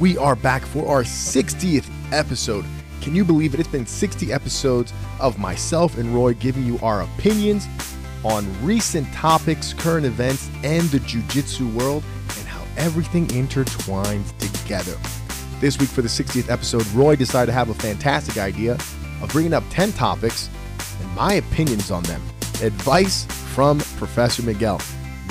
We are back for our 60th episode. Can you believe it? It's been 60 episodes of myself and Roy giving you our opinions on recent topics, current events, and the jujitsu world, and how everything intertwines together. This week, for the 60th episode, Roy decided to have a fantastic idea of bringing up 10 topics and my opinions on them. Advice from Professor Miguel.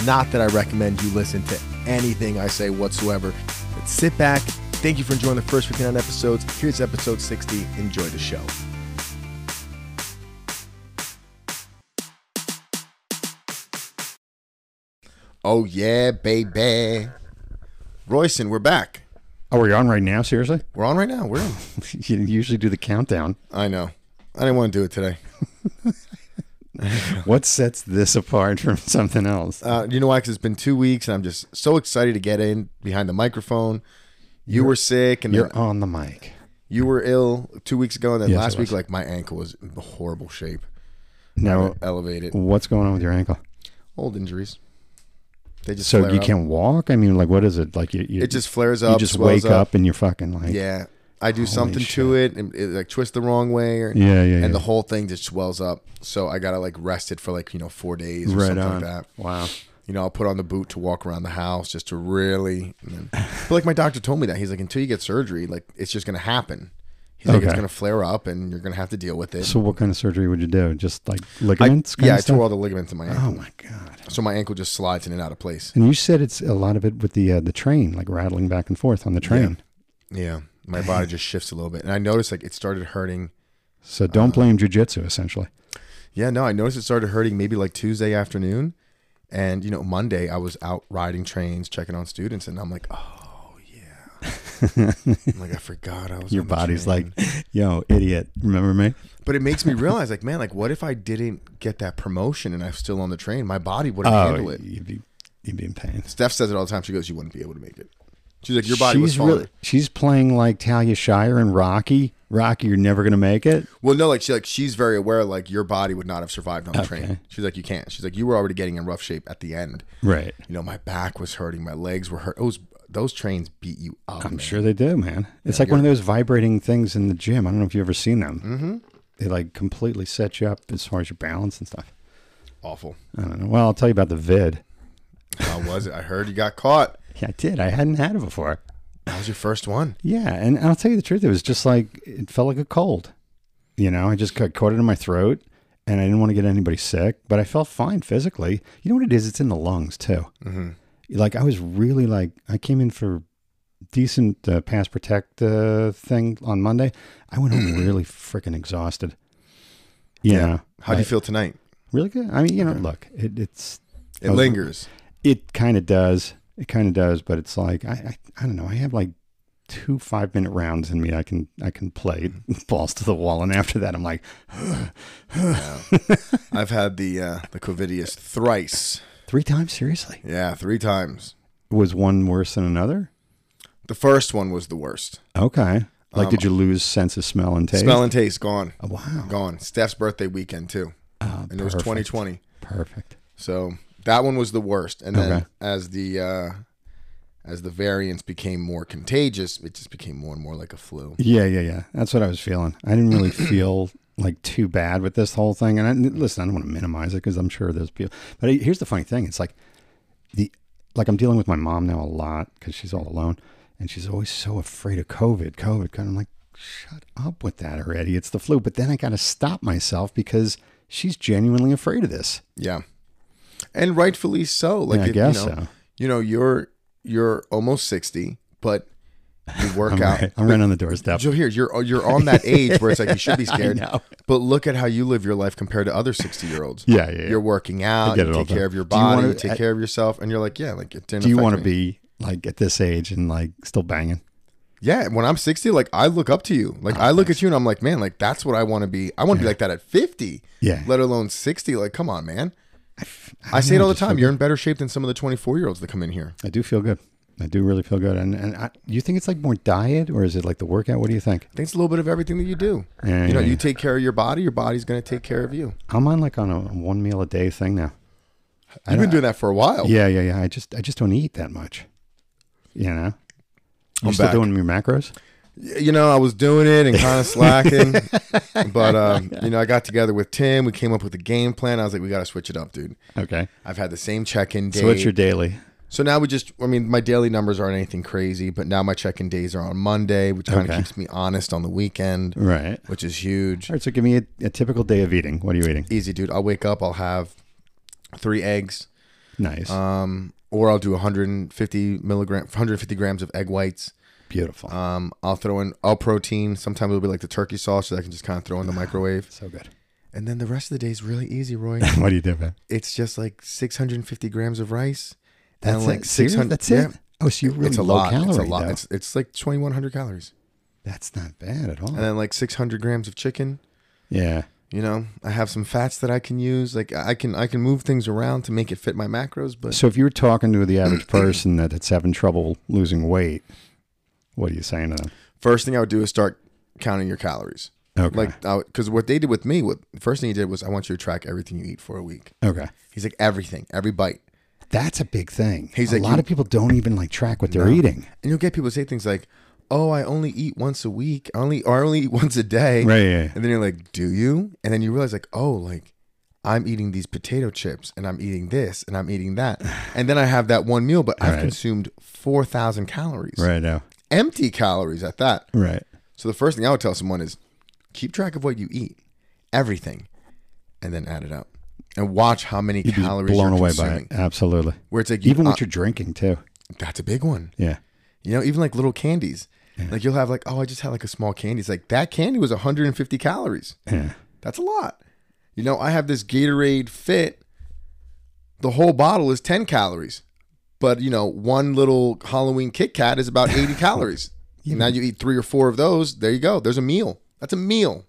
Not that I recommend you listen to anything I say whatsoever, but sit back. Thank you for enjoying the first 59 episodes. Here's episode 60. Enjoy the show. Oh, yeah, baby. Royson, we're back. Oh, are you on right now? Seriously? We're on right now. We're in. you usually do the countdown. I know. I didn't want to do it today. What sets this apart from something else? Uh, you know why? Because it's been two weeks, and I'm just so excited to get in behind the microphone. You were sick, and then You're on the mic. you were ill two weeks ago, and then Yes, last I week, was. like my ankle was in horrible shape, Now, elevated, what's going on with your ankle? old injuries. They just So flare you up. can't walk? I mean, like, what is it? Like, you, you, It just flares you up. just swells wake up. and you're fucking like, Yeah, I do something to it, and it like twist the wrong way, or, yeah, yeah. and yeah. the whole thing just swells up. So I gotta like rest it for like you know four days or right something on. like that. Wow. you know, I'll put on the boot to walk around the house just to really. And then, but like my doctor told me that he's like, until you get surgery, like it's just gonna happen. He's like, it's Okay. gonna flare up, and you're gonna have to deal with it. So what kind of surgery would you do? Just like I- ligaments? kind yeah, of I stuff? tore all the ligaments in my ankle, Oh my god. so my ankle just slides in and out of place. And you said it's a lot of it with the uh, the train, like rattling back and forth on the train. Yeah, my body just shifts a little bit, and I noticed like it started hurting. So Uh, don't blame jujitsu, essentially. Yeah, no, I noticed it started hurting maybe like Tuesday afternoon, and you know Monday I was out riding trains, checking on students, and I'm like, oh yeah, I'm like I forgot I was. Your on the body's train. like, yo, idiot, remember me? But it makes me realize, like, man, like, what if I didn't get that promotion and I'm still on the train? My body Oh, wouldn't handle it. you'd be you'd be in pain. Steph says it all the time. She goes, "You wouldn't be able to make it." She's like, "Your body was she's falling." she's playing like Talia Shire and Rocky. Rocky, you're never gonna make it. Well, no, like, she like she's very aware, like, your body would not have survived on the train. Okay. She's like, "You can't." She's like, "You were already getting in rough shape at the end." Right. You know, my back was hurting, my legs were hurt. Those those trains beat you up. I'm man. sure they do, man. It's like one of those vibrating things in the gym. I don't know if you've ever seen them. Mm-hmm. They like completely set you up as far as your balance and stuff. Awful. I don't know. Well, I'll tell you about the vid. How was it? I heard you got caught. Yeah, I did. I hadn't had it before. That was your first one. Yeah, and I'll tell you the truth. It was just like it felt like a cold. You know, I just got caught it in my throat, and I didn't want to get anybody sick, but I felt fine physically. You know what it is? It's in the lungs too. Mhm. Like I was really like I came in for decent uh, pass protect uh, thing on Monday. I went home really freaking exhausted. yeah. How do you feel tonight? Really good. I mean, you know, look, it, it's It I was- lingers. it kind of does. It kind of does, but it's like I, I I don't know. I have like two five minute rounds in me. I can I can play Mm-hmm. balls to the wall, and after that, I'm like, I've had the uh, the covidius thrice. three times seriously. Yeah, three times. Was one worse than another? The first one was the worst. Okay. Like, did you lose sense of smell and taste? Um, Smell and taste gone, Oh, wow. gone. Steph's birthday weekend too, Oh, and it was perfect. 2020. Perfect. So that one was the worst. And then Okay. as the uh, as the variants became more contagious, it just became more and more like a flu. Yeah, yeah, yeah. That's what I was feeling. I didn't really feel like too bad with this whole thing. And I, listen, I don't want to minimize it because I'm sure there's people. But here's the funny thing: it's like the like I'm dealing with my mom now a lot because she's all alone, and she's always so afraid of COVID. COVID. COVID. I'm like, shut up with that already. It's the flu. But then I got to stop myself because she's genuinely afraid of this. Yeah, and rightfully so. Like Yeah, I if, guess you know, so. you know, you're you're almost 60, but you work I'm out. right, I'm right on the doorstep. So here you're you're on that age where it's like you should be scared. know. But look at how you live your life compared to other sixty year olds. Yeah, yeah, yeah. You're working out, get you it all take the care of your Do you body, you wanna- take I- care of yourself, and you're like, yeah, like it didn't. Do you want want to be like at this age and like still banging? Yeah, when I'm sixty, like I look up to you. Oh, Like I look at you and I'm like, man, like that's what I want to be. I want to be like that at fifty. Yeah. Let alone sixty. Like, come on, man. I, say it all the time. You're in better shape than some of the twenty four year olds that come in here. I do feel good. I do really feel good. And and I, you think it's like more diet or is it like the workout? What do you think? I think it's a little bit of everything that you do. Yeah, you know, yeah, you yeah. take care of your body, your body's gonna take care of you. I'm on like on a one meal a day thing now. You've been doing that for a while. Yeah, yeah, yeah. I just I just don't eat that much. You know, You I'm still back. doing your macros? you know, I was doing it and kind of slacking, but um, you know, I got together with Tim. We came up with a game plan. I was like, we got to switch it up, dude. Okay. I've had the same check-in day. So what's your daily? So now we just, I mean, my daily numbers aren't anything crazy, but now my check-in days are on Monday, which kind of Okay. Mm. keeps me honest on the weekend, Right. which is huge. All right. So give me a, a typical day of eating. What are you eating? Easy, dude. I'll wake up, I'll have three eggs, Nice. um, or I'll do 150 milligram, 150 grams of egg whites. Beautiful. Um, I'll throw in all protein. Sometimes it'll be like the turkey sauce that I can just kind of throw in the microwave. so good. And then the rest of the day is really easy, Roy. what do you do, man? it's just like 650 grams of rice. That's like it. Serious? 600 That's yeah. it. Oh, so you really it's a low lot. calorie. it's a lot. though. It's, it's like 2100 calories. That's not bad at all. And then like 600 grams of chicken. yeah. You know, I have some fats that I can use. Like I can I can move things around to make it fit my macros, but So if you were talking to the average person that that's having trouble losing weight, what are you saying to them? first thing I would do is start counting your calories. Okay. Like cuz what they did with me, what the first thing he did was I want you to track everything you eat for a week. okay. He's like everything, every bite. That's a big thing. He's a like, lot you- of people don't even like track what they're eating. And you'll get people say things like, "Oh, I only eat once a week. I only or I only eat once a day." Right. Yeah. yeah. And then you're like, do you? And then you realize, like, oh, like, I'm eating these potato chips and I'm eating this and I'm eating that. And then I have that one meal, but I've Right. consumed 4,000 calories, Right now. empty calories at that. Right. So the first thing I would tell someone is keep track of what you eat, everything, and then add it up and watch how many You'd be calories blown you're away by consuming. it. Absolutely. Where it's like, you, Even uh, what you're drinking too. that's a big one. Yeah. You know, even like little candies. Like you'll have like, oh, I just had like a small candy. It's like that candy was 150 calories. Yeah. That's a lot. You know, I have this Gatorade Fit. The whole bottle is 10 calories. But, you know, one little Halloween Kit Kat is about 80 calories. Now you eat three or four of those. There you go. There's a meal. That's a meal.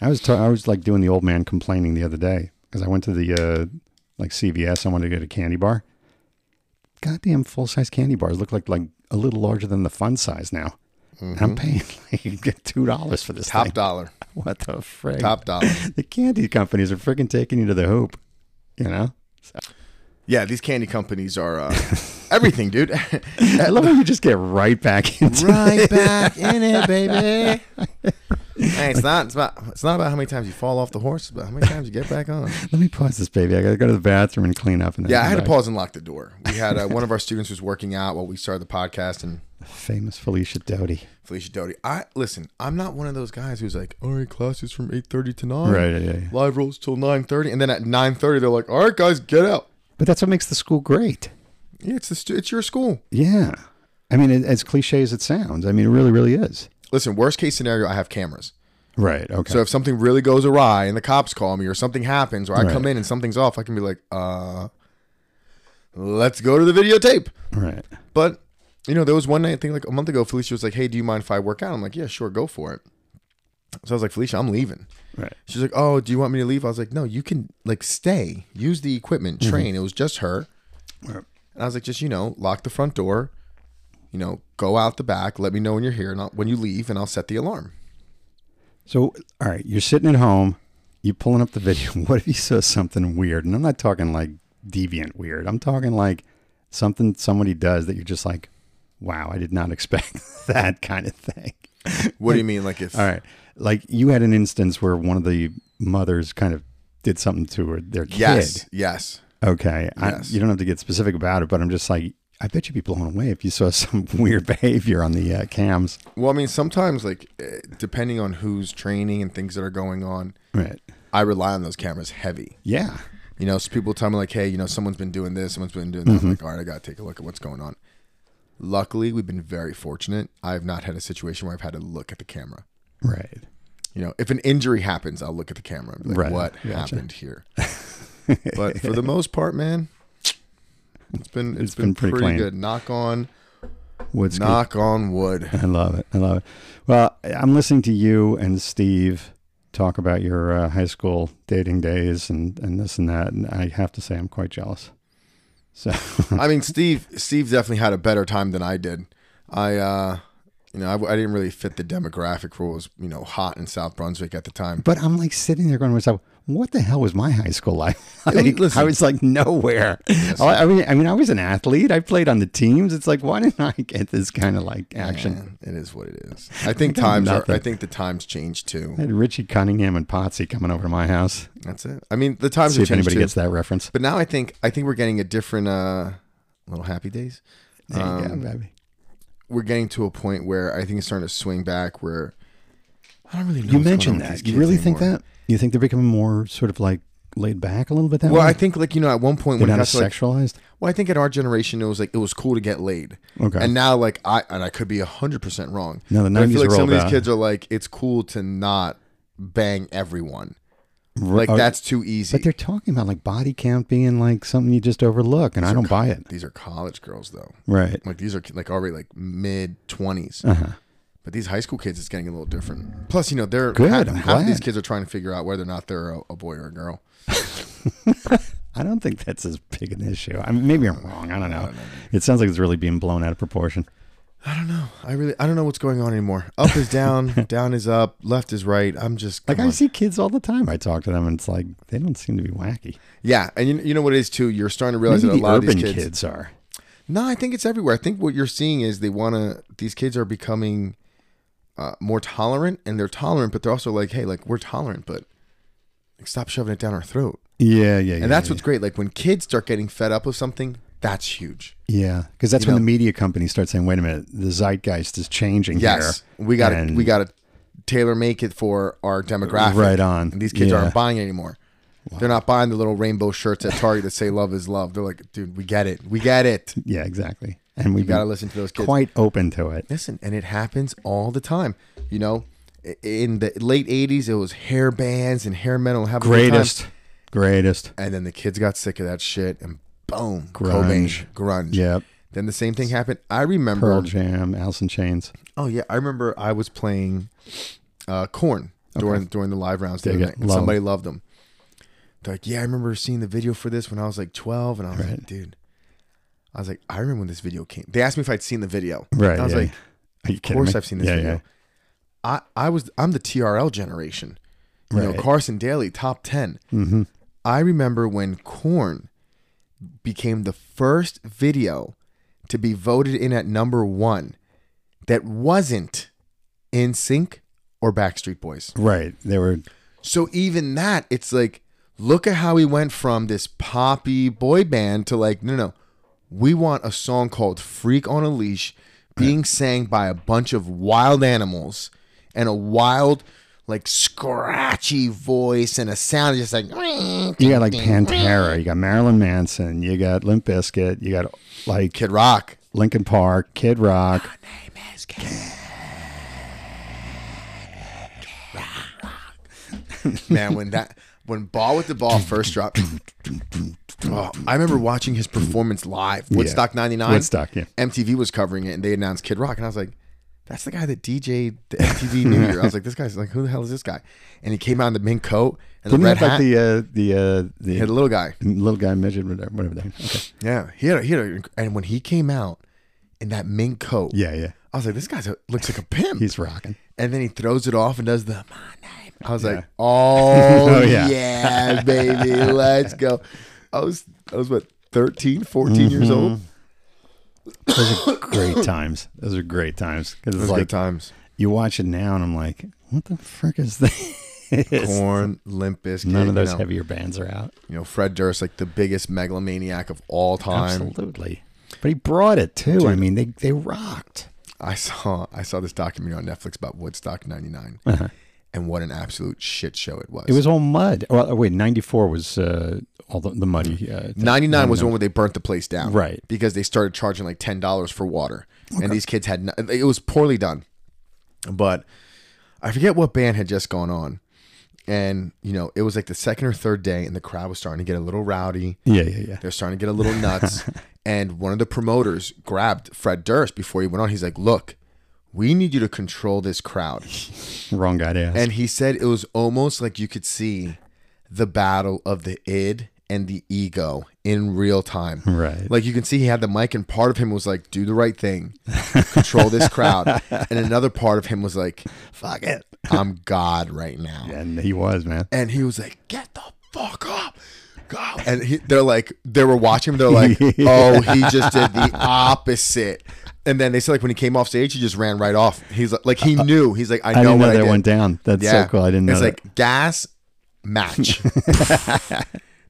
I was ta- I was like doing the old man complaining the other day because I went to the uh, like CVS. I wanted to get a candy bar. Goddamn full size candy bars look like like a little larger than the fun size now. And I'm paying like two dollars for this. Mm-hmm. Top thing. dollar. What the frig? Top dollar. The candy companies are freaking taking you to the hoop. You know. Yeah, these candy companies are uh, everything, dude. I love how you just get right back into. right back in it, baby. Hey, it's not. It's about. It's not about how many times you fall off the horse. It's about how many times you get back on. Let me pause this, baby. I gotta go to the bathroom and clean up. And then Yeah, I come had to back. pause and lock the door. We had uh, one of our students was working out while we started the podcast, and Famous Felicia Doty. Felicia Doty. I listen. I'm not one of those guys who's like, all right, class is from 8:30 to 9. Right. Yeah, yeah. Live rolls till 9:30, and then at 9:30 they're like, all right, guys, get out. But that's what makes the school great. Yeah, it's the stu- it's your school. Yeah. I mean, it, as cliche as it sounds, I mean, it really, really is. Listen, worst case scenario, I have cameras. Right. Okay. So if something really goes awry and the cops call me or something happens or I come Right. in and something's off, I can be like, uh, let's go to the videotape. right. But you know, there was one night, I think like a month ago, Felicia was like, "Hey, do you mind if I work out?" I'm like, "Yeah, sure, go for it." So I was like, "Felicia, I'm leaving." Right. She's like, "Oh, do you want me to leave?" I was like, "No, you can like stay, use the equipment, train." It was just her, Mm-hmm. Right. and I was like, "Just you know, lock the front door, you know, go out the back, let me know when you're here, and I'll, when you leave, and I'll set the alarm." So, all right, you're sitting at home, you're pulling up the video. What if you saw something weird? And I'm not talking like deviant weird. I'm talking like something somebody does that you're just like, wow, I did not expect that kind of thing. What do you mean, like if? All right. Like you had an instance where one of the mothers kind of did something to her, their kid. Yes, yes. Okay. Yes. I, you don't have to get specific about it, but I'm just like, I bet you'd be blown away if you saw some weird behavior on the uh, cams. Well, I mean, sometimes like eh, depending on who's training and things that are going on, Right. I rely on those cameras heavy. Yeah. You know, so people tell me like, hey, you know, someone's been doing this, someone's been doing that. Mm-hmm. I'm like, all right, I gotta take a look at what's going on. Luckily, we've been very fortunate. I have not had a situation where I've had to look at the camera. Right. You know, if an injury happens, I'll look at the camera. And be like, Right. What Gotcha. happened here? but for the most part, man, it's been it's been, been pretty pretty clean. good. Knock on, What's good? knock on wood. I love it. I love it. Well, I'm listening to you and Steve talk about your uh, high school dating days and, and this and that. And I have to say, I'm quite jealous. So, I mean, Steve Steve definitely had a better time than I did. I uh You know, I, I didn't really fit the demographic for what was, you know, hot in South Brunswick at the time. But I'm like sitting there going to myself, what the hell was my high school life? Yeah, Like, listen. I was like nowhere. I I mean, I mean, I was an athlete. I played on the teams. It's like, why didn't I get this kind of like action? Man, it is what it is. I think got times are. nothing. I think the times change I too. had Richie Cunningham and Potsy coming over to my house. That's it. I mean, the times See are if changed anybody too. gets that reference. But now I think I think we're getting a different uh, little happy days. There you go, Um, baby. We're getting to a point where I think it's starting to swing back. Where I don't really know. what's You going on mentioned with these that. You kids really think anymore. that? You think they're becoming more sort of like laid back a little bit that Well, way? I think like you know, at one point they're when it not got as to, like, sexualized. well, I think at our generation it was like it was cool to get laid, Okay. and now like I and I could be hundred percent wrong. No, the but I 90s feel like are all some of these about- kids are like it's cool to not bang everyone. Like Are- that's too easy. But they're talking about like body count being like something you just overlook, and I don't buy it. These are college girls though. Right. Like these are like already like mid 20s Uh-huh. But these high school kids, it's getting a little different. Plus, you know, they're Good, Half, I'm half of these glad. kids are trying to figure out whether or not they're a, a boy or a girl. I don't think that's as big an issue. I mean, maybe I'm wrong. I don't know. It sounds like it's really being blown out of proportion. I don't know. I really, I don't know what's going on anymore. Up is down, down is up, left is right. I'm just Like come I on. see kids all the time. I talk to them, and it's like they don't seem to be wacky. yeah, and you, you know what it is too. You're starting to realize Maybe that a the lot of these urban kids. kids are. No, I think it's everywhere. I think what you're seeing is they want to. These kids are becoming uh, more tolerant, and they're tolerant, but they're also like, hey, like we're tolerant, but like, stop shoving it down our throat. Yeah, yeah, yeah. And that's yeah. what's great. Like when kids start getting fed up with something, that's huge. Yeah, because that's You when know? the media companies start saying, "Wait a minute, the zeitgeist is changing Yes, here." we got to And we got to tailor make it for our demographic. Right on. And these kids Yeah. aren't buying it anymore. They're not buying the little rainbow shirts at Target that say "Love is love." They're like, dude, we get it, we get it. Yeah, exactly. And we've You got to got listen to those kids. quite open to it. Listen, and it happens all the time. You know, i- in the late '80s, it was hair bands and hair metal. and Have a good time. Greatest, greatest. And then the kids got sick of that shit, and boom, Grunge. Cobain, grunge. Yep. Then the same thing happened. I remember. Pearl Jam, Alice in Chains. Oh yeah, I remember I was playing uh Corn during during the live rounds. The Dig other night, it. and Love 'em. somebody loved them. They're like, yeah, I remember seeing the video for this when I was like 12, and I was like, Right. dude, I was like, I remember when this video came. They asked me if I'd seen the video. Right. I was yeah, like, yeah. Are you of kidding course me? I've seen this yeah, video. Yeah. I I was I'm the TRL generation. You know, Right. Carson Daly, top 10 Mm-hmm. I remember when Corn became the first video to be voted in at number one that wasn't in sync or Backstreet Boys. Right. They were So even that, it's like, look at how we went from this poppy boy band to like, no, no, we want a song called "Freak on a Leash" being sang by a bunch of wild animals and a wild, like scratchy voice and a sound just like, you got like Pantera, you got Marilyn Manson, you got Limp Bizkit, you got like Kid Rock. Linkin Park, Kid Rock. Man, when that when Ball with the Ball first dropped, oh, I remember watching his performance live. Woodstock '99. Woodstock, yeah. MTV was covering it, and they announced Kid Rock, and I was like, "That's the guy that DJ'd the MTV New Year." I was like, "This guy's like, who the hell is this guy?" And he came out in the mink coat and Didn't the he red have like hat. the uh, the uh, he had a the little guy. little guy midget whatever, whatever that. Okay. Yeah, he had a, he had a, and when he came out in that mink coat, Yeah, yeah. I was like, "This guy looks like a pimp." He's rocking. and then he throws it off and does the my name. I was like, oh, Oh, yeah. yeah. baby, let's go. I was I was what 13, 14 years old. Those are great times. Those are great times because it's Those good like times. you watch it now and I'm like, what the frick is this? Corn, Limp Bizkit, None of those you know, heavier bands are out. You know, Fred Durst, like the biggest megalomaniac of all time. Absolutely. But he brought it too. I mean, they they rocked. I saw I saw this documentary on Netflix about Woodstock '99, and what an absolute shit show it was. Uh-huh. It was all mud. Well, wait, ninety four was uh, all the, the muddy. Uh, thing. 99 was the one where they burnt the place down. Right. Because they started charging like $10 for water. And these kids had, no, it was poorly done. But I forget what band had just gone on. And, you know, it was like the second or third day, and the crowd was starting to get a little rowdy. Yeah, yeah, yeah. They're starting to get a little nuts. and one of the promoters grabbed Fred Durst before he went on. He's like, look, we need you to control this crowd. Wrong guy to ask. And he said it was almost like you could see the battle of the id and the ego in real time. Right. Like you can see, he had the mic, and part of him was like, "Do the right thing, control this crowd," and another part of him was like, Fuck it. "I'm God right now." And he was, man. and he was like, "Get the fuck up." Go. And he, they're like, they were watching him. They're like, oh, he just did the opposite. And then they said, like, when he came off stage, he just ran right off. He's like, like he knew. He's like, I know Uh, I didn't what know I that did. went down. That's so cool. I didn't know. It's that. like gas match.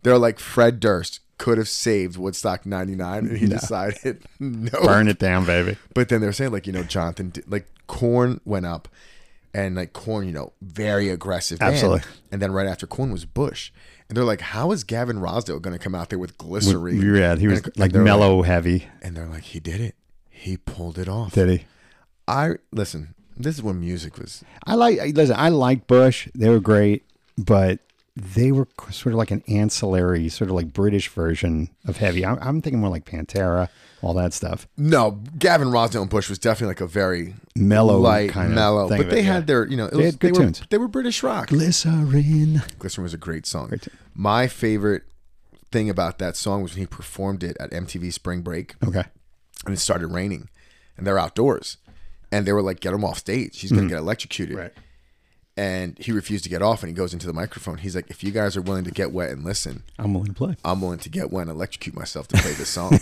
they're like, Fred Durst could have saved Woodstock '99, and he decided no. burn it down, baby. But then they were saying like, you know, Jonathan, did, like Corn went up, and like Corn, you know, very aggressive. band. Absolutely. And then right after Corn was Bush, and they're like, how is Gavin Rosdale going to come out there with glycerine? You're right. He was And- like and they're mellow heavy. and they're like, he did it. He pulled it off. Did he? I listen. This is when music was. I like. I- Listen, I like Bush. They were great, but they were c- sort of like an ancillary, sort of like British version of heavy. I'm, I'm thinking more like Pantera, all that stuff. No, Gavin Rosdale and Bush was definitely like a very Mellow light, kind of mellow. thing but of it, they yeah. had their, you know, it They was, had good were, tunes. They were British rock. Glycerin. Glycerin was a great song. My favorite thing about that song was when he performed it at MTV Spring Break. Okay. and it started raining and they're outdoors and they were like get him off stage he's going to get electrocuted Mm-hmm. Right. and he refused to get off and he goes into the microphone he's like if you guys are willing to get wet and listen I'm willing to play. i'm willing to get wet and electrocute myself to play this song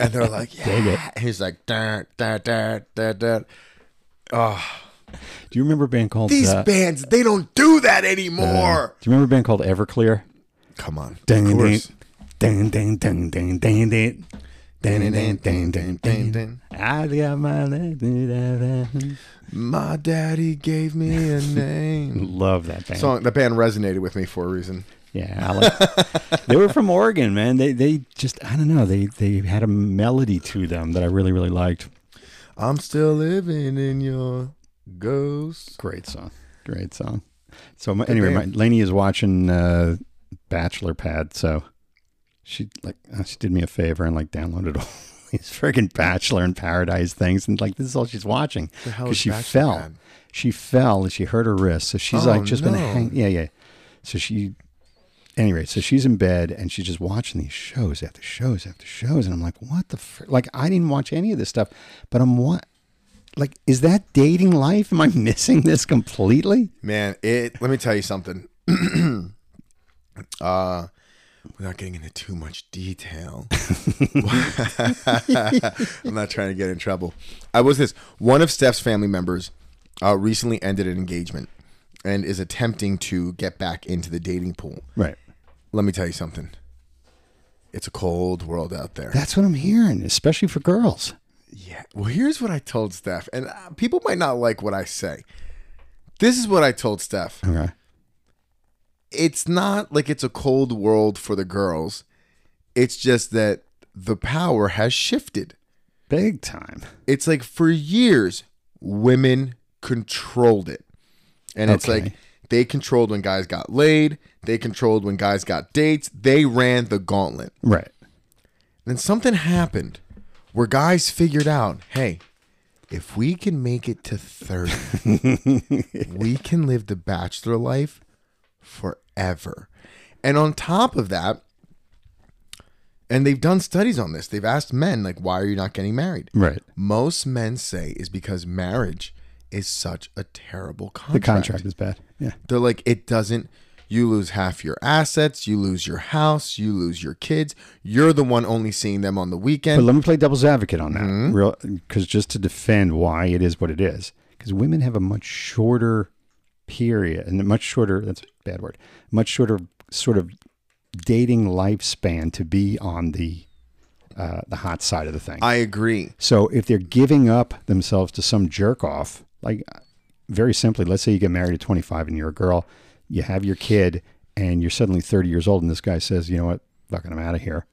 and they're like yeah and he's like da, da, da, da, da. Do you remember a band called? these uh, bands they don't do that anymore do you remember a band called Everclear? come on Dun, of dun, course. dun, dun, dun, dun, dun, dun. Dun, dun, dun, dun, dun, Dun, dun. dun. I got my leg- my daddy gave me a name love that band. song the band resonated with me for a reason Yeah, I like- they were from Oregon, man. They they just I don't know they they had a melody to them that I really really liked. i'm still living in your ghost Great song, great song. So my, anyway, my, band. Lainey is watching uh, Bachelor Pad, so she like uh, she did me a favor and like downloaded all these freaking Bachelor in Paradise things, and like this is all she's watching hell because is she Bachelor fell. Pad? She fell and she hurt her wrist, so she's Oh, like just been no. hang. Yeah, yeah. So she anyway, so she's in bed and she's just watching these shows after shows after shows, and I'm like, what the fr-? like? I didn't watch any of this stuff, but I'm what? Like, is that dating life? Am I missing this completely? Man, it. Let me tell you something. uh, without getting into too much detail, I'm not trying to get in trouble. I was this one of Steph's family members uh, recently ended an engagement and is attempting to get back into the dating pool. Right. Let me tell you something. It's a cold world out there. That's what I'm hearing, especially for girls. Yeah. Well, here's what I told Steph, and uh, people might not like what I say. This is what I told Steph. Okay. it's not like it's a cold world for the girls. It's just that the power has shifted. Big time. It's like for years, women controlled it. And it's Okay. like they controlled when guys got laid, they controlled when guys got dates, they ran the gauntlet. Right. Then something happened where guys figured out hey, if we can make it to 30, we can live the bachelor life forever. And on top of that, and they've done studies on this, they've asked men, like, why are you not getting married? Right. Most men say is because marriage is such a terrible The contract. contract is bad. Yeah. They're like, it doesn't. You lose half your assets. You lose your house. You lose your kids. You're the one only seeing them on the But weekend. let me play devil's advocate on that, real because just to defend why it is what it is, because women have a much shorter period and a much shorter—that's a bad word—much shorter sort of dating lifespan to be on the uh, the hot side of the thing. I agree. so if they're giving up themselves to some jerk off, like very simply, let's say you get married at 25 and you're a girl, you have your kid, and you're suddenly 30 years old, and this guy says, you know what, fucking, I'm out of here.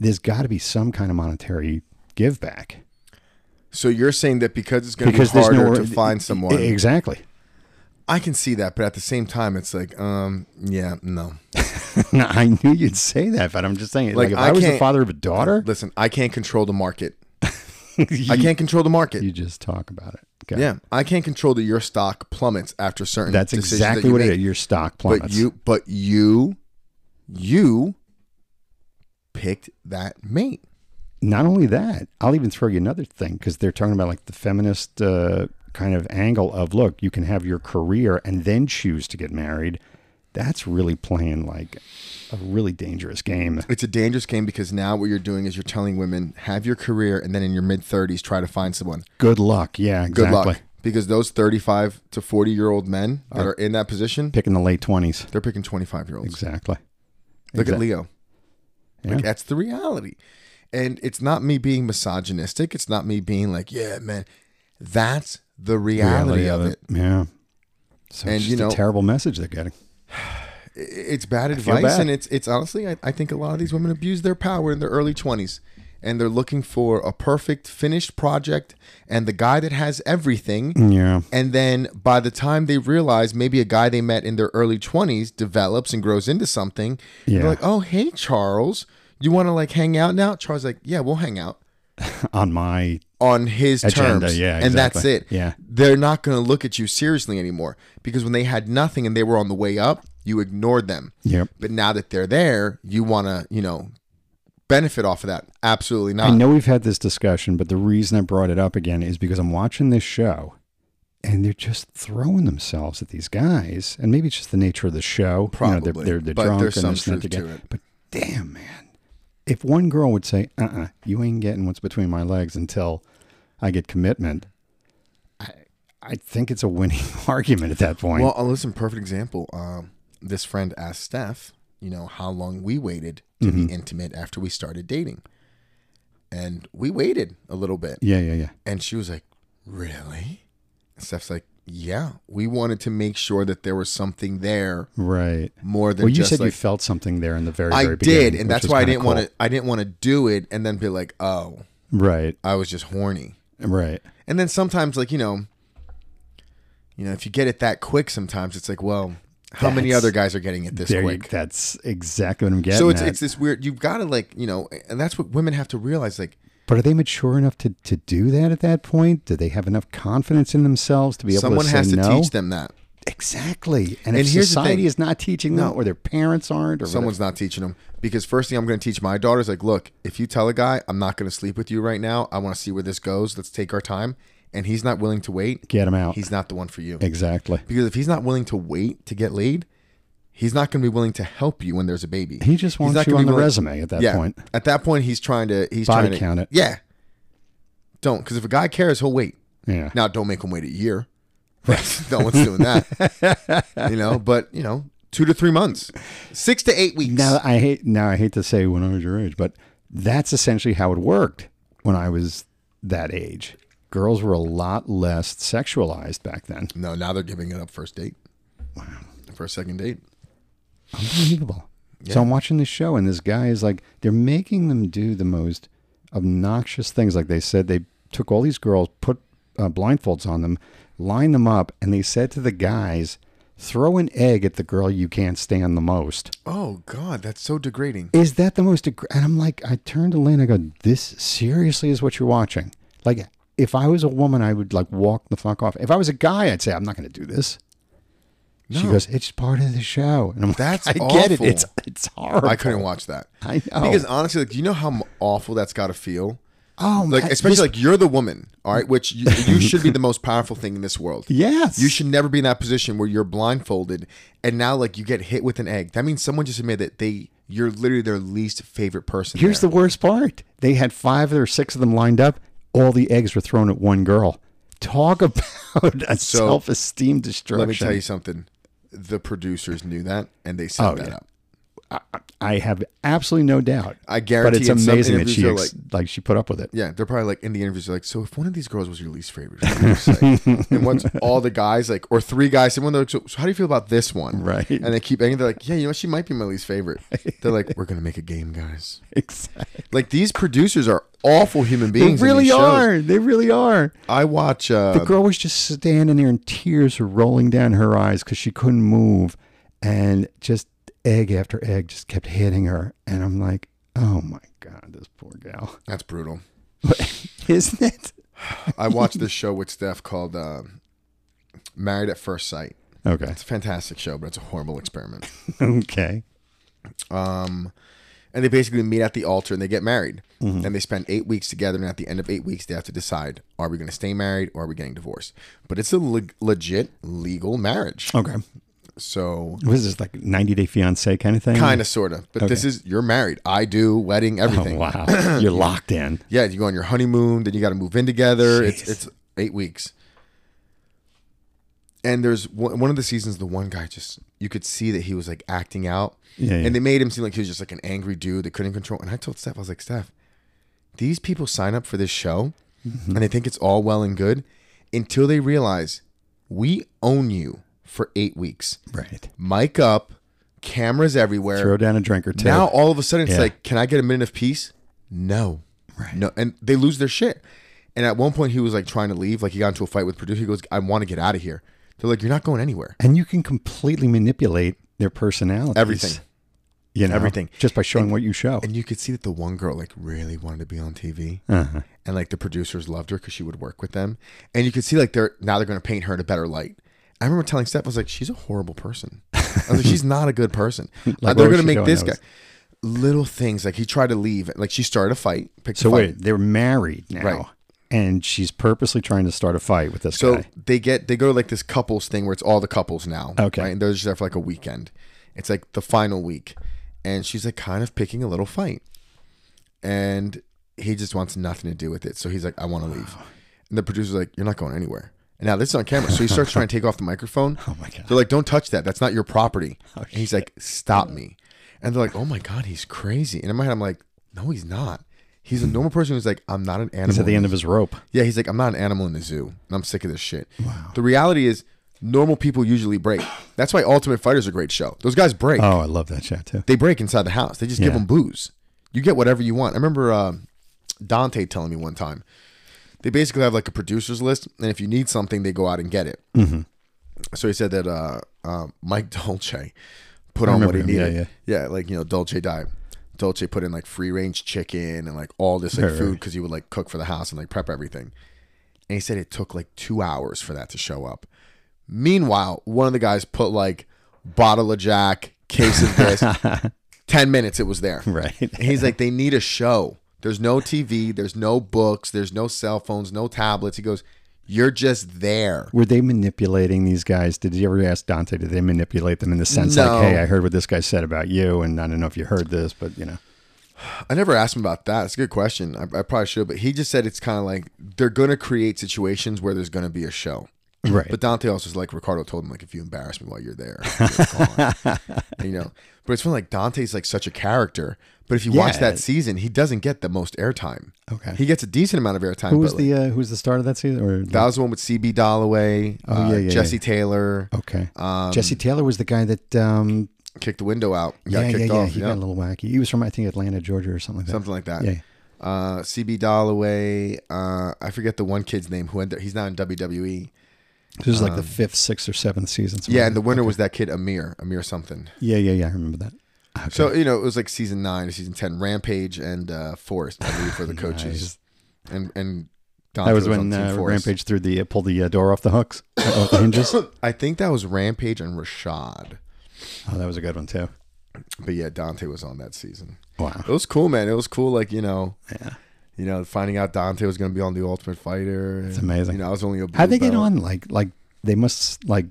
There's got to be some kind of monetary give back So you're saying that because it's going to be there's harder no e-, to find someone. Exactly. I can see that, but at the same time, it's like, um, yeah, no. No, I knew you'd say that, but I'm just saying, like, Like, if I I, was the can't- father of a daughter, Listen, I can't control the market. you, I can't control the market. you just talk about it. Okay. yeah, I can't control that your stock plummets after certain. That's decisions that exactly you what make. it is. Your stock plummets. But you, but you you picked that mate. Not only that, I'll even throw you another thing because they're talking about like the feminist uh, kind of angle of look, you can have your career and then choose to get married. That's really playing like a really dangerous game. It's a dangerous game because now what you're doing is you're telling women have your career and then in your mid 30s try to find someone. Good luck. Yeah, Good exactly. luck. Because those 35 to 40 year old men that are in that position, Picking the late 20s. they're picking 25 year olds. Exactly. Look Exac- at Leo. Yeah. Like that's the reality. And it's not me being misogynistic. It's not me being like, yeah, man. That's the reality, of it. Yeah. So And, it's just you know- a terrible message they're getting. I- It's bad feel advice, bad. and it's it's honestly, I, I think a lot of these women abuse their power in their early twenties, and they're looking for a perfect finished project and the guy that has everything. Yeah. And then by the time they realize maybe a guy they met in their early 20s develops and grows into something, Yeah. they're like, oh, hey, Charles, you want to like hang out now? Charles, is like, yeah, we'll hang out On my on his Agenda, terms. yeah, And that's exactly. it. Yeah. They're not going to look at you seriously anymore because when they had nothing and they were on the way up, you ignored them. Yep. But now that they're there, you want to, you know, benefit off of that. Absolutely I not. know we've had this discussion, but the reason I brought it up again is because I'm watching this show and they're just throwing themselves at these guys. And maybe it's just the nature of the show. You know, Probably, they're, they're, they're but drunk there's and some this and that truth together. to it. But damn, man. If one girl would say, uh uh you ain't getting what's between my legs until I get commitment, I, I think it's a winning argument at that point. Well, uh, listen, perfect example. Um, this friend asked Steph, you know, how long we waited to Mm-hmm. be intimate after we started dating. And we waited a little bit. yeah, yeah, yeah. And she was like, Really? And Steph's like, Yeah, we wanted to make sure that there was something there Right. more than Well, you just said you like felt something there in the very, very I beginning. did, which and that's was why I kinda didn't cool. want to I didn't want to do it and then be like, Oh, Right, I was just horny. right. And then sometimes like, you know, you know, if you get it that quick sometimes it's like, well, how many That's- other guys are getting it this There you- quick? that's exactly what I'm getting. so it's at. it's this weird. You've got to like you know, and that's what women have to realize. Like But are they mature enough to, to do that at that point? Do they have enough confidence in themselves to be able someone to say has to no? teach them that Exactly. And, And if here's the society thing. is not teaching them, or their parents aren't, or someone, someone's not teaching them because first thing I'm going to teach my daughter is like, look, if you tell a guy I'm not going to sleep with you right now, I want to see where this goes. Let's take our time, and he's not willing to wait. get them out. He's not the one for you exactly. because if he's not willing to wait to get laid, he's not going to be willing to help you when there's a baby. He just wants not you gonna on be the willing- resume at that yeah, point. At that point, he's trying to he's Body trying to count it. Yeah, don't because if a guy cares, he'll wait. Yeah. Now, don't make them wait a year. no one's doing that. you know, but you know, two to three months, six to eight weeks. Now I hate now I hate to say when I was your age, but that's essentially how it worked when I was that age. Girls were a lot less sexualized back then. no, now they're giving it up first date. Wow. First second date. Unbelievable. So I'm watching this show, and this guy is like, they're making them do the most obnoxious things. Like they said, they took all these girls, put uh, blindfolds on them, lined them up, and they said to the guys, throw an egg at the girl you can't stand the most. Oh God, that's so degrading. Is that the most? Deg- and I'm like, I turned to Lane, I go, this seriously is what you're watching. Like, if I was a woman, I would like walk the fuck off. If I was a guy, I'd say, I'm not going to do this. She No. goes, it's part of the show, and I'm like, That's I get it. awful. It's it's horrible. I couldn't watch that. I know. Because honestly, like you know how m- awful that's got to feel. oh, Like man, especially this- like you're the woman, all right, which you, you should be the most powerful thing in this world. yes, You should never be in that position where you're blindfolded and now like you get hit with an egg. That means someone just admitted that they you're literally their least favorite person. Here's the worst part: they had five or six of them lined up. All the eggs were thrown at one girl. Talk about a self-esteem destruction. Let me tell you something. The producers knew that and they set Oh, that yeah. up. I have absolutely no doubt. I but guarantee it's in some amazing that interviews she they're ex- like, she put up with it. Yeah, they're probably like in the interviews they're like, so if one of these girls was your least favorite, what would you say? and once all the guys like or three guys, and one they're like, so, so how do you feel about this one? Right. And they keep and they're like, yeah, you know, she might be my least favorite. They're like, we're gonna make a game, guys. Exactly. Like these producers are awful human They beings. in really these shows. are. They really are. I watch. Uh, The girl was just standing there, and tears were rolling down her eyes because she couldn't move, and just egg after egg just kept hitting her. And I'm like, oh my god, this poor gal. That's brutal. isn't it? I watched this show with Steph called um Married at First Sight. Okay. It's a fantastic show, but it's a horrible experiment. Okay. Um, and they basically meet at the altar and they get married. And they spend eight weeks together. And at the end of eight weeks, they have to decide: Are we going to stay married or are we getting divorced? But it's a leg legit legal marriage. Okay. So What is this like 90 Day Fiance kind of thing? kind of, sort of. But this is you're married. I do wedding, Oh, everything. wow. You're locked in. Yeah, you go on your honeymoon, then you got to move in together. Jeez. It's it's eight weeks. And there's one, one of the seasons, the one guy just you could see that he was like acting out, Yeah, yeah. and they made him seem like he was just like an angry dude that couldn't control. And I told Steph, I was like, Steph, these people sign up for this show, Mm-hmm. and they think it's all well and good until they realize we own you for eight weeks. Right. Mic up, cameras everywhere. Throw down a drink or two. Now all of a sudden it's Yeah. like, can I get a minute of peace? No, Right. no, and they lose their shit. And at one point he was like trying to leave, like he got into a fight with producer. He goes, I want to get out of here. They're like, you're not going anywhere. and you can completely manipulate their personalities. Everything. You know, Everything. Just by showing what you show. And you could see that the one girl like really wanted to be on TV, uh-huh. and like the producers loved her because she would work with them. And you could see like they're now they're going to paint her in a better light. I remember telling Steph, I was like, she's a horrible person. I was like, she's not a good person. Uh, what they're was going to make she doing this that guy. was- Little things like he tried to leave, like she started a fight. Picked So a fight. wait, they're married now. Right. And she's purposely trying to start a fight with this So guy. they get they go to like this couples thing where it's all the couples now. Okay. right? And they're just there for like a weekend. It's like the final week, and she's like kind of picking a little fight, and he just wants nothing to do with it. So he's like, I want to leave, and the producer's like, You're not going anywhere. And now this is on camera, so he starts trying to take off the microphone. Oh my God. Oh, They're like, Don't touch that. That's not your property. and he's like, Stop me. And they're like, Oh my god, he's crazy. And in my head, I'm like, No, he's not. He's a normal person who's like, I'm not an animal. He's at the end of his rope. Yeah, he's like, I'm not an animal in the zoo, and I'm sick of this shit. The reality is, normal people usually break. That's why Ultimate Fighter's a great show. Those guys break. Oh, I love that shot too. They break inside the house. They just give Yeah. them booze. You get whatever you want. I remember uh, Dante telling me one time. They basically have like a producers list, and if you need something, they go out and get it. Mm-hmm. So he said that uh, uh, Mike Dolce put on what he remember him. needed. Yeah, Yeah, like you know, Dolce died. Dolce put in like free range chicken and like all this like Right, food right. because he would like cook for the house and like prep everything. And he said it took like two hours for that to show up. Meanwhile, one of the guys put like bottle of Jack, case of this. Ten minutes, it was there. Right. And he's like, they need a show. There's no TV. There's no books. There's no cell phones. No tablets. He goes, you're just there. Were they manipulating these guys? Did you ever ask Dante? Did they manipulate them in the sense No. like, hey, I heard what this guy said about you, and I don't know if you heard this, but you know, I never asked him about that. It's a good question. I, I probably should, but he just said it's kind of like they're gonna create situations where there's gonna be a show. right? But Dante also is like Ricardo told him like if you embarrass me while you're there, you're gone. you know. But it's funny like Dante's like such a character. But if you watch Yeah. that season, he doesn't get the most airtime. Okay. He gets a decent amount of airtime. who was but, like, the uh, who was the start of that season? Or that was the one with CB Dollaway, uh, Oh, yeah, yeah, Jesse Taylor okay, um, Jesse Taylor was the guy that um, kicked the window out, and yeah got yeah kicked yeah off, he yeah, got a little wacky. He was from I think Atlanta, Georgia, or something like that. something like that. Yeah, yeah. uh, CB Dollaway. Uh, I forget the one kid's name who ended. He's now in WWE. This was like the fifth, sixth, or seventh season. something Um, Yeah, like and the winner was that kid Amir, Amir something. that. yeah yeah yeah. I remember that. Okay. So you know it was like season nine or season ten. Rampage and uh, Forrest, I believe, for the coaches, and and Dante that was on when Team uh, Forrest. Rampage threw the uh, pulled the uh, door off the hooks, uh, off the hinges. Oh, I think that was Rampage and Rashad, that was a good one too. but yeah, Dante was on that season. Wow. It was cool, man. It was cool, like you know, you know, finding out Dante was going to be on the Ultimate Fighter. It's amazing. You know, I was only a How'd they blues get belt. on? Like, like they must like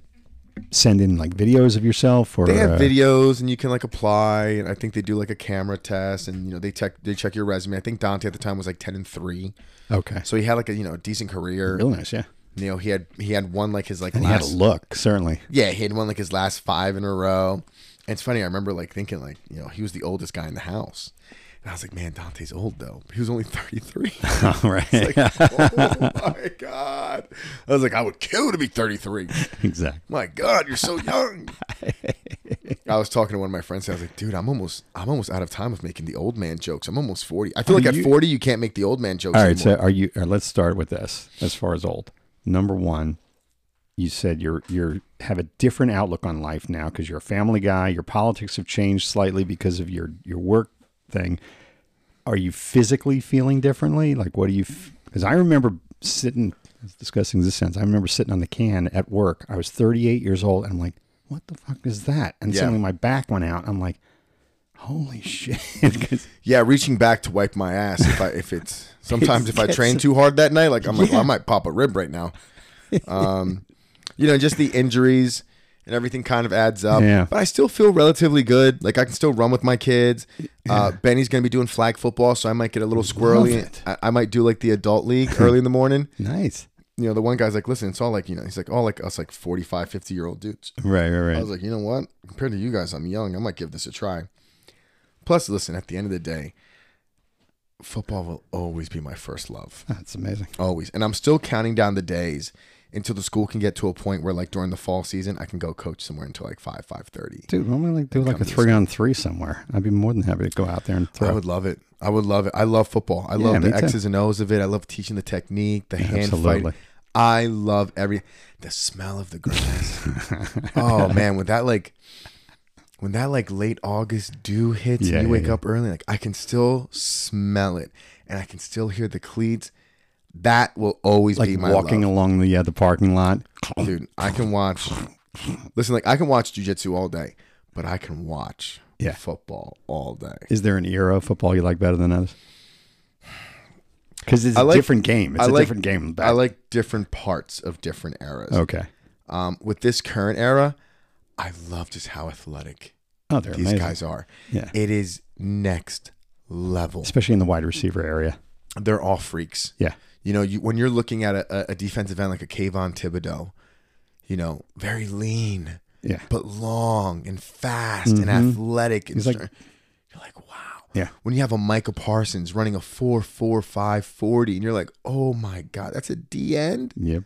send in like videos of yourself or They have uh, videos, and you can like apply, and I think they do like a camera test, and you know they check they check your resume. I think Dante at the time was like ten and three, Okay, so he had like a you know decent career. real nice, yeah. You know he had he had one like his like And he had a last look, certainly. yeah he had won like his last five in a row. And it's funny I remember like thinking like you know he was the oldest guy in the house, and I was like man Dante's old though he was only thirty three. All right, oh my god! I was like I would kill to be thirty three. exactly. My God, you're so young. I was talking to one of my friends. And I was like, dude, I'm almost, I'm almost out of time of making the old man jokes. I'm almost forty. I feel like you- at forty, you can't make the old man jokes All right, anymore. so are you? All right, let's start with this. As far as old, number one, you said you're you're have a different outlook on life now because you're a family guy. Your politics have changed slightly because of your your work thing. Are you physically feeling differently? Like, what do you? Because I remember sitting I was discussing this sense. I remember sitting on the can at work. I was 38 years old, and I'm like, what the fuck is that? And Yeah. suddenly my back went out. I'm like. Holy shit! 'Cause Yeah, reaching back to wipe my ass if I if it's sometimes if I train too hard that night, like I'm like well, I might pop a rib right now. Um, you know, just the injuries and everything kind of adds up. Yeah. But I still feel relatively good. Like I can still run with my kids. Uh, Benny's gonna be doing flag football, so I might get a little squirrely. it. I, I might do like the adult league early in the morning. nice. You know, the one guy's like, listen, it's all like you know, he's like all like us like 45, 50 year old dudes. Right, right, I right. was like, you know what? Compared to you guys, I'm young. I might give this a try. Plus, listen, at the end of the day, football will always be my first love. That's amazing. Always. And I'm still counting down the days until the school can get to a point where like during the fall season I can go coach somewhere until like five, five thirty. Dude, why don't we like do like a comes to three on three somewhere? I'd be more than happy to go out there and I throw. would love it. I would love it. I love football. I Yeah, love the me too. X's and O's of it. I love teaching the technique, the hand Absolutely. fight. I love every the smell of the grass. oh man, when that like when that like late August dew hits Yeah, and you yeah, wake yeah. up early, like I can still smell it and I can still hear the cleats. That will always be like my walking love. along the uh, the parking lot. dude. I can watch. Listen, like I can watch jujitsu all day, but I can watch Yeah. football all day. Is there an era of football you like better than others? Because it's I a like- different game. It's I a like- different game. I like different parts of different eras. okay. Um, with this current era, I love just how athletic Oh, they're these amazing. guys are. Yeah. It is next level. Especially in the wide receiver area. They're all freaks. Yeah. You know, you, when you're looking at a, a- a defensive end like a Kayvon Thibodeau, you know, very lean Yeah. but long and fast and athletic. And Mm-hmm. He's like- str- you're like, wow. Yeah. When you have a Micah Parsons running a 4 4 5 40, and you're like, oh my God, that's a D end? Yep.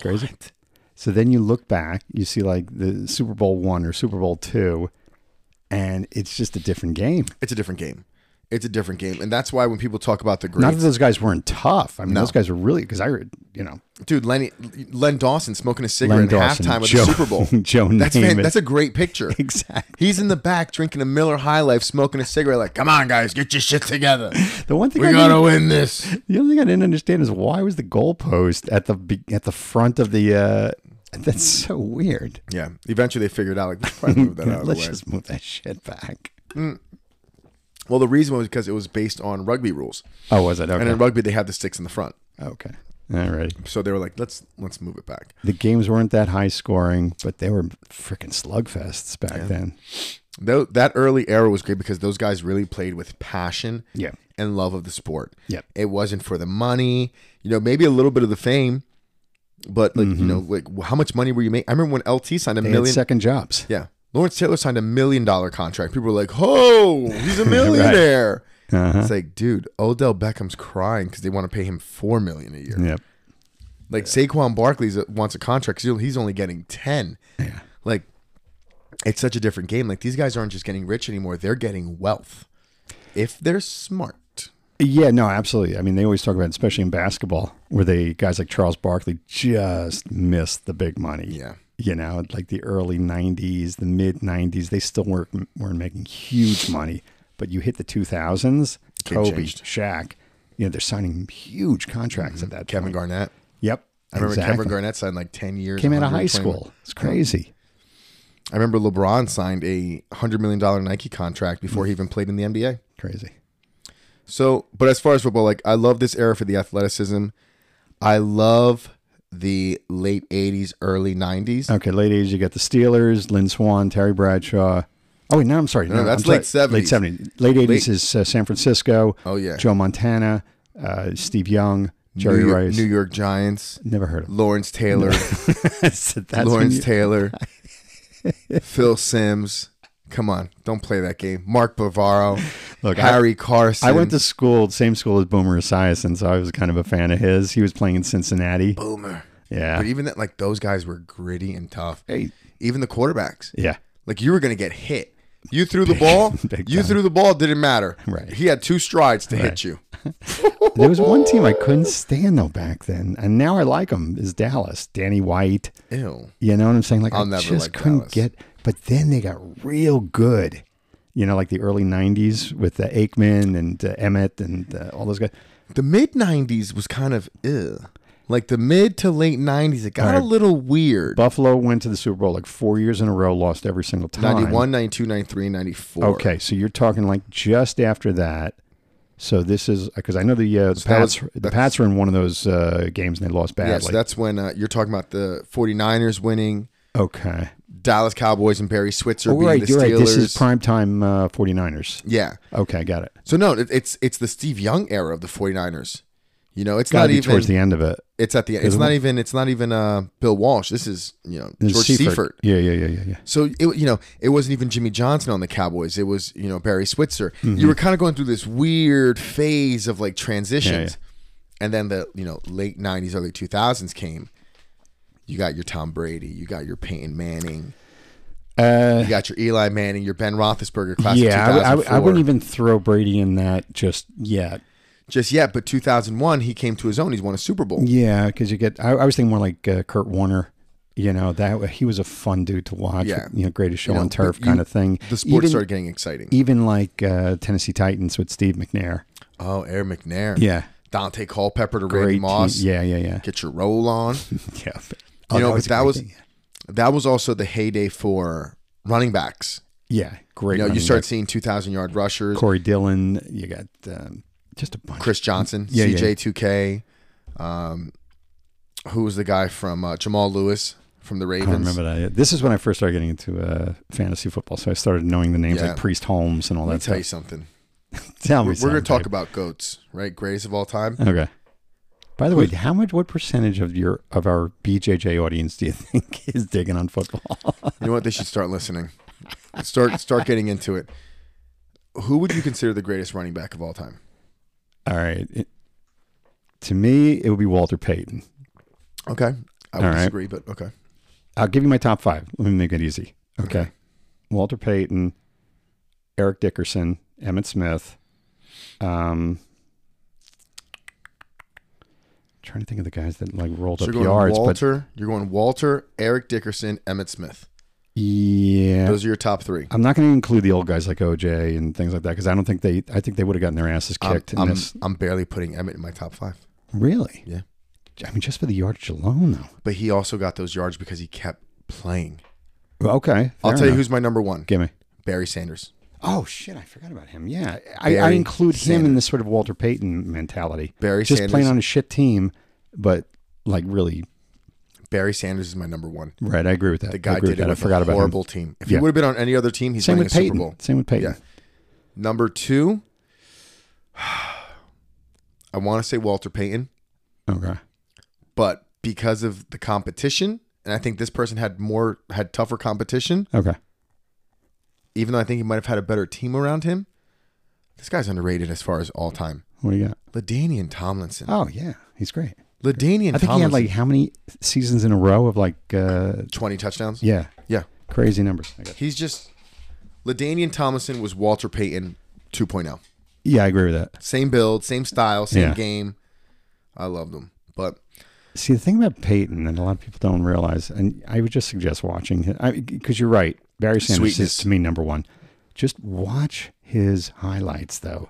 Crazy. What? So then you look back, you see like the Super Bowl one or Super Bowl two, and it's just a different game. It's a different game. It's a different game. And that's why when people talk about the Not greats, that those guys weren't tough. I mean, No. those guys are really because I, read, you know, dude, Lenny, Len Dawson smoking a Len cigarette at Dawson, halftime of Joe- the Super Bowl. Joe That's, Namath. fan, that's a great picture. exactly. He's in the back drinking a Miller High Life, smoking a cigarette, like, come on, guys, get your shit together. The one thing We I gotta win this. didn't- the other thing I didn't understand is why was the goalpost at the be- at the front of the. uh That's so weird. Yeah. Eventually they figured out, like, let's probably move that out of the Let's way. just move that shit back. Well, the reason was because it was based on rugby rules, Oh, was it and okay? in rugby they have the sticks in the front, Okay. All right. so they were like, let's let's move it back. The games weren't that high scoring, but they were freaking slugfests back then. Though that early era was great because those guys really played with passion, Yeah. and love of the sport. Yep. It wasn't for the money, you know, maybe a little bit of the fame, but like you know, like how much money were you making? I remember when LT signed a Mm-hmm. They million. had second jobs. yeah, Lawrence Taylor signed a million dollar contract. People were like, oh, he's a millionaire. Uh-huh. It's like, dude, Odell Beckham's crying because they want to pay him four million a year. Yep. Like Saquon Barkley wants a contract because he's only getting ten. Yeah. Like it's such a different game. Like these guys aren't just getting rich anymore; they're getting wealth if they're smart. Yeah, no, absolutely. I mean, they always talk about, especially in basketball, where they guys like Charles Barkley just missed the big money. Yeah. You know, like the early '90s, the mid '90s, they still weren't weren't making huge money, but you hit the 2000s, Game Kobe, changed. Shaq, you know, they're signing huge contracts at that. Mm-hmm. Kevin point. Garnett. Yep. I remember exactly. Kevin Garnett signed like ten years. came out of high 120 school. It's crazy. I remember LeBron signed a hundred million dollar Nike contract before he even played in the NBA. Crazy. So, but as far as football, like I love this era for the athleticism. I love the late '80s, early '90s. Okay, late age, you got the Steelers, Lynn Swan, Terry Bradshaw. Oh, wait, no, I'm sorry. No, that's I'm late sorry. 70s. Late 70s. Late 80s is uh, San Francisco. Oh, yeah. Joe Montana, uh, Steve Young, Jerry New York, Rice. New York Giants, Never heard of him. Lawrence Taylor, that's that's when Lawrence you- Taylor, Phil Sims. Come on, don't play that game. Mark Bavaro, Look, I- Harry Carson. I went to school, same school as Boomer Esiason, so I was kind of a fan of his. He was playing in Cincinnati. Boomer. But Yeah. even that, like those guys were gritty and tough. Hey. Even the quarterbacks, Yeah. like you were gonna get hit. You threw the ball. big you time. threw the ball. Didn't matter. Right. He had two strides to hit you. There was one team I couldn't stand, though, back then. And now I like him, is Dallas. Danny White. Ew. You know what I'm saying? Like I'll I never just like couldn't Dallas. get. But then they got real good. You know, like the early '90s with uh, Aikman and uh, Emmett and uh, all those guys. The mid '90s was kind of ew. Like the mid to late 90s, it got All a right. little weird. Buffalo went to the Super Bowl like four years in a row, lost every single time. 91, 92, 93, 94. Okay, so you're talking like just after that. So this is because I know the uh, the that Pats was- the Pats were in one of those uh, games and they lost badly. Yeah, so that's when uh, you're talking about the 49ers winning, okay, Dallas Cowboys and Barry Switzer oh, beating right, the you're Steelers. right. This is primetime uh, 49ers. yeah. Okay, got it. So no, it, it's it's the Steve Young era of the 49ers. You know, it's Got to not be even towards the end of it. it's at the end. It's not even it's not even uh, Bill Walsh. This is, you know, This is George Seifert. Yeah, yeah, yeah, yeah, yeah. So it, you know, it wasn't even Jimmy Johnson on the Cowboys. It was you know Barry Switzer. Mm-hmm. You were kind of going through this weird phase of like transitions, and then the you know late '90s, early 2000s came. You got your Tom Brady, you got your Peyton Manning, Uh, you got your Eli Manning, your Ben Roethlisberger class. yeah, of I w- I, 2004. w- I wouldn't even throw Brady in that just yet. just yet, but 2001, he came to his own. He's won a Super Bowl. Yeah, because you get. I, I was thinking more like uh, Kurt Warner. You know that he was a fun dude to watch. Yeah. you know, greatest show You know, on turf but kind you- of thing. The sport Even- e- started getting exciting. even like uh, Tennessee Titans with Steve McNair. oh, Air McNair, Yeah, Dante Culpepper to great Randy team. Moss. Yeah, yeah, yeah, Get your roll on. yeah. but- You know, was but that a was- great thing. that was also the heyday for running backs. yeah, great. You know, you running start back. seeing 2,000 yard rushers, Corey Dillon. You got um, just a bunch. Chris Johnson, Yeah, yeah. CJ2K. Um, who was the guy from uh, Jamal Lewis from the I Ravens? don't remember that. This is when I first started getting into uh, fantasy football, so I started knowing the names Yeah. like Priest Holmes and all Let me that tell you stuff. something. Tell me, We're, going to something, talk about goats, right? Greatest of all time. babe. Okay. By the way, how much? What percentage of your of our BJJ audience do you think is digging on football? You know what? They should start listening. Start start getting into it. Who would you consider the greatest running back of all time? All right. It- to me, it would be Walter Payton. Okay. I All would right. disagree, but okay. I'll give you my top five. Let me make it easy. Okay. Okay. Walter Payton, Eric Dickerson, Emmett Smith. Um, trying to think of the guys that like rolled So up you're going yards, but Walter, you're going Walter, Eric Dickerson, Emmett Smith. yeah, Those are your top three. I'm not going to include the old guys like OJ and things like that because I don't think they. I think they would have gotten their asses I'm- kicked in I'm, this. I'm barely putting Emmett in my top five. Really? um, Yeah. I mean, just for the yardage alone, though. But he also got those yards because he kept playing. Well, Okay. I'll tell fair you enough. who's my number one Give me. Barry Sanders. Oh shit! I forgot about him. Yeah, I, I Barry include him Sanders. in this sort of Walter Payton mentality. Barry just Sanders. playing on a shit team, but like really. Barry Sanders is my number one. Right, I agree with that. The I guy agree did with it that. I with forgot a about horrible him. team. If Yeah. he would have been on any other team, he's Same winning with a Super Payton. Bowl. Same with Payton. Yeah. Number two, I want to say Walter Payton, Okay. but because of the competition, and I think this person had more had tougher competition, Okay. even though I think he might have had a better team around him. This guy's underrated as far as all time. What do you got? Ladanian Tomlinson. Oh yeah, he's great. Ladanian I think Tomlinson. he had like how many seasons in a row of like, uh, 20 touchdowns. yeah, Yeah. crazy numbers. I got He's just Ladanian Tomlinson was Walter Payton 2.0. yeah, I agree with that. Same build, same style, same Yeah. game. I loved him. But See, the thing about Payton that a lot of people don't realize, and I would just suggest watching him because you're right. Barry Sanders Sweetness. is to me number one. Just watch his highlights though,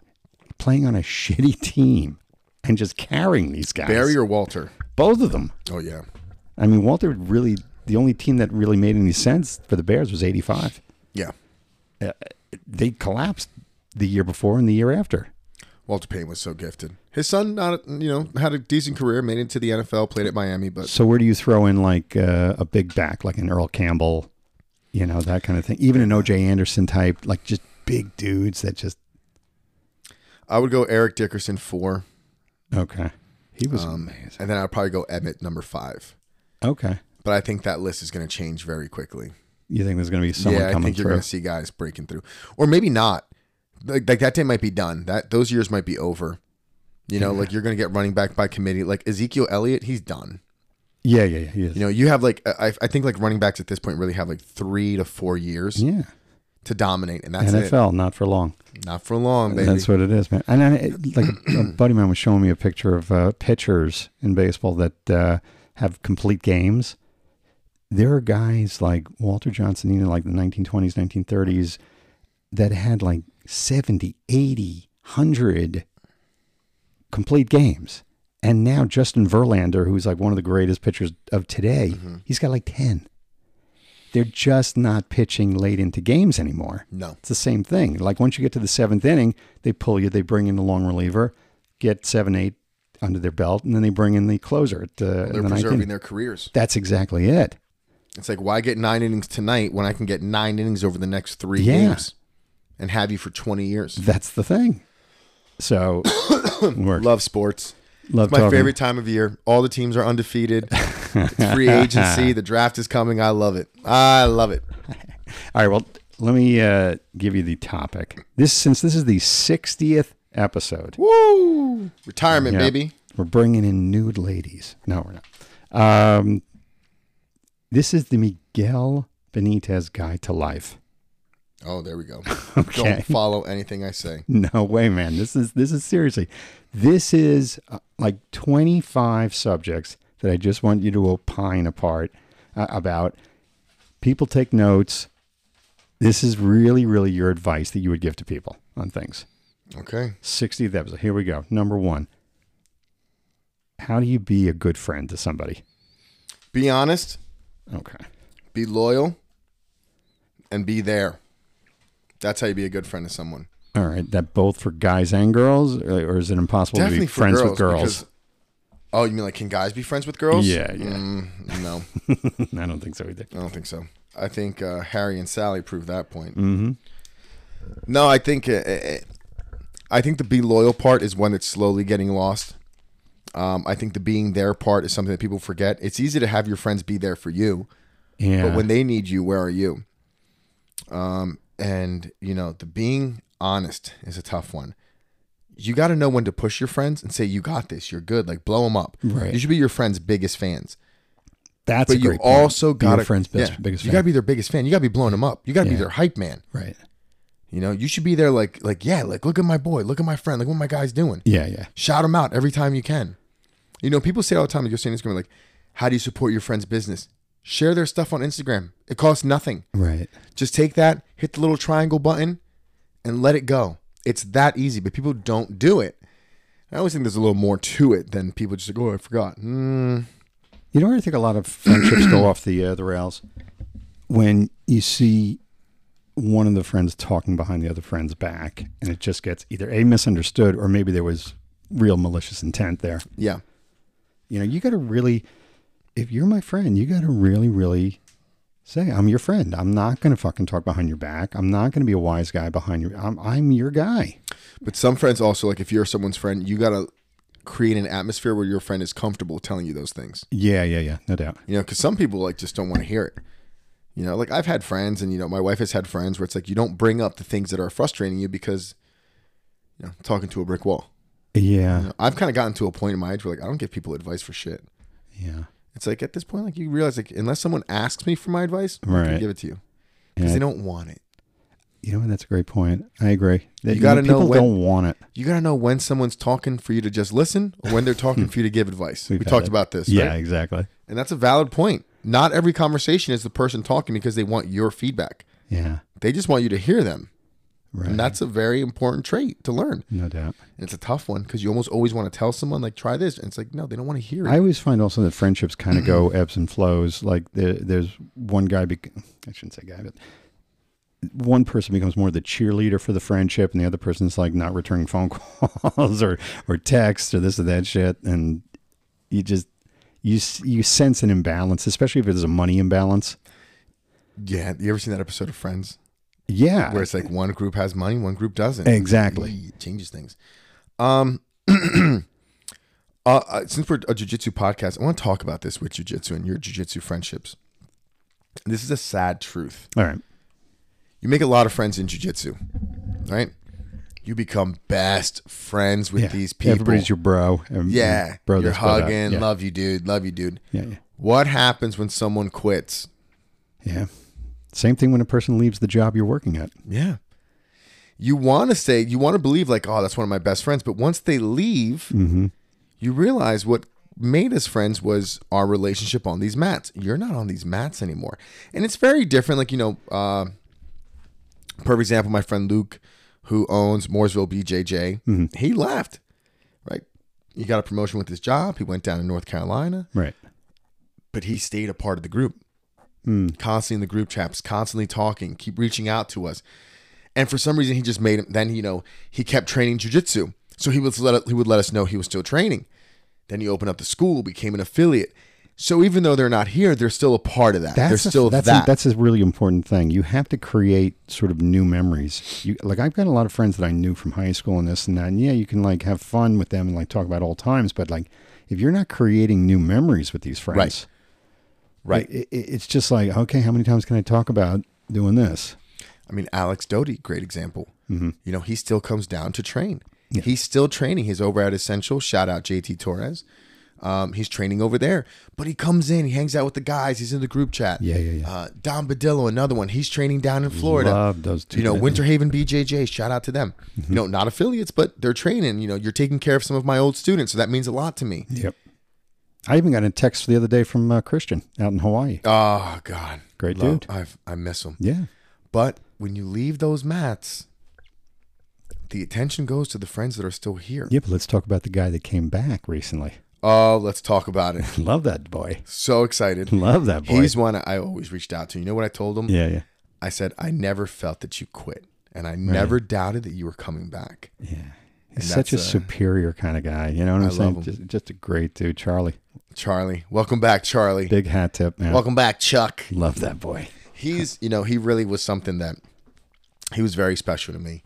playing on a shitty team and just carrying these guys. Barry or Walter? both of them. Oh yeah. I mean, Walter really, the only team that really made any sense for the Bears was 85. Yeah. They collapsed the year before and the year after. Walter Payton was so gifted. His son not you know, had a decent career, made it to the NFL, played at Miami, but So, where do you throw in like uh, a big back, like an Earl Campbell, you know, that kind of thing? Even an OJ Anderson type, like just big dudes that just, I would go Eric Dickerson four. okay. He was Um, amazing. and then I'd probably go Emmett number five. Okay. But I think that list is gonna change very quickly. You think there's going to be someone yeah, I coming think you're through? going to see guys breaking through, or maybe not. Like, like that day might be done. That those years might be over. You know, like you're going to get running back by committee. Like Ezekiel Elliott, he's done. Yeah, yeah, yeah. He is. You know, you have like uh, I, I think like running backs at this point really have like three to four years yeah. to dominate, and that's it. NFL, not for long. Not for long, baby. That's what it is, man. And I, it- like a buddy of mine was showing me a picture of uh, pitchers in baseball that uh, have complete games. There are guys like Walter Johnson, you know, like the 1920s, 1930s, that had like 70, 80, 100 complete games. And now Justin Verlander, who's like one of the greatest pitchers of today, he's got like 10. They're just not pitching late into games anymore. No. It's the same thing. Like once you get to the seventh inning, they pull you, they bring in the long reliever, get seven, eight under their belt, and then they bring in the closer at uh, in They're the ninth preserving inning. their careers. That's exactly it. It's like, why get nine innings tonight when I can get nine innings over the next three Yeah. games and have you for 20 years? That's the thing. So, work. Love sports. love It's my talking. favorite time of year. All the teams are undefeated. it's free agency. The draft is coming. I love it. I love it. All right. Well, let me uh, give you the topic. This since this is the 60th episode, Woo! Retirement, Yeah. baby. we're bringing in nude ladies. No, we're not. Um, this is the Miguel Benitez Guide to Life. Oh, there we go. Okay. Don't follow anything I say. No way, man. This is this is seriously. This is uh, like 25 subjects that I just want you to opine apart uh, about. People take notes. This is really, really your advice that you would give to people on things. Okay. 60th episode. Here we go. Number one. How do you be a good friend to somebody? Be honest, Okay. be loyal, and be there. That's how you be a good friend to someone. All right. That both for guys and girls, or, or is it impossible to be Definitely for friends with girls, girls? Oh, you mean like can guys be friends with girls? Yeah, yeah. Mm, no, I don't think so either. I don't think so. I think uh, Harry and Sally proved that point. Mm-hmm. No, I think uh, uh, I think the be loyal part is one that's slowly getting lost. Um, I think the being there part is something that people forget. It's easy to have your friends be there for you, Yeah. but when they need you, where are you? Um, and you know, the being honest is a tough one. You got to know when to push your friends and say, "You got this. You're good." Like blow them up. Right. You should be your friends' biggest fans. That's a but you great point. also Be your got to friend's best, biggest You fan. got to be their biggest fan. You got to be blowing them up. You got to be Yeah. their hype man. right. You know, you should be there. Like, like yeah, like look at my boy. Look at my friend. Look what my guy's doing. Yeah, yeah. Shout him out every time you can. You know, people say all the time, like you're saying Instagram, like, how do you support your friend's business? Share their stuff on Instagram. It costs nothing. Right. Just take that, hit the little triangle button, and let it go. It's that easy, but people don't do it. I always think there's a little more to it than people just like, oh, I forgot. Mm, You know where I think a lot of friendships go off the uh, the rails when you see one of the friends talking behind the other friend's back, and it just gets either a misunderstood or maybe there was real malicious intent there. yeah. You know, you got to really, if you're my friend, you got to really, really say, I'm your friend. I'm not going to fucking talk behind your back. I'm not going to be a wise guy behind your, I'm, I'm your guy. But some friends also, like if you're someone's friend, you gotta create an atmosphere where your friend is comfortable telling you those things. Yeah, yeah, yeah. No doubt. You know, because some people like just don't want to hear it. You know, like I've had friends, and you know, my wife has had friends where it's like you don't bring up the things that are frustrating you because, you know, talking to a brick wall. Yeah. You know, I've kind of gotten to a point in my age where like I don't give people advice for shit. Yeah. It's like at this point, like you realize like unless someone asks me for my advice, I'm not Right. gonna give it to you because Yeah. they don't want it. You know what? That's a great point. I agree. That- You gotta know people when- don't want it. You gotta know when someone's talking for you to just listen, or when they're talking for you to give advice. We've we had talked Hmm. it. about this. yeah, right? exactly. And that's a valid point. Not every conversation is the person talking because they want your feedback. Yeah. They just want you to hear them. Right. And that's a very important trait to learn. no doubt. And it's a tough one because you almost always want to tell someone, like, try this. And it's like, no, they don't want to hear it. I always find also that friendships kind of go ebbs and flows. Like there, there's one guy, bec- I shouldn't say guy, but one person becomes more the cheerleader for the friendship, and the other person's like not returning phone calls or or texts or this or that shit, and you just you s- you sense an imbalance, especially if it's a money imbalance. yeah. You ever seen that episode of Friends Yeah, where it's like one group has money, one group doesn't? exactly. It changes things. Um, uh, uh, since we're a jujitsu podcast, I want to talk about this with jujitsu and your jujitsu friendships. This is a sad truth. All right, You make a lot of friends in jujitsu, right? You become best friends with yeah. these people. Everybody's your bro. and- yeah, and bro. you're this, bro that. hugging. Yeah. Love you, dude. Love you, dude. Yeah, yeah, What happens when someone quits? yeah. Same thing when a person leaves the job you're working at. Yeah. You want to say, you want to believe, like, oh, that's one of my best friends. But once they leave, you realize what made us friends was our relationship on these mats. You're not on these mats anymore. And it's very different. Like, you know, uh, perfect example, my friend Luke, who owns Mooresville BJJ, he left, right? he got a promotion with his job. He went down to North Carolina, Right. but he stayed a part of the group. Hmm. Constantly in the group chats, constantly talking, keep reaching out to us. And for some reason, he just made him. Then you know he kept training jujitsu, so he was let he would let us know he was still training. Then he opened up the school, became an affiliate. So even though they're not here, they're still a part of that. That's they're a- still that's that. A, that's a really important thing. You have to create sort of new memories. You like I've got a lot of friends that I knew from high school and this and that. And yeah, you can like have fun with them and like talk about old times, but like if you're not creating new memories with these friends, Right. right. It, it- it's just like okay, how many times can I talk about doing this? I mean, Alex Doty, great example. Mm-hmm. You know, he still comes down to train. He's still training. He's over at Essential. Shout out JT Torres. Um, he's training over there, but he comes in, he hangs out with the guys. He's in the group chat. Yeah, yeah, yeah. Uh, Don Badillo, another one. He's training down in Florida. Love Mm-hmm. those two You know, guys. Winter Haven BJJ. Shout out to them. You know, not affiliates, but they're training. You know, you're taking care of some of my old students, so that means a lot to me. Yep. I even got a text the other day from uh, Christian out in Hawaii. Oh God, Great Love- dude. I've, I miss him. Yeah. But when you leave those mats, the attention goes to the friends that are still here. Yeah, but let's talk about the guy that came back recently. Oh, let's talk about it. Love that boy. So excited. Love that boy. He's one I always reached out to. You know what I told him? yeah, yeah, I said, I never felt that you quit. And I never doubted that you were coming back. yeah. He's such a, that's, uh, superior kind of guy. You know what I'm I saying? love him. Just, just a great dude, Charlie. Charlie. Welcome back, Charlie. Big hat tip, man. Welcome back, Chuck. Love that boy. He's, you know, he really was something that he was very special to me.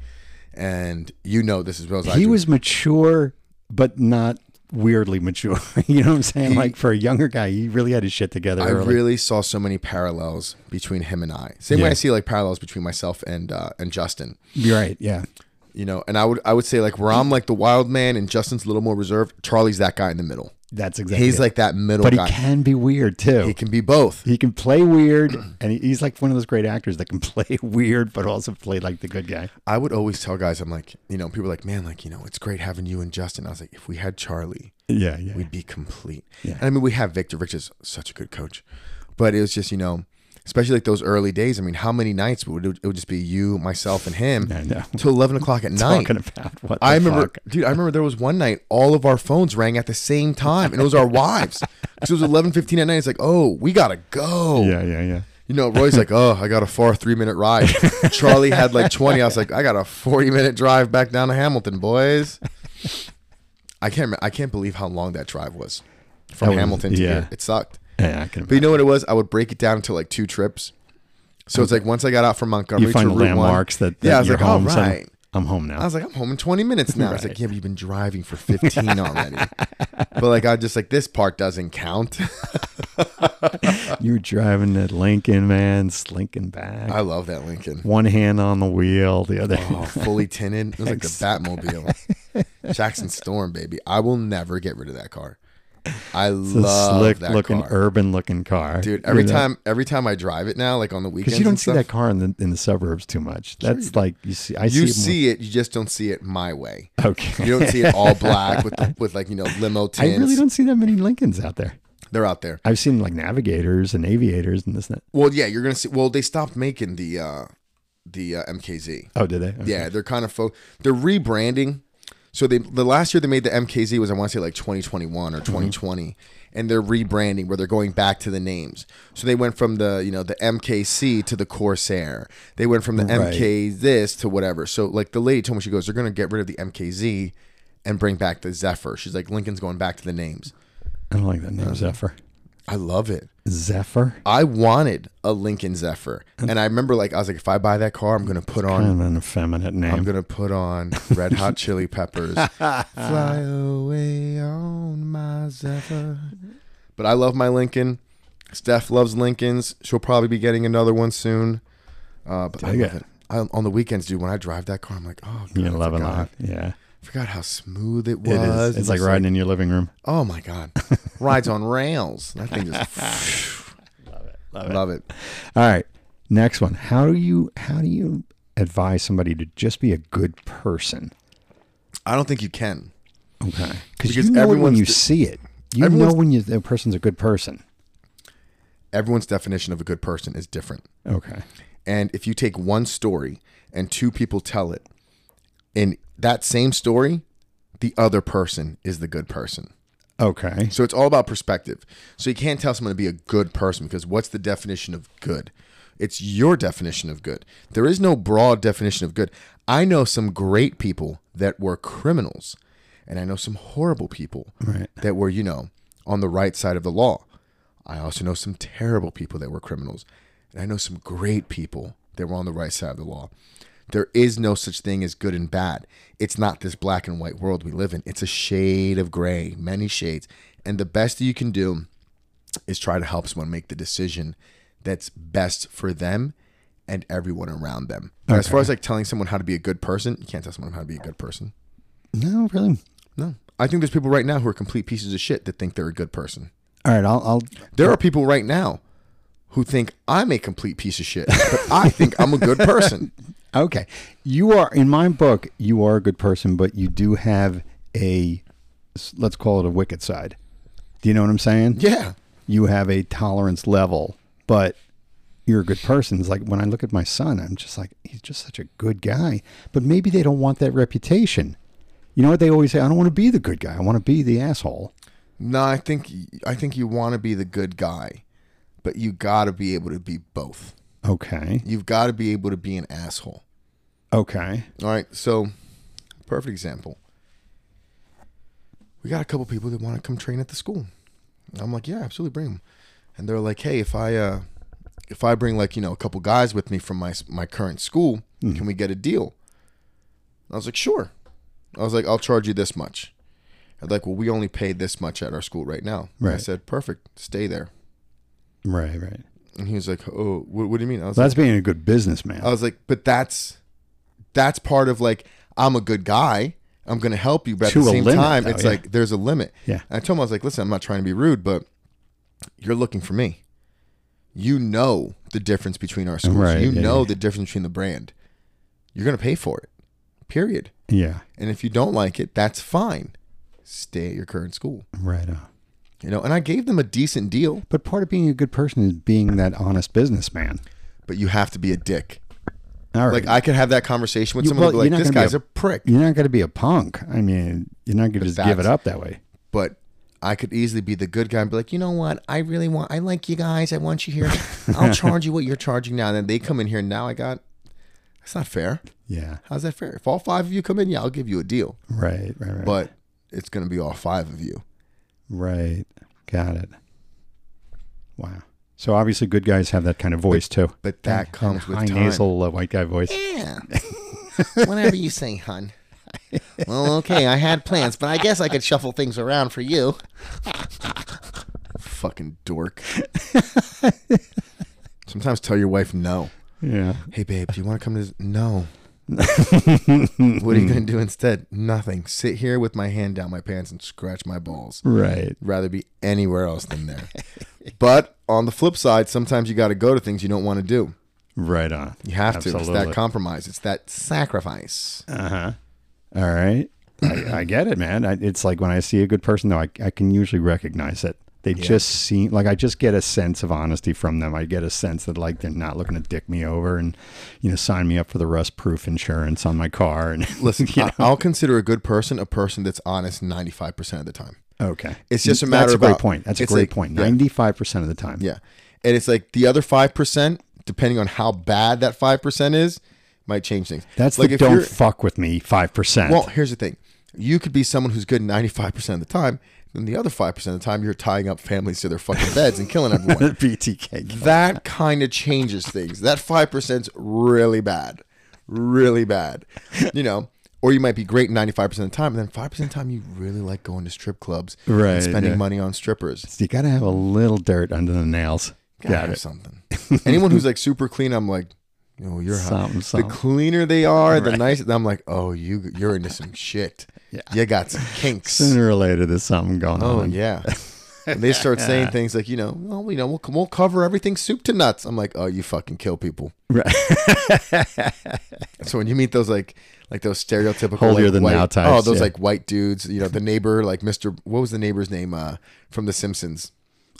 And you know this as well as I he do. was mature, but not weirdly mature. you know what I'm saying? like for a younger guy, he really had his shit together. I early. really saw so many parallels between him and I. Same way Yeah. I see like parallels between myself and uh, and Justin. You're right. Yeah. You know, and I would I would say like where I'm like the wild man and Justin's a little more reserved. Charlie's that guy in the middle. That's exactly He's it. like that middle but he guy. can be weird too. he can be both. He can play weird, and he- he's like one of those great actors that can play weird, but also play like the good guy. I would always tell guys, I'm like, you know, people are like, man, like, you know, it's great having you and Justin. I was like, if we had Charlie, Yeah, yeah. we'd be complete. Yeah. And I mean, we have Victor. Victor's such a good coach, but it was just, you know, especially like those early days. I mean, how many nights would it, it would just be you, myself, and him I know. till eleven o'clock at night? Talking about what I the remember, fuck. dude. I remember there was one night all of our phones rang at the same time, and it was our wives. Because it was eleven fifteen at night. It's like, oh, we gotta go. Yeah, yeah, yeah. You know, Roy's like, oh, I got a far three minute ride. Charlie had like twenty. I was like, I got a forty minute drive back down to Hamilton, boys. I can't. rem- I can't believe how long that drive was from That was- Hamilton to yeah. here. It sucked. Yeah, I can. But you know what it was? I would break it down into like two trips. So it's like once I got out from Montgomery, you find to the Route landmarks one, that, that yeah, I was you're like, home. all son. right. I'm home now. I was like, I'm home in 20 minutes now. It's like, yeah, but you've been driving for 15 already. but like, I just like this part doesn't count. you were driving that Lincoln, man, slinking back. I love that Lincoln. One hand on the wheel, the other. Oh, fully tinted. It was like the Batmobile. Jackson Storm, baby. I will never get rid of that car. I It's love a slick that looking, car, urban looking car. dude. Every time, every time I drive it now, like on the weekends, Because you don't and see stuff, that car in the, in the suburbs too much. That's like, you see, I You see, see it, you just don't see it my way. it more- Okay. You don't see it all black with the, with like you know limo I tints. really don't see that many Lincolns out there. They're out there. I've seen like navigators and aviators and this and that. Well, yeah, you're gonna see. Well, they stopped making the uh the uh, MKZ. Oh, did they? Okay. Yeah, they're kind of fo- they're rebranding. So they the last year they made the MKZ was I want to say like 2021 or 2020, and they're rebranding where they're going back to the names. So they went from the you know the MKC to the Corsair. They went from the MK this to whatever. So like the lady told me she goes they're gonna get rid of the MKZ and bring back the Zephyr. She's like Lincoln's going back to the names. I don't like that Uh, name, Zephyr. I love it. Zephyr? I wanted a Lincoln Zephyr, and I remember like I was like if I buy that car I'm gonna put on Kind of an effeminate I'm name. gonna put on Red Hot Chili Peppers. Fly away on my Zephyr. But I love my Lincoln. Steph loves Lincolns. She'll probably be getting another one soon. Uh, but I Dig love it. it. I, on the weekends, dude, when I drive that car, I'm like, oh, God, You're I gonna love it. forgot. life. Yeah. Forgot how smooth it It was. is. And It's like just riding in your living room. oh my god, rides on rails. That thing just. love it. Love it. All right. Next one. How do you how do you advise somebody to just be a good person? I don't think you can. Okay. Because Because you know it when everyone's you di- see it. You know everyone's- when you, a person's a good person. Everyone's definition of a good person is different. Okay. And if you take one story and two people tell it, in that same story, the other person is the good person. Okay. So it's all about perspective. So you can't tell someone to be a good person because what's the definition of good? It's your definition of good. There is no broad definition of good. I know some great people that were criminals, and I know some horrible people Right. that were, you know, on the right side of the law. I also know some terrible people that were criminals, and I know some great people that were on the right side of the law. There is no such thing as good and bad. It's not this black and white world we live in. It's a shade of gray, many shades. And the best that you can do is try to help someone make the decision that's best for them and everyone around them. But As far as like telling someone how to be a good person, you can't tell someone how to be a good person. No, really. No. I think there's people right now who are complete pieces of shit that think they're a good person. All right. I'll. I'll There are people right now who think I'm a complete piece of shit, but I think I'm a good person. Okay. You are, in my book, you are a good person, but you do have a, let's call it a wicked side. Do you know what I'm saying? Yeah. You have a tolerance level, but you're a good person. It's like when I look at my son, I'm just like, he's just such a good guy. But maybe they don't want that reputation. You know what they always say? I don't want to be the good guy. I want to be the asshole. No, I think I think you want to be the good guy, but you got to be able to be both. Okay. You've got to be able to be an asshole. Okay. All right, so perfect example. We got a couple people that want to come train at the school. And I'm like, yeah, absolutely, bring them. And they're like, hey, if I uh, if I bring like you know a couple guys with me from my s- my current school, can we get a deal? I was like, sure. I was like, I'll charge you this much. They're like, well, we only pay this much at our school right now. And I Right. said, perfect, stay there. Right, right. And he was like, oh, what, what do you mean? I was So that's being a good businessman. I was like, but that's that's part of like I'm a good guy. I'm gonna help you, but at To the a same limit, time, though, it's yeah. like there's a limit. Yeah. And I told him I was like, listen, I'm not trying to be rude, but you're looking for me. You know the difference between our schools. Right, you yeah, know yeah. the difference between the brand. You're gonna pay for it. Period. yeah. And if you don't like it, that's fine. Stay at your current school. Right. On. You know, and I gave them a decent deal, But part of being a good person is being that honest businessman. but you have to be a dick. All right. Like I could have that conversation with You- someone and well, be like, you're not this gonna be guy's a- a prick. You're not going to be a punk. I mean, you're not going to just give it that's- up that way. but I could easily be the good guy and be like, you know what? I really want, I like you guys. I want you here. I'll charge you what you're charging now. And then they come in here and now I got, that's not fair. Yeah. How's that fair? If all five of you come in, yeah, I'll give you a deal, Right. Right. Right. but it's going to be all five of you. right. Got it. Wow. So obviously, good guys have that kind of voice too. But that comes with high time. nasal uh, white guy voice. Yeah. Whatever you say, hun. Well, okay, I had plans, but I guess I could shuffle things around for you. Fucking dork. Sometimes tell your wife no. Yeah. hey babe, do you want to come to this? No. what are you going to do instead? Nothing. Sit here with my hand down my pants and scratch my balls. Right. Rather be anywhere else than there. but on the flip side, sometimes you got to go to things you don't want to do. Right on. You have to. It's Absolutely. that compromise. It's that sacrifice. Uh huh. All right. I, I get it, man. I, it's like when I see a good person, though, I, I can usually recognize it. They just seem like I just get a sense of honesty from them. I get a sense that like they're not looking to dick me over and you know sign me up for the rust proof insurance on my car. And Listen, I- I'll consider a good person a person that's honest 95% of the time. okay, It's just a matter That's a about- great point. That's a it's great like- point. yeah. Ninety five percent of the time. Yeah. And it's like the other 5%, depending on how bad that 5% is, might change things. That's like the if don't you're- fuck with me five percent. Well, here's the thing. You could be someone who's good 95% of the time, then the other 5% of the time you're tying up families to their fucking beds and killing everyone. BTK. that kind of changes things. That 5%'s really bad. Really bad. You know, or you might be great 95% of the time, and then 5% of the time you really like going to strip clubs Right, and spending yeah. money on strippers. So you got to have a little dirt under the nails. Gotta got have it. something. Anyone who's like super clean, I'm like, oh, you're hot. Something, The something. cleaner they are, the nicer. I'm like, oh, you you're into some shit. Yeah. You got some kinks. Sooner or later, there's something going Oh on. yeah. And they start saying things like, you know, well, you know, we'll, we'll cover everything soup to nuts. I'm like, oh, you fucking kill people. Right. So when you meet those like, like those stereotypical Holier like, than white, thou types, oh, those yeah. like white dudes, you know, the neighbor, like Mr. What was the neighbor's name uh, from The Simpsons?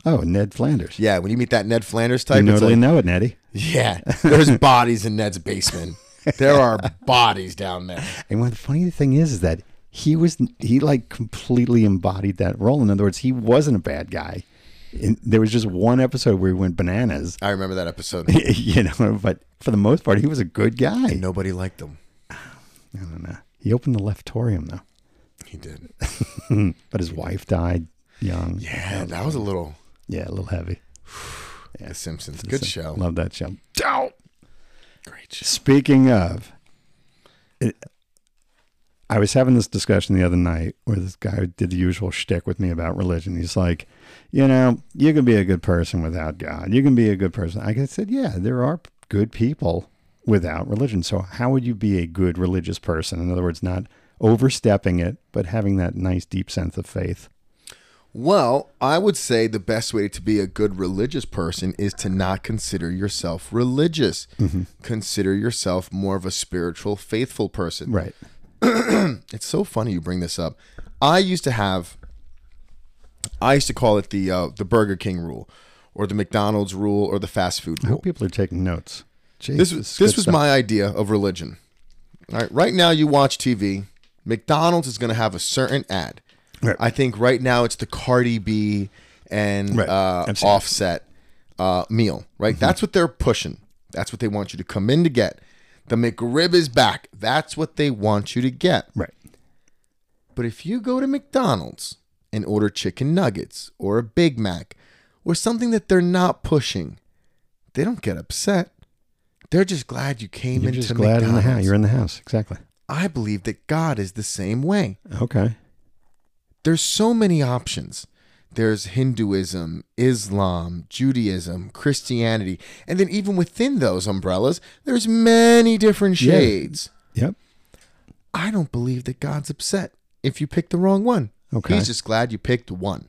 Oh, Ned Flanders. Yeah, when you meet that Ned Flanders type, you it's totally like, know it, Nettie. yeah, there's bodies in Ned's basement. There are bodies down there. And one, the funny thing is, is that he was he like completely embodied that role. In other words, he wasn't a bad guy. And there was just one episode where he went bananas, I remember that episode. you know. But for the most part, he was a good guy. Nobody liked him. I don't know. He opened the leftorium though, He did. but his wife died young. Yeah, that was a little yeah, a little heavy. The Simpsons. Good show. Love that show. Great show. Speaking of, it, I was having this discussion the other night where this guy did the usual shtick with me about religion. He's like, you know, you can be a good person without God. You can be a good person. I said, yeah, there are good people without religion. So how would you be a good religious person? In other words, not overstepping it, but having that nice deep sense of faith. Well, I would say the best way to be a good religious person is to not consider yourself religious. Consider yourself more of a spiritual, faithful person. Right. It's so funny you bring this up. I used to have, I used to call it the uh, the Burger King rule, or the McDonald's rule, or the fast food I rule. hope people are taking notes. This Jesus, was this good was stuff. my idea of religion. All right, right now you watch TV. McDonald's is going to have a certain ad. Right. I think right now it's the Cardi B and Right. uh, I've seen it. Offset uh, meal. Right, Mm-hmm. that's what they're pushing. That's what they want you to come in to get. The McRib is back. That's what they want you to get. right. But if you go to McDonald's and order chicken nuggets or a Big Mac or something that they're not pushing, they don't get upset. They're just glad you came You're into just glad in the McDonald's. house. You're in the house. Exactly. I believe that God is the same way. Okay. There's so many options. There's Hinduism, Islam, Judaism, Christianity, and then even within those umbrellas, there's many different Yeah. shades. Yep. I don't believe that God's upset if you pick the wrong one. Okay. He's just glad you picked one.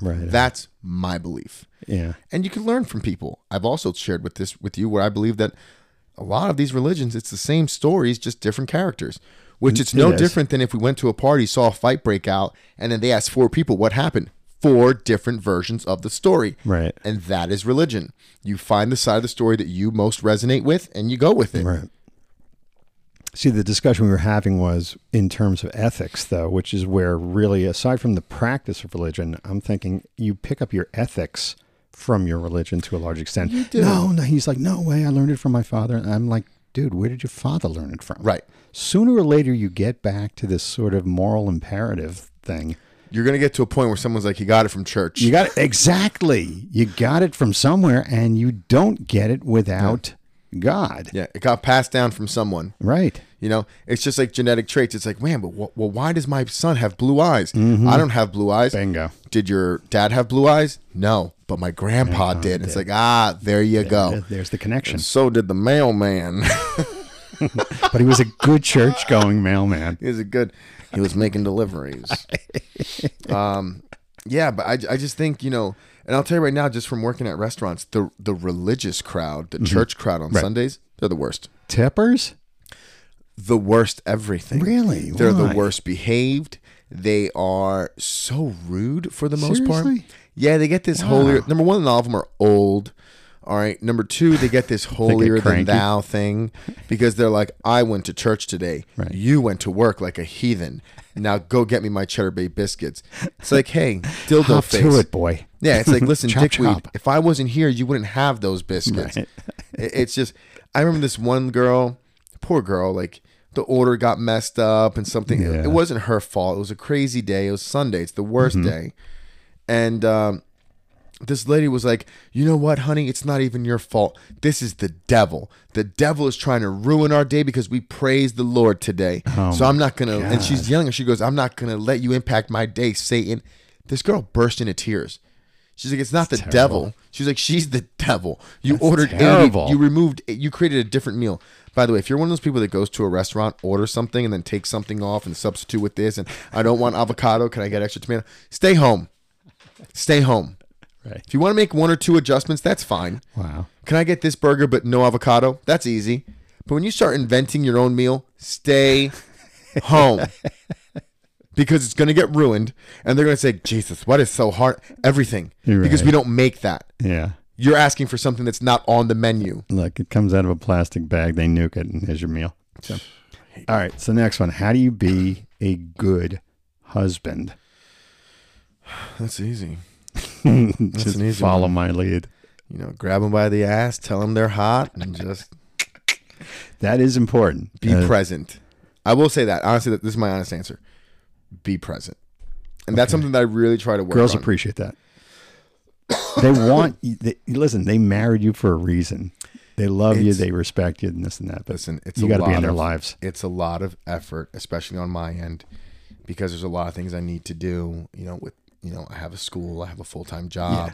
Right. That's my belief. yeah. And you can learn from people. I've also shared with this with you where I believe that a lot of these religions, it's the same stories, just different characters. Which it's Mm, It no is. different than if we went to a party, saw a fight break out, and then they asked four people what happened. Four different versions of the story. Right. And that is religion. You find the side of the story that you most resonate with and you go with it. Right. See, the discussion we were having was in terms of ethics, though, which is where really, aside from the practice of religion, I'm thinking you pick up your ethics from your religion to a large extent. You do. No, no. He's like, no way. I learned it from my father. And I'm like, dude, where did your father learn it from? Right. Sooner or later, you get back to this sort of moral imperative thing. You're gonna get to a point where someone's like, He got it from church. You got it. Exactly. You got it from somewhere, and you don't get it without God. yeah, it got passed down from someone. Right. You know, it's just like genetic traits. It's like, man, but wh- well, why does my son have blue eyes? I don't have blue eyes. Bingo. Did your dad have blue eyes? No, but my grandpa, did. It's like, ah, there you go. There's the connection. So did the mailman. but he was a good church going mailman. he was a good. He was making deliveries. um, yeah, but I, I just think you know, and I'll tell you right now, just from working at restaurants, the the religious crowd, the church crowd on Sundays, they're the worst. Tippers? the worst everything. Really? They're Why? the worst behaved. They are so rude for the most part. Seriously? Yeah, they get this holier. Number one, a lot of them are old. All right. Number two, they get this holier than cranky. thou thing because they're like, I went to church today. Right. You went to work like a heathen. Now go get me my cheddar bay biscuits. It's like, hey, dildo Hop face. to it, boy. Yeah, it's like listen, Chop, dickweed. chop. If I wasn't here, you wouldn't have those biscuits. Right. It- it's just, I remember this one girl, poor girl. Like the order got messed up and something. Yeah. It wasn't her fault. It was a crazy day. It was Sunday. It's the worst Mm-hmm. day, and um, this lady was like, "You know what, honey? It's not even your fault. This is the devil. The devil is trying to ruin our day because we praised the Lord today. so I'm not gonna." And she's yelling, and she goes, "I'm not gonna let you impact my day, Satan." This girl burst into tears. She's like, "It's not the devil." She's like, "She's the devil. You ordered terrible. 80, you removed, you created a different meal." By the way, if you're one of those people that goes to a restaurant, orders something, and then takes something off and substitute with this, and I don't want avocado, can I get extra tomato? Stay home. Stay home. Right. If you want to make one or two adjustments, that's fine. Wow. Can I get this burger but no avocado? That's easy. But when you start inventing your own meal, stay home. Because it's going to get ruined and they're going to say, "Jesus, what is so hard everything?" You're Because right. we don't make that. Yeah. You're asking for something that's not on the menu. Look, it comes out of a plastic bag. They nuke it, and here's your meal. So, hate All right. So next one. How do you be a good husband? That's easy. just an easy follow one. my lead. You know, grab them by the ass, tell them they're hot, and just That is important. be Uh, present. I will say that honestly. That this is my honest answer. Be present, and that's something that I really try to work. girls on. appreciate that. They want you. They, listen, they married you for a reason. They love you. It's- They respect you, and this and that. But Listen, it's you a got to be lot in their of- lives. it's a lot of effort, especially on my end, because there's a lot of things I need to do. You know, with you know, I have a school, I have a full time job,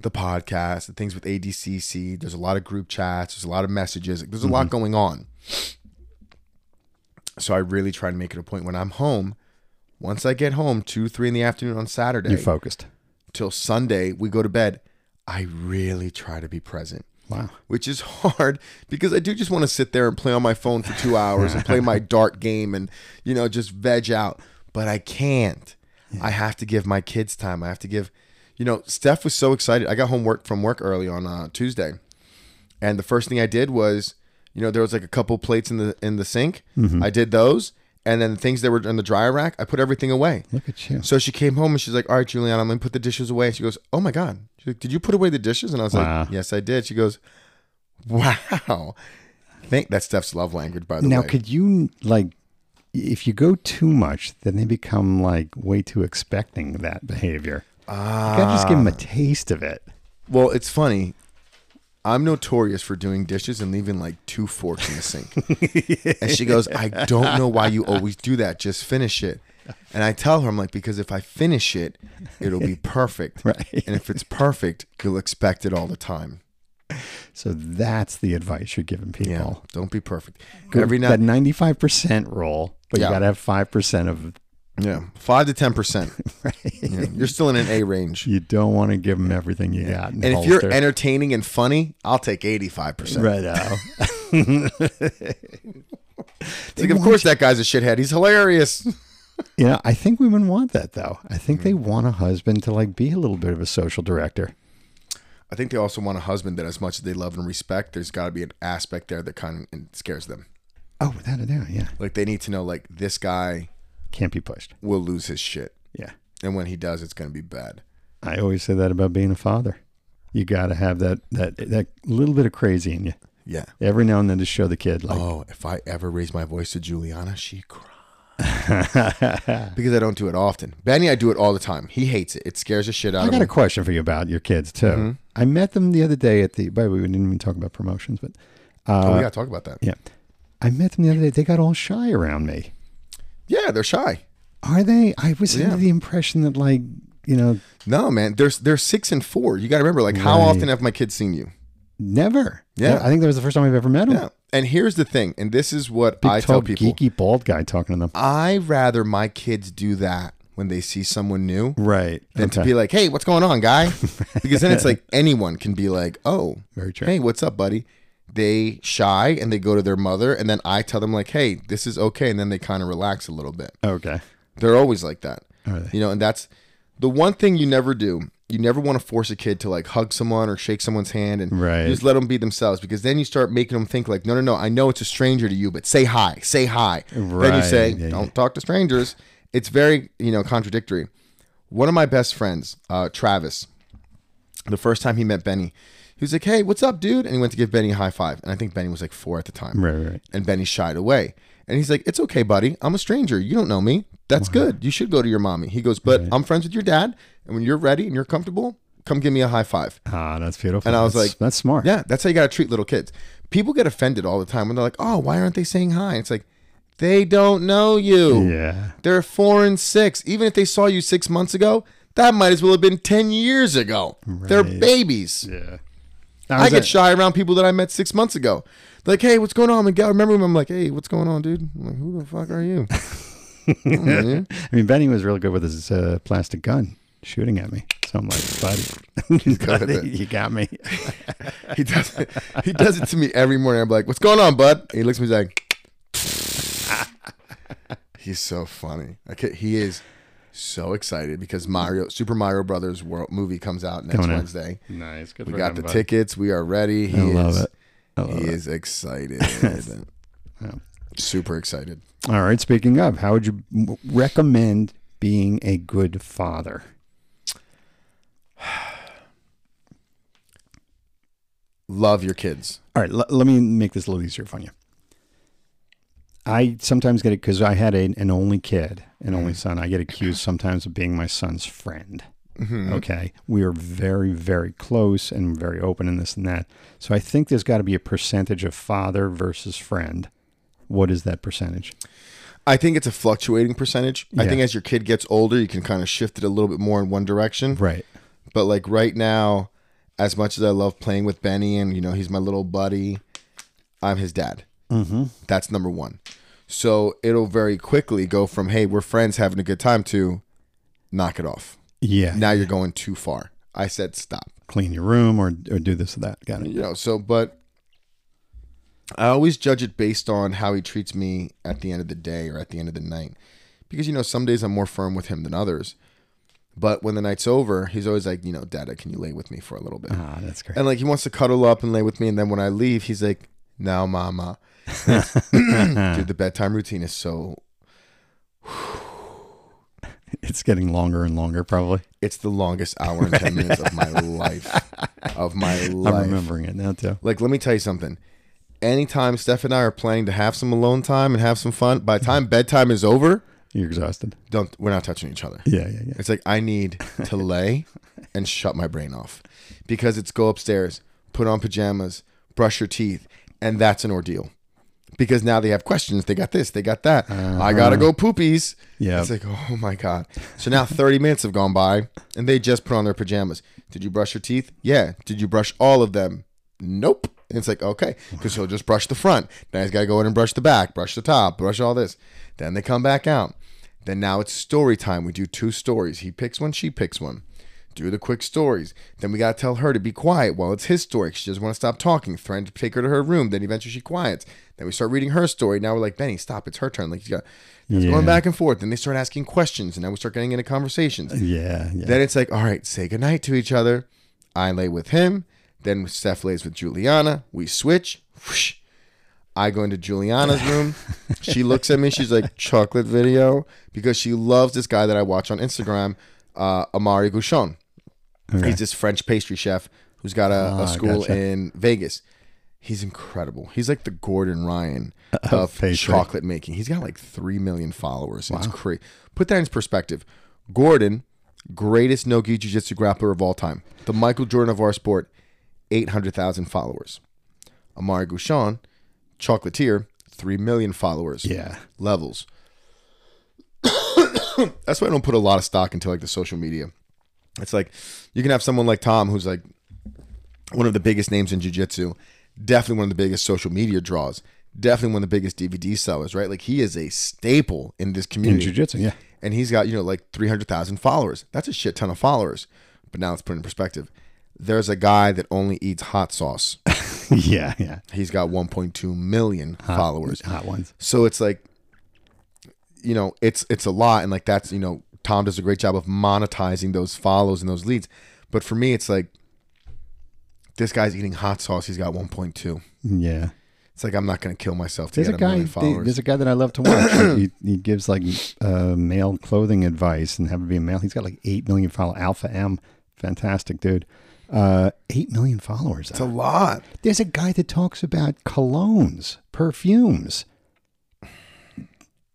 the podcast, the things with ADCC. There's a lot of group chats, there's a lot of messages, there's a lot going on. So I really try to make it a point when I'm home. Once I get home, two, three in the afternoon on Saturday You're focused. till Sunday, we go to bed. I really try to be present Wow. which is hard because I do just want to sit there and play on my phone for two hours and play my dart game and, you know, just veg out. But I can't. I have to give my kids time. I have to give, you know, Steph was so excited. I got home work from work early on uh, Tuesday. And the first thing I did was, you know, there was like a couple plates in the in the sink. I did those. And then the things that were in the dryer rack, I put everything away. Look at you. So she came home and she's like, "All right, Juliana, I'm gonna put the dishes away." She goes, "Oh my god, She's like, did you put away the dishes?" And I was Wow. like, "Yes, I did." She goes, "Wow." Think that's Steph's love language, by the Now, way. could you like, if you go too much, then they become like way too expecting of that behavior. You gotta just give them a taste of it. well, it's funny. I'm notorious for doing dishes and leaving like two forks in the sink. and she goes, "I don't know why you always do that. Just finish it." And I tell her, I'm like, because if I finish it, it'll be perfect. Right. And if it's perfect, you'll expect it all the time. So that's the advice you're giving people. Yeah. Don't be perfect. Every now that 95% rule, but Yeah. you gotta have 5% of Yeah, five to ten percent. You're still in an A range. You don't want to give them everything you got. And if you're entertaining and funny, I'll take eighty-five percent. right out, Like, of course, that guy's a shithead. He's hilarious. you know, I think women want that though. I think they want a husband to like be a little bit of a social director. I think they also want a husband that, as much as they love and respect, there's got to be an aspect there that kind of scares them. Oh, without a doubt, yeah, Like they need to know, like this guy can't be pushed. will lose his shit, Yeah, and when he does, it's going to be bad. I always say that about being a father. You got to have that that that little bit of crazy in you Yeah. every now and then to show the kid like Oh, if I ever raise my voice to Juliana, she cries because I don't do it often. Benny, I do it all the time. He hates it. It scares the shit out I of got a him. question for you about your kids too. Mm-hmm. I met them the other day at the. By the way, we didn't even talk about promotions, but oh, we got to talk about that. yeah, I met them the other day. They got all shy around me. Yeah, they're shy. Are they? I was under the impression that like you know No, man. There's they're six and four. You got to remember, like, how Right. often have my kids seen you? never. Yeah. I think that was the first time I've ever met them. Yeah. And here's the thing, and this is what Hmm. Big I tell tall people: geeky bald guy talking to them. I rather my kids do that when they see someone new Right. than to be like, "Hey, what's going on, guy?" Because then it's like anyone can be like, "Oh, Very true. hey, what's up, buddy?" They shy and they go to their mother, and then I tell them like, "Hey, this is okay," and then they kind of relax a little bit. okay. They're always like that. Are they? You know, and that's the one thing you never do. You never want to force a kid to like hug someone or shake someone's hand and Right. you just let them be themselves because then you start making them think like, no, no, no, I know it's a stranger to you, but say hi, say hi. Then you Right, say, yeah, don't talk to strangers. It's very, you know, contradictory. One of my best friends, uh, Travis, the first time he met Benny, he was like, hey, what's up, dude? And he went to give Benny a high five. And I think Benny was like four at the time Right. Right. and Benny shied away. And he's like, "It's okay, buddy. I'm a stranger. You don't know me. That's good. You should go to your mommy." He goes, "But I'm friends with your dad, and when you're ready and you're comfortable, come give me a high five. Ah, that's beautiful. And I was That's- like, that's smart. Yeah, that's how you got to treat little kids. People get offended all the time when they're like, "Oh, why aren't they saying hi?" It's like they don't know you. Yeah. They're four and six. Even if they saw you six months ago, that might as well have been ten years ago. They're Right. babies. Yeah. I get shy around people that I met six months ago. They're like, hey, what's going on, Miguel? Remember him? I'm like, hey, what's going on, dude? I'm like, who the fuck are you? I mean, Benny was really good with his uh, plastic gun shooting at me. So I'm like, buddy, good at buddy, it. you got me. he does it. He does it to me every morning. I'm like, what's going on, bud? And he looks at me he's like, he's so funny. I ca- he is so excited because Mario Super Mario Brothers world movie comes out next Coming out. Wednesday. nice. Good We got the tickets. We are ready. He I love is, it. I love He it. is excited. Yeah. Super excited. All right. Speaking of, how would you m- recommend being a good father? Love your kids. All right. L- let me make this a little easier for you. I sometimes get it because I had a, an only kid, an Mm-hmm. only son. I get accused sometimes of being my son's friend. Mm-hmm. Okay. We are very, very close and very open in this and that. So I think there's got to be a percentage of father versus friend. What is that percentage? I think it's a fluctuating percentage. I Yeah. think as your kid gets older, you can kind of shift it a little bit more in one direction. Right. But like right now, as much as I love playing with Benny and you know he's my little buddy, I'm his dad. Mm-hmm. That's number one. So it'll very quickly go from hey we're friends having a good time to knock it off. Yeah. Now you're going too far. I said stop. Clean your room or, or do this or that. Got it. You know so but I always judge it based on how he treats me at the end of the day or at the end of the night, because you know some days I'm more firm with him than others. But when the night's over, he's always like, you know, Dada, can you lay with me for a little bit? Ah, that's great. And like he wants to cuddle up and lay with me, and then when I leave, he's like, "Now, mama." Dude, the bedtime routine is so. It's getting longer and longer, probably. It's the longest hour and ten minutes of my life, of my I'm life. remembering it now, too. Like, let me tell you something. Anytime Steph and I are planning to have some alone time and have some fun, by the time bedtime is over, You're exhausted. don't we're not touching each other. Yeah, yeah, yeah. It's like I need to lay and shut my brain off because it's go upstairs, put on pajamas, brush your teeth, and that's an ordeal. Because now they have questions. They got this. They got that. I gotta go poopies. Yeah. it's like oh my god. So now thirty minutes have gone by, and they just put on their pajamas. Did you brush your teeth? Yeah. Did you brush all of them? Nope. And it's like okay, because he'll just brush the front. Now he's gotta go in and brush the back, brush the top, brush all this. Then they come back out. Then now it's story time. We do two stories. He picks one. She picks one do the quick stories. Then we gotta tell her to be quiet while it's his story. 'cause She doesn't want to stop talking. Threaten to take her to her room. Then eventually she quiets. Then we start reading her story. Now we're like, Benny, stop. It's her turn. Like you got it's Yeah. going back and forth. Then they start asking questions, and now we start getting into conversations. Yeah, yeah. Then it's like, all right, say goodnight to each other. I lay with him. Then Steph lays with Juliana. We switch. Whoosh. I go into Juliana's room. she looks at me. She's like, chocolate video. Because she loves this guy that I watch on Instagram, uh, Amari Gouchon. He's this French pastry chef who's got a, Ah, a school gotcha. in Vegas. He's incredible. He's like the Gordon Ryan of pastry. chocolate making. He's got like 3 million followers. It's crazy. Put that in perspective. Gordon, greatest no gi jiu jitsu grappler of all time, the Michael Jordan of our sport, 800,000 followers. Amari Gouchon, chocolatier, 3 million followers. yeah. Levels. That's why I don't put a lot of stock into like the social media. It's like you can have someone like Tom who's like one of the biggest names in jiu-jitsu, definitely one of the biggest social media draws, definitely one of the biggest DVD sellers, right? Like he is a staple in this In community jiu-jitsu, yeah. and he's got you know like 300,000 followers. That's a shit ton of followers. But now let's put it in perspective. There's a guy that only eats hot sauce. yeah, yeah. He's got 1.2 million followers. Hot ones. So it's like, you know, it's it's a lot, and like that's you know, Tom does a great job of monetizing those follows and those leads. But for me, it's like, this guy's eating hot sauce. He's got 1.2. Yeah. It's like I'm not gonna kill myself to There's a get a, guy. million th- followers. There's a guy that I love to watch. Like, he, he gives like uh, male clothing advice and have it be a male. He's got like eight million followers. Alpha M, fantastic dude. Uh, eight million followers. it's a lot. There's a guy that talks about colognes, perfumes.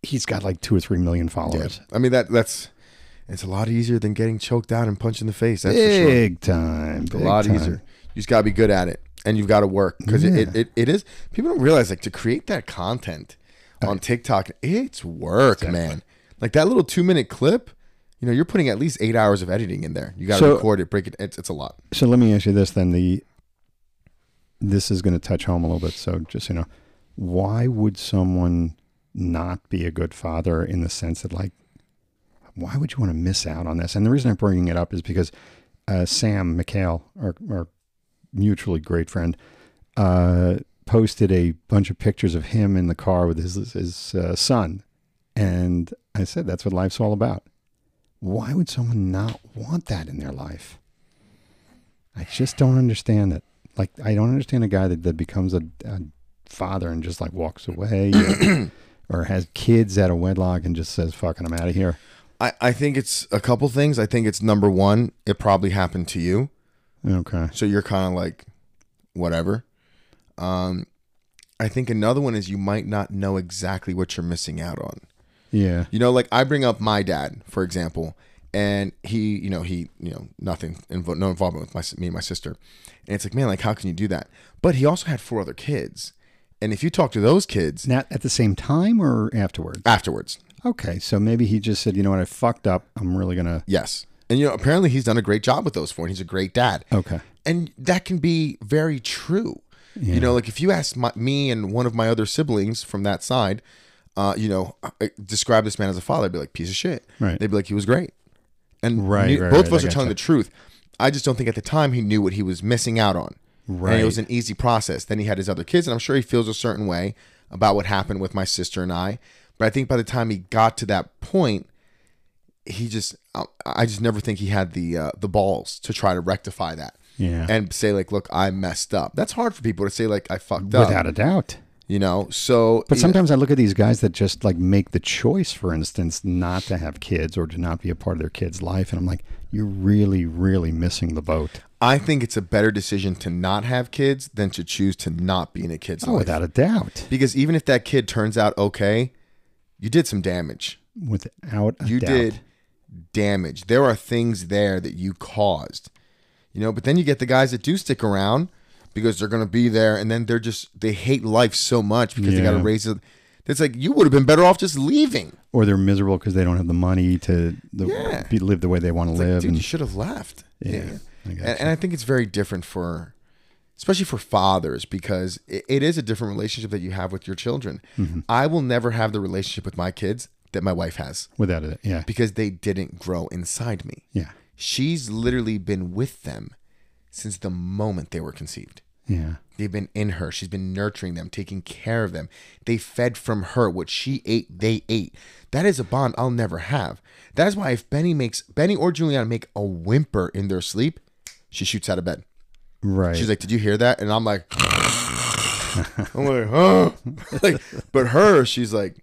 He's got like two or three million followers. I mean that that's it's a lot easier than getting choked out and punched in the face. That's for sure. Big time. a big lot time. easier. You just gotta be good at it, and you've got to work because it, it, it, it is. People don't realize like to create that content Uh, on TikTok, it's work, man. Like that little two minute clip, you know, you're putting at least eight hours of editing in there. You got to So- record it, break it. It's, it's a lot. So let me ask you this then. The this is going to touch home a little bit. So just so you know, why would someone not be a good father in the sense that like, why would you want to miss out on this? And the reason I'm bringing it up is because uh, Sam McHale, our, our mutually great friend, uh, posted a bunch of pictures of him in the car with his his uh, son, and I said that's what life's all about. Why would someone not want that in their life? I just don't understand it. Like, I don't understand a guy that, that becomes a, a father and just like walks away or, or has kids out of wedlock and just says, fucking, I'm out of here. I, I think it's a couple things. I think it's number one, it probably happened to you. Okay. So you're kind of like, whatever. Um, I think another one is you might not know exactly what you're missing out on. Yeah. You know, like I bring up my dad, for example, and he, you know, he, you know, nothing, invo- no involvement with my s- me and my sister, and it's like, man, like how can you do that? But he also had four other kids, and if you talk to those kids Not at the same time or afterwards? afterwards, Okay. So maybe he just said, you know what? I fucked up. I'm really going to. yes, and you know, apparently he's done a great job with those four, and he's a great dad. Okay. and that can be very true. You know, like if you ask my, me and one of my other siblings from that side, uh, you know, I- I describe this man as a father, I'd be like piece of shit. Right. They'd be like he was great, and Right, you- right, both right, of us I are telling the gotcha. truth. I just don't think at the time he knew what he was missing out on. And it Right. was an easy process. Then he had his other kids, and I'm sure he feels a certain way about what happened with my sister and I. But I think by the time he got to that point, he just I- I just never think he had the uh, the balls to try to rectify that Yeah. and say like, look, I messed up. That's hard for people to say like I fucked up, Without a doubt. you know. So, But yeah, sometimes I look at these guys that just like make the choice, for instance, not to have kids or to not be a part of their kid's life. And I'm like, you're really, really missing the boat. I think it's a better decision to not have kids than to choose to not be in a kid's Oh, life. without a doubt. Because even if that kid turns out okay, you did some damage. Without a You doubt. did damage. There are things there that you caused, you know. But then you get the guys that do stick around because they're gonna be there, and then they're just they hate life so much because they got to Yeah. raise it. It's like you would have been better off just leaving. Or they're miserable because they don't have the money to the, Yeah. be, live the way they want to It's like, live. dude, you and, should have left. Yeah, I and, gotcha. and I think it's very different for, especially for fathers, because it, it is a different relationship that you have with your children. Mm-hmm. I will never have the relationship with my kids that my wife has without it, yeah, because they didn't grow inside me. yeah, She's literally been with them since the moment they were conceived. yeah, They've been in her. She's been nurturing them, taking care of them. They fed from her. What she ate, they ate. That is a bond I'll never have. That is why if Benny makes Benny or Juliana make a whimper in their sleep, she shoots out of bed. right. She's like, "Did you hear that?" And I'm like, "I'm like, huh?" like, but her, she's like,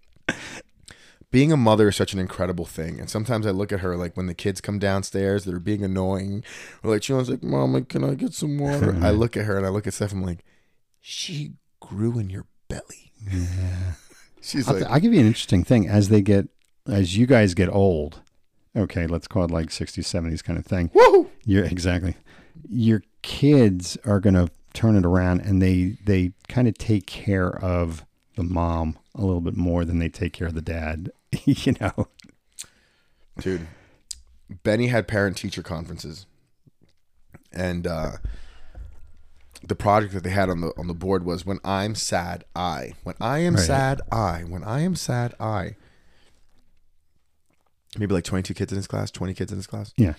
being a mother is such an incredible thing. And sometimes I look at her like when the kids come downstairs, they're being annoying. Or like Juliana's like, "Mama, can I get some water?" I look at her and I look at Steph. I'm like, she grew in your belly. she's I'll, like, I'll give you an interesting thing. As they get, as you guys get old, okay, let's call it like 60s, 70s kind of thing. "Woo!" You're exactly. Your kids are going to turn it around and they, they kind of take care of the mom a little bit more than they take care of the dad, you know? dude benny had parent teacher conferences and uh the project that they had on the on the board was when i'm sad i when i am Right. sad i when i am sad i maybe like 22 kids in his class 20 kids in his class Yeah.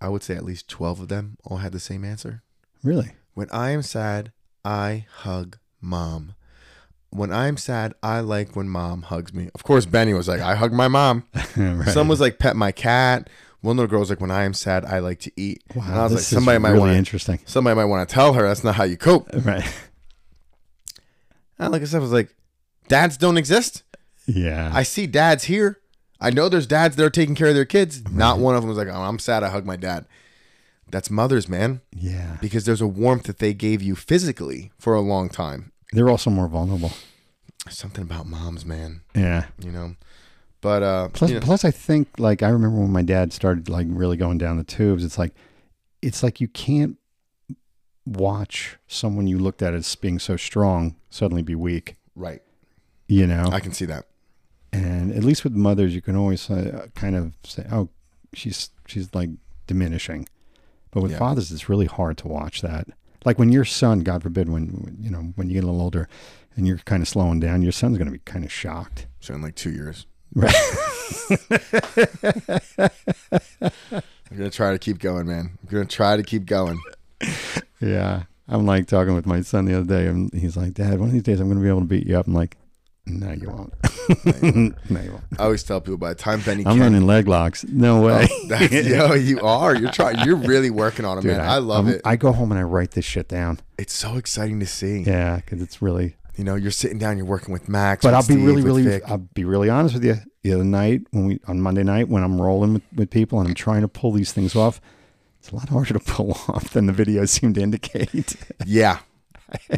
i would say at least 12 of them all had the same answer Really? when i am sad i hug mom when i'm sad i like when mom hugs me of course benny was like i hug my mom right. some was like pet my cat. One little girl was like, when I am sad, I like to eat. wow, and I was this like, is somebody might really want to interesting. somebody might want to tell her that's not how you cope. Right. And like I said, I was like, dads don't exist. Yeah. I see dads here. I know there's dads that are taking care of their kids. Not one of them was like, oh, I'm sad. I hug my dad. That's mothers, man, yeah. because there's a warmth that they gave you physically for a long time. They're also more vulnerable. Something about moms, man, Yeah. you know. But uh, Plus, you know, plus, I think like I remember when my dad started like really going down the tubes. It's like, it's like you can't watch someone you looked at as being so strong suddenly be weak. right, You know, I can see that. and at least with mothers, you can always uh, kind of say, "Oh, she's she's like diminishing," but with Yeah. fathers, it's really hard to watch that. Like when your son, God forbid, when you know when you get a little older, and you're kind of slowing down, your son's going to be kind of shocked. So in like two years, Right. I'm gonna try to keep going, man. I'm gonna try to keep going. Yeah. I'm like talking with my son the other day, and he's like, Dad, one of these days I'm going to be able to beat you up. I'm like, No, you won't. no, you won't. I always tell people by the time Benny I'm Ken- running leg locks. No Oh, way. That's, yo, you are. You're trying. You're really working on it, Dude, man. I, love I'm- it. I go home and I write this shit down. it's so exciting to see. Yeah, because it's really. You know, you're sitting down. You're working with Max. But with I'll be Steve, really, with really. Vic. I'll be really honest with you. The other night when we on Monday night when I'm rolling with, with people and I'm trying to pull these things off, it's a lot harder to pull off than the videos seem to indicate. yeah,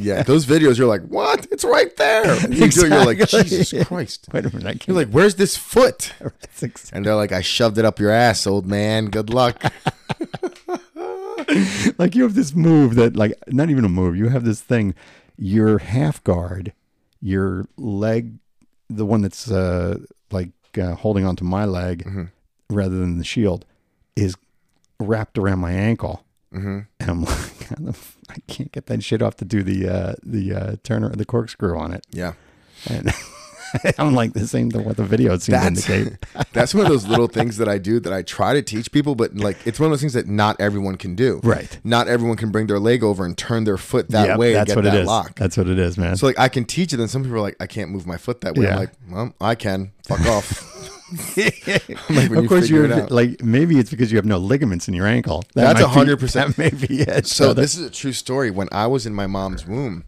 yeah. Those videos, you're like, what? It's right there. And you do it, You're like, Exactly. Jesus Christ. Wait a minute, I can't. You're like, where's this foot? That's ex- And they're like, I shoved it up your ass, old man. Good luck. like you have this move that like not even a move you have this thing your half guard your leg the one that's uh like uh, holding onto my leg Mm-hmm. rather than the shield is wrapped around my ankle Mm-hmm. and i'm like how the f- i can't get that shit off to do the uh the uh turner the corkscrew on it Yeah. and i'm like this ain't the, what the video seems to That's- indicate That's one of those little things that I do that I try to teach people, but like it's one of those things that not everyone can do. Right. Not everyone can bring their leg over and turn their foot that Yep, way that's and get what that it is lock. that's what it is man So like I can teach it, and some people are like, I can't move my foot that way. I'm Yeah. like, well, I can. Fuck off. I'm like, when of you course, figure you're it out. like maybe it's because you have no ligaments in your ankle. That's might be- 100%. That may be it. So brother. this is a true story. When I was in my mom's womb,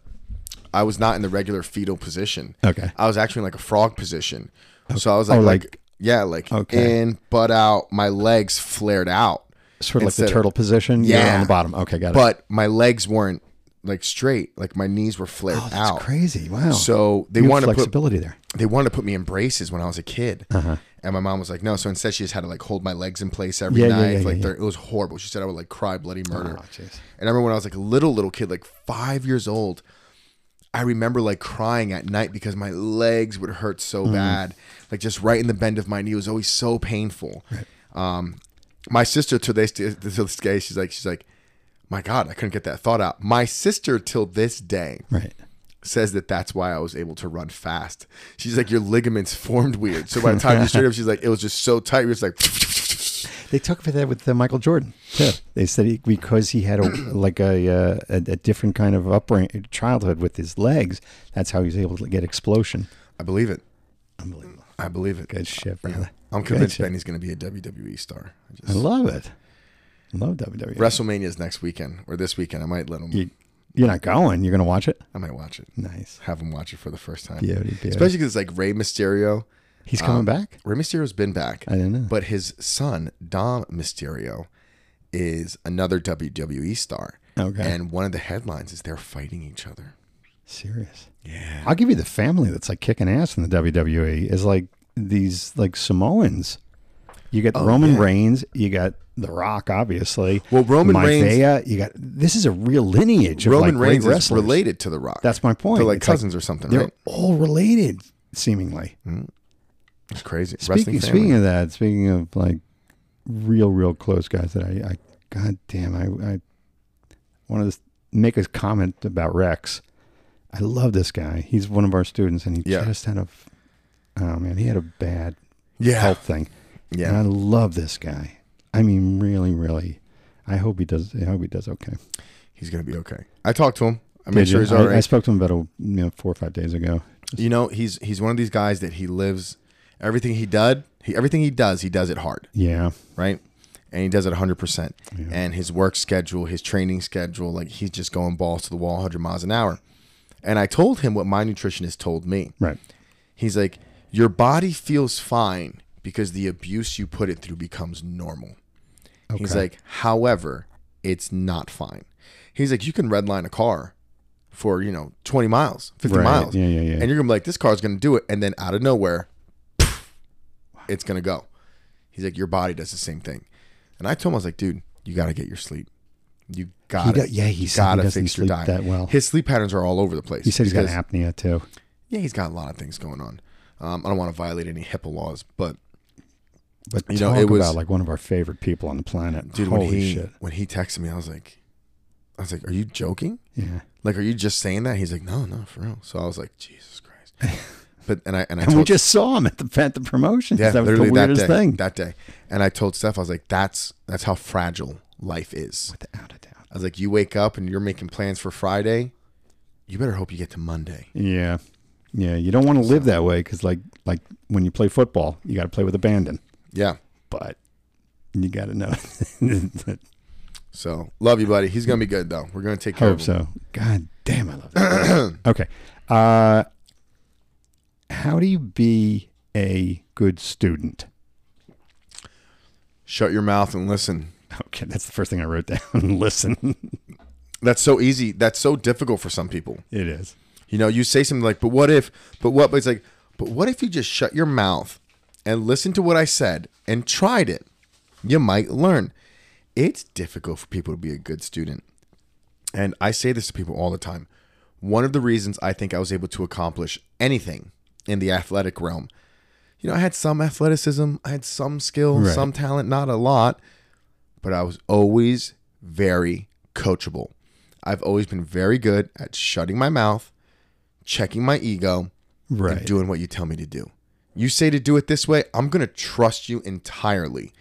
I was not in the regular fetal position. Okay. I was actually in like a frog position. So I was like, Oh, like, like- yeah, like Okay. in, butt out. My legs flared out, sort of like the instead- turtle position. Yeah. Yeah, on the bottom. Okay, got it. but my legs weren't like straight. Like my knees were flared oh, that's out. crazy. Wow. So they You have wanted to put flexibility there. they wanted to put me in braces when I was a kid. Uh-huh. And my mom was like, no. So instead, she just had to like hold my legs in place every Yeah, yeah, night. yeah, like, yeah, they're- it was horrible. She said I would like cry bloody murder. Oh, jeez. And I remember when I was like a little, little kid, like five years old, I remember like crying at night because my legs would hurt so Mm. bad. Like just right in the bend of my knee was always so painful. Um, my sister to this, to this day, she's like, she's like, my God, I couldn't get that thought out. My sister till this day Right. says that that's why I was able to run fast. She's like, your ligaments formed weird. So by the time you straight up, she's like, it was just so tight. You're just like, They took for that with uh, Michael Jordan. too. They said he, because he had a like a, uh, a a different kind of upbringing, childhood with his legs. That's how he was able to get explosion. I believe it. Unbelievable. I believe it. Good shit, brother. I'm Good convinced shit. Benny's going to be a WWE star. I just, I love it. I love E. WWE. WrestleMania is next weekend or this weekend. I might let him. you, you're not going. You're gonna watch it. I might watch it. Nice. Have him watch it for the first time. Beauty, beauty. Especially uh, because like Rey Mysterio. He's coming back. Rey Mysterio's been back, I don't know. but his son Dom Mysterio is another WWE star. Okay. And one of the headlines is they're fighting each other. Serious. Yeah. I'll give you the family that's like kicking ass in the WWE is like these like Samoans. You got Roman Oh, yeah. Reigns, you got The Rock, obviously. Well, Roman Maivia, you got this is a real lineage of Roman like great Reigns is wrestlers. related to The Rock. That's my point. They're like It's cousins or something, They're right? all related, seemingly. It's crazy. Speaking, Wrestling family. speaking of that, speaking of like real, real close guys that I, I god damn, I, I wanted to make a comment about Rex. I love this guy. He's one of our students, and he Yeah. just had a, f- oh man, he had a bad yeah, health thing. yeah. And I love this guy. I mean, really, really. I hope he does. I hope he does okay. He's gonna be okay. I talked to him. I Did made sure you? he's I- all I right. spoke to him about a, you know four or five days ago. you know, he's he's one of these guys that he lives everything he did. He everything he does, he does it hard, Yeah, right? And he does it 100%. Yeah. And his work schedule, his training schedule, like he's just going balls to the wall 100 miles an hour. And I told him what my nutritionist told me. right. He's like, Your body feels fine because the abuse you put it through becomes normal. He's Okay. like, However, it's not fine. He's like, You can redline a car for, you know, 20 miles, 50 Right. miles. Yeah, yeah, yeah. And you're going to be like, This car's going to do it. And then out of nowhere, it's going to go. He's like, Your body does the same thing. And I told him, I was like, Dude, you got to get your sleep. You got do- to, yeah, he you said he gotta doesn't fix your sleep diet. that well. His sleep patterns are all over the place. He said he's got because- apnea too. yeah, he's got a lot of things going on. Um, I don't want to violate any HIPAA laws, but But You know, talk it was- about like one of our favorite people on the planet. dude, Holy when he shit! when he texted me, I was like, I was like, "Are you joking? Yeah, Like, are you just saying that?" He's like, "No, no, for real." So I was like, "Jesus Christ!" But and I and I and told we just saw him at the at the promotions. yeah, that was literally the weirdest that day, thing. that day. And I told Steph, I was like, "That's that's how fragile life is." Without a doubt. I was like, "You wake up and you're making plans for Friday. You better hope you get to Monday." Yeah, Yeah, you don't want to live that way because, like, like when you play football, you got to play with abandon, Yeah. but you got to know. that- So love you, buddy. He's gonna be good though. We're gonna take care hope of him. so. God damn, I love that. okay, uh, how do you be a good student? Shut your mouth and listen. Okay, that's the first thing I wrote down. Listen, That's so easy. That's so difficult for some people. it is. You know, you say something like, "But what if?" But what? But it's like, but what if you just shut your mouth and listen to what I said and tried it? You might learn. It's difficult for people to be a good student, and I say this to people all the time. One of the reasons I think I was able to accomplish anything in the athletic realm, you know, I had some athleticism, I had some skill, Right. some talent, not a lot, but I was always very coachable. I've always been very good at shutting my mouth, checking my ego, Right. and doing what you tell me to do. You say to do it this way, I'm going to trust you entirely,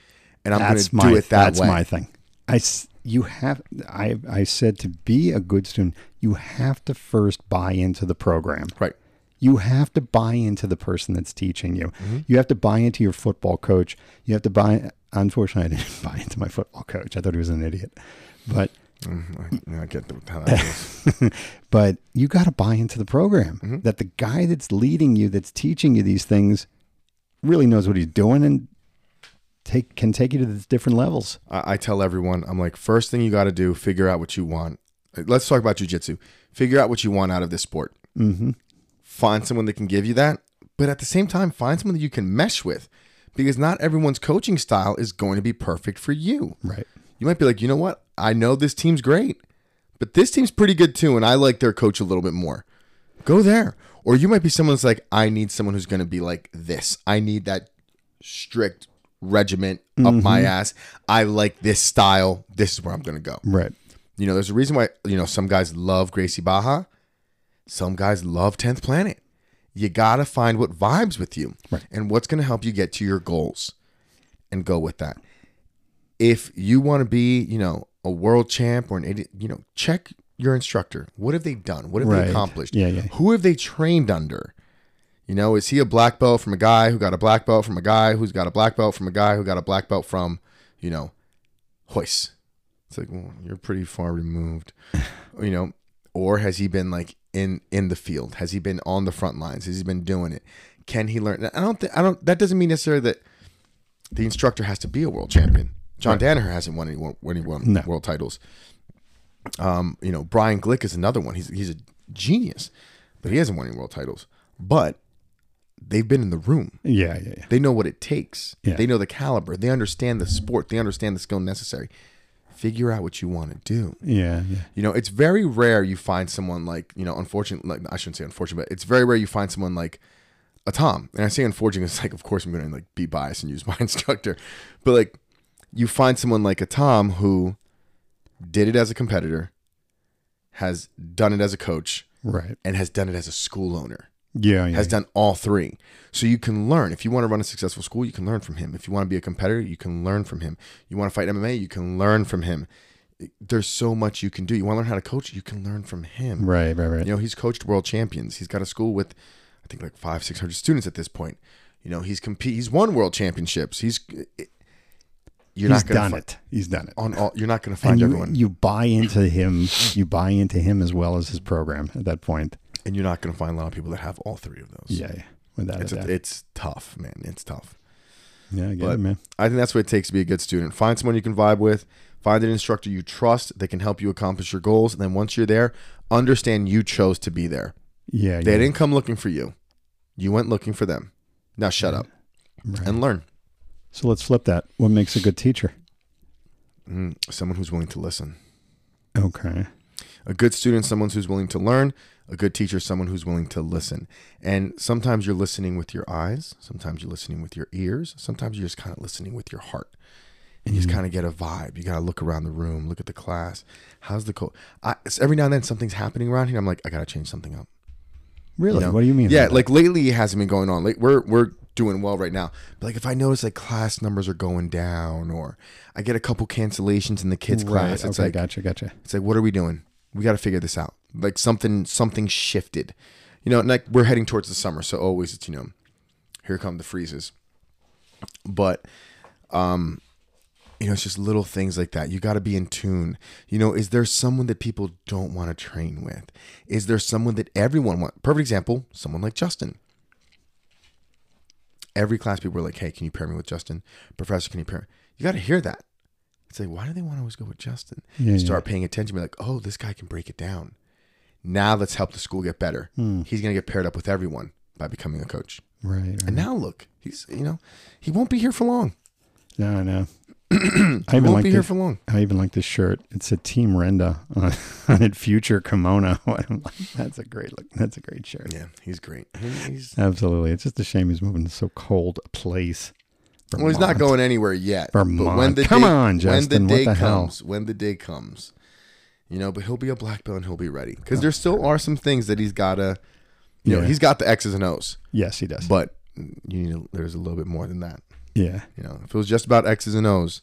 and I'm going to that's do my it that that's way. my thing. I s- you have I I said to be a good student, you have to first buy into the program. right. You have to buy into the person that's teaching you. Mm-hmm. You have to buy into your football coach. You have to buy. Unfortunately, I didn't buy into my football coach. I thought he was an idiot, but I, I get the, how that goes. but you got to buy into the program Mm-hmm. that the guy that's leading you, that's teaching you these things, really knows what he's doing and take can take you to the different levels. I, I tell everyone, I'm like, first thing you got to do, figure out what you want. Let's talk about jujitsu. Figure out what you want out of this sport. Mm-hmm. Find someone that can give you that, but at the same time, find someone that you can mesh with, because not everyone's coaching style is going to be perfect for you. Right. You might be like, you know what? I know this team's great, but this team's pretty good too, and I like their coach a little bit more. Go there. Or you might be someone that's like, I need someone who's going to be like this. I need that strict regiment up my ass. I like this style. This is where I'm going to go. Right. You know, there's a reason why, you know, some guys love Gracie Baja, some guys love 10th Planet. You got to find what vibes with you Right. and what's going to help you get to your goals and go with that. If you want to be, you know, a world champ or an, idiot, you know, check your instructor. What have they done? What have Right. they accomplished? Yeah, yeah. Who have they trained under? You know, is he a black belt from a guy who got a black belt from a guy who's got a black belt from a guy who got a black belt from, you know, Hoist? It's like, well, you're pretty far removed, you know. Or has he been like in in the field? Has he been on the front lines? Has he been doing it? Can he learn? I don't. Th- I don't. That doesn't mean necessarily that the instructor has to be a world champion. John Danaher hasn't won any, wor- any wor- No. world titles. Um, you know, Brian Glick is another one. He's he's a genius, but he hasn't won any world titles. But they've been in the room. Yeah. Yeah. yeah. They know what it takes. Yeah. They know the caliber. They understand the sport. They understand the skill necessary. Figure out what you want to do. Yeah, yeah. You know, it's very rare you find someone like, you know, unfortunately, like, I shouldn't say unfortunate, but it's very rare you find someone like a Tom. And I say unfortunate, it's like, of course, I'm going to like be biased and use my instructor. But like, you find someone like a Tom who did it as a competitor, has done it as a coach, Right. and has done it as a school owner Yeah, yeah. has done all three. So you can learn. If you want to run a successful school, you can learn from him. If you want to be a competitor, you can learn from him. You want to fight MMA, you can learn from him. There's so much you can do. You want to learn how to coach, you can learn from him. right, right, right. You know, he's coached world champions. He's got a school with, I think, like five, six hundred students at this point. You know, he's compete. He's won world championships. He's you're He's not going done to it. He's done it. on all. You're not going to and find you, everyone, you buy into him. You buy into him as well as his program at that point. and you're not going to find a lot of people that have all three of those. Yeah, yeah. Without it's a doubt. a, it's tough, man. It's tough. yeah, I get but- it, man. I think that's what it takes to be a good student. Find someone you can vibe with, find an instructor you trust that can help you accomplish your goals. And then once you're there, understand you chose to be there. Yeah, They yeah. didn't come looking for you, you went looking for them. Now shut up Right. and learn. So let's flip that. What makes a good teacher? Mm, someone who's willing to listen. Okay. A good student, is someone who's willing to learn. A good teacher, is someone who's willing to listen. And sometimes you're listening with your eyes. Sometimes you're listening with your ears. Sometimes you're just kind of listening with your heart. And you just kind of get a vibe. You got to look around the room, look at the class. How's the coach? Every now and then something's happening around here. I'm like, I got to change something up. Really? know? What do you mean? Yeah, by that? like lately it hasn't been going on. Like we're we're doing well right now. But like if I notice like class numbers are going down, or I get a couple cancellations in the kids Right, class, it's okay, like gotcha, gotcha. it's like, what are we doing? We got to figure this out. Like something, something shifted. you know, and like we're heading towards the summer, so always it's you know, here come the freezes. But um, you know, it's just little things like that. You got to be in tune. You know, is there someone that people don't want to train with? Is there someone that everyone wants? Perfect example, someone like Justin. Every class, people were like, hey, can you pair me with Justin? Professor, can you pair me? You got to hear that. It's like, why do they want to always go with Justin? Yeah, Start paying attention. Be like, oh, this guy can break it down. Now let's help the school get better. Hmm. He's going to get paired up with everyone by becoming a coach. Right. And right. now look, he's, you know, he won't be here for long. No, I know. I He even won't like be here this. for long. I even like this shirt. It said Team Renda on, on it, future kimono. And I'm like, that's a great look. That's a great shirt. Yeah, he's great. He- He's Absolutely. It's just a shame he's moving to so cold a place. Well, he's not Vermont. going anywhere yet. but when Vermont. the Come day, on, Justin, When the what day the hell? comes, when the day comes, you know. But he'll be a black belt and he'll be ready because there still are some things that he's gotta. You know, Oh, Yeah. he's got the X's and O's, Yes, he does. but you need to- there's a little bit more than that. yeah. You know, if it was just about X's and O's,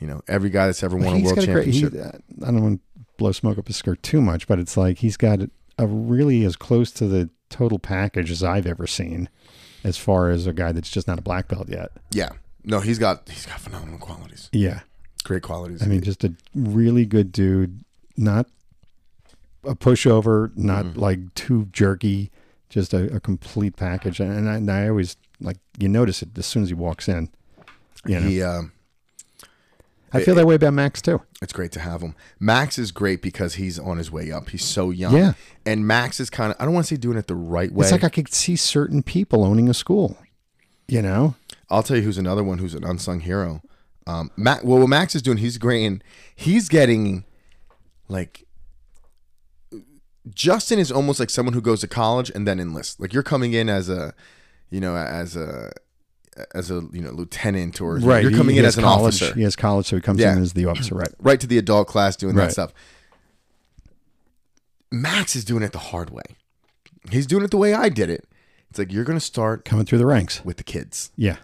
you know, every guy that's ever won a He's world got a great- he- championship, I don't want to blow smoke up his skirt too much, but it's like he's got a really as close to the total package as I've ever seen, as far as a guy that's just not a black belt yet. yeah, no, he's got he's got phenomenal qualities, Yeah. great qualities. I mean, just a really good dude, not a pushover, not like too jerky, just a, a complete package. And, and, I, and I always like you notice it as soon as he walks in. You know, he um, I feel that way about Max too. It's great to have him. Max is great because he's on his way up. He's so young. Yeah. And Max is kind of, I don't want to say doing it the right way. It's like I could see certain people owning a school. You know, I'll tell you who's another one who's an unsung hero. Um, Max, well, what Max is doing, he's great. And he's getting like, Justin is almost like someone who goes to college and then enlists. Like you're coming in as a, you know, as a, as a you know lieutenant or You're he- coming he in has as an college. officer. He has college, so he comes Yeah. in as the officer, right? right to the adult class doing that Right. stuff. Max is doing it the hard way. He's doing it the way I did it. It's like you're gonna start Coming through the ranks. with the kids, Yeah,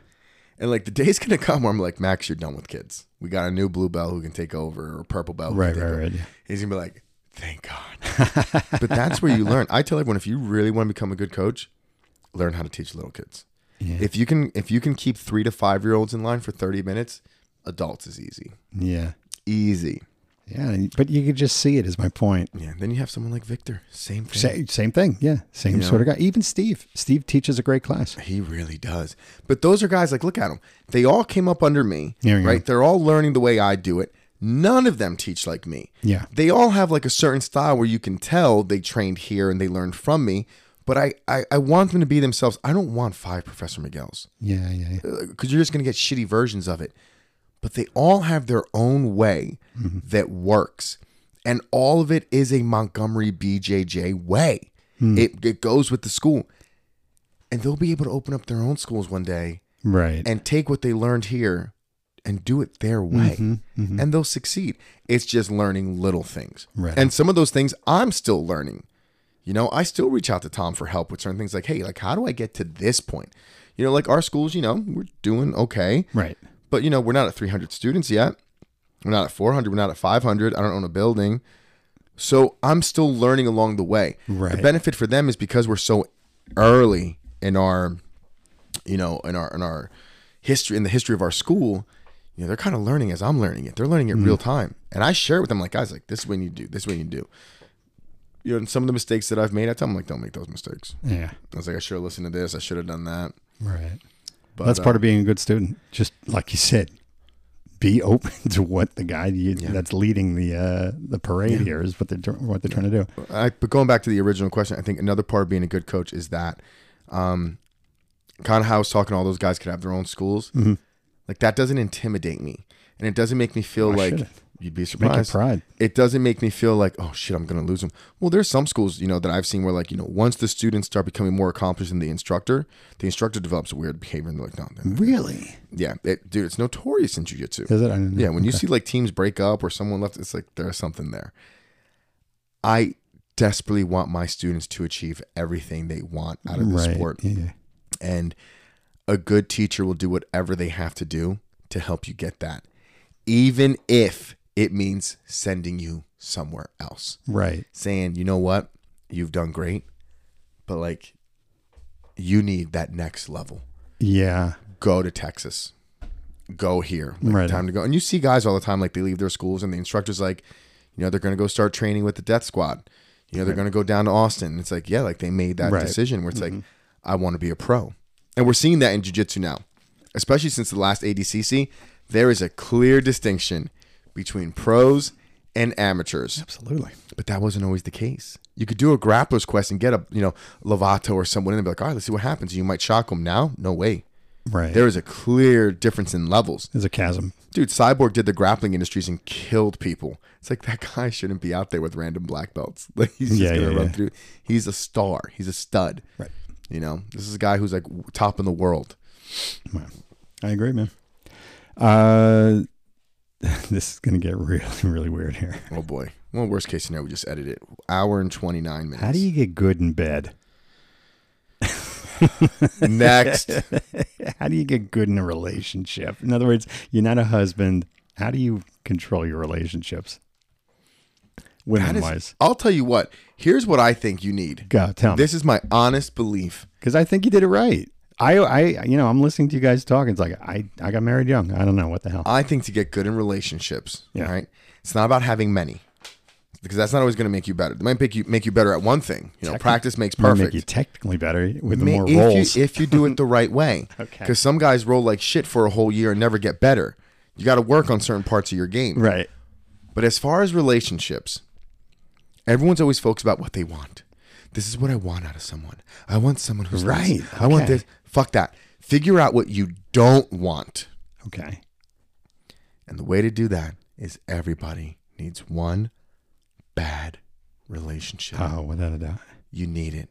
and like the day's gonna come where I'm like, Max, you're done with kids. We got a new blue bell who can take over, or purple bell. who can right, take right, over." right. yeah. He's gonna be like, thank God. but that's where you learn. I tell everyone, if you really want to become a good coach, learn how to teach little kids. Yeah. If you can, if you can keep three to five year olds in line for 30 minutes, adults is easy, Yeah, easy. yeah. and- But you could just see it. Is my point. Yeah. Then you have someone like Victor. Same thing. Same, same thing. Yeah. Same know? sort of guy. Even Steve. Steve teaches a great class. He really does. But those are guys like, look at them. They all came up under me, There you right? They're all learning the way I do it. None of them teach like me. Yeah. They all have like a certain style where you can tell they trained here and they learned from me. But I, I, I want them to be themselves. I don't want five Professor Miguel's Yeah. Yeah. yeah. because you're just going to get shitty versions of it. But they all have their own way that works. And all of it is a Montgomery BJJ way. It, it goes with the school. And they'll be able to open up their own schools one day Right. and take what they learned here and do it their way. Mm-hmm, And they'll succeed. It's just learning little things. Right. And some of those things I'm still learning. You know, I still reach out to Tom for help with certain things like, hey, like, how do I get to this point? You know, like our schools, you know, we're doing okay, right. but, you know, we're not at 300 students yet. We're not at 400. We're not at 500. I don't own a building. So I'm still learning along the way. The Right. benefit for them is because we're so early in our, you know, in our, in our history, in the history of our school, you know, they're kind of learning as I'm learning it. They're learning Mm-hmm. it real time. And I share it with them like, guys, like this is when you do, this is when you do. You know, and some of the mistakes that I've made, I tell them like, don't make those mistakes. Yeah. I was like, I should have listened to this. I should have done that. Right. But that's uh, part of being a good student. Just like you said, be open to what the guy you, that's leading the uh, the parade here is what they're tr- what they're trying to do. I, but going back to the original question, I think another part of being a good coach is that, um, kind of how I was talking, all those guys could have their own schools. Mm-hmm. Like that doesn't intimidate me, and it doesn't make me feel Why like should it? you'd be Make your surprised. pride. It doesn't make me feel like oh shit, I'm gonna lose them. Well, there's some schools you know that I've seen where like you know once the students start becoming more accomplished than the instructor, the instructor develops a weird behavior and they're like no, Mm-hmm. no, no. Really? yeah, it, dude, it's notorious in jujitsu. Is it? I don't know. Yeah, when you see like teams break up or someone left, it's like there's something there. I desperately want my students to achieve everything they want out of the right. sport. Yeah, yeah. And a good teacher will do whatever they have to do to help you get that, even if it means sending you somewhere else Right. saying, you know what, you've done great, but like you need that next level. Yeah. Go to Texas. Go here. Like, Right. Time to go. And you see guys all the time, like they leave their schools and the instructor's like, you know, they're gonna go start training with the death squad. You know, they're gonna go down to Austin. It's like, yeah, like they made that Right. Mm-hmm. decision where it's like, I want to be a pro. And we're seeing that in jiu-jitsu now. Especially since the last ADCC, there is a clear distinction between pros and amateurs. Absolutely. But that wasn't always the case. You could do a grappler's quest and get a you know Lovato or someone in and be like, all right, let's see what happens. You might shock them now. No way. Right. There is a clear difference in levels. There's a chasm. Dude, Cyborg did the grappling industries and killed people. It's like that guy shouldn't be out there with random black belts. Like he's just Yeah, gonna yeah, run yeah. through. He's a star. He's a stud. Right. You know, this is a guy who's like w- top in the world. Wow. I agree, man. Uh, this is gonna get really, really weird here. Oh boy. Well, worst case scenario, we just edit it. Hour and twenty nine minutes. How do you get good in bed? next? How do you get good in a relationship? In other words, you're not a husband. How do you control your relationships? That Women is- wise. I'll tell you what. Here's what I think you need. Go tell me. This is my honest belief. Because I think you did it right. I, I, you know, I'm listening to you guys talk. It's like I, I got married young. I don't know what the hell. I think to get good in relationships, Yeah. right? It's not about having many, because that's not always going to make you better. It might make you make you better at one thing. You know, practice makes Might perfect. Make you technically better with the Ma- more if roles. you if you do it the right way, Okay. Because some guys roll like shit for a whole year and never get better. You got to work on certain parts of your game. right. But as far as relationships, everyone's always focused about what they want. This is what I want out of someone. I want someone who's Right, nice. I want okay. this. Fuck that. Figure out what you don't want. Okay. And the way to do that is everybody needs one bad relationship. Oh, without a doubt. You need it.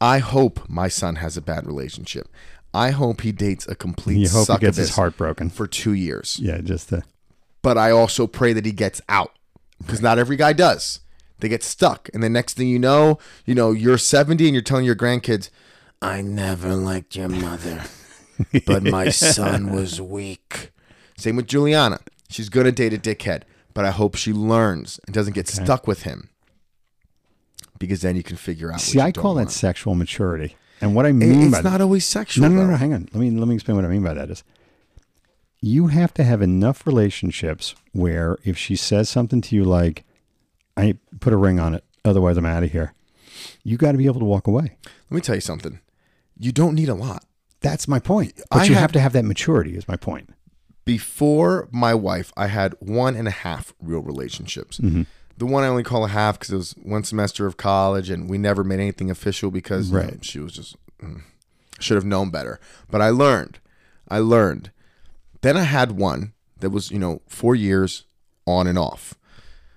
I hope my son has a bad relationship. I hope he dates a complete You hope he gets his succubus heart broken. for two years. Yeah, just the But I also pray that he gets out because not every guy does. They get stuck. And the next thing you know, you know, you're 70 and you're telling your grandkids, I never liked your mother, but my son was weak. Same with Juliana. She's going to date a dickhead, but I hope she learns and doesn't get stuck with him because then you can figure out. see. what you I don't call that want. sexual maturity, and what I It- mean by it's not always no, sexual. no, no, though. no. Hang on. Let me let me explain what I mean by that is. You have to have enough relationships where if she says something to you like, "I put a ring on it, otherwise I'm out of here," you got to be able to walk away. Let me tell you something. You don't need a lot. That's my point. But I you have- have to have that maturity. Is my point. before my wife, I had one and a half real relationships. The one I only call a half because it was one semester of college, and we never made anything official because you know, Right. she was just mm, should have known better. But I learned, I learned. Then I had one that was you know four years on and off.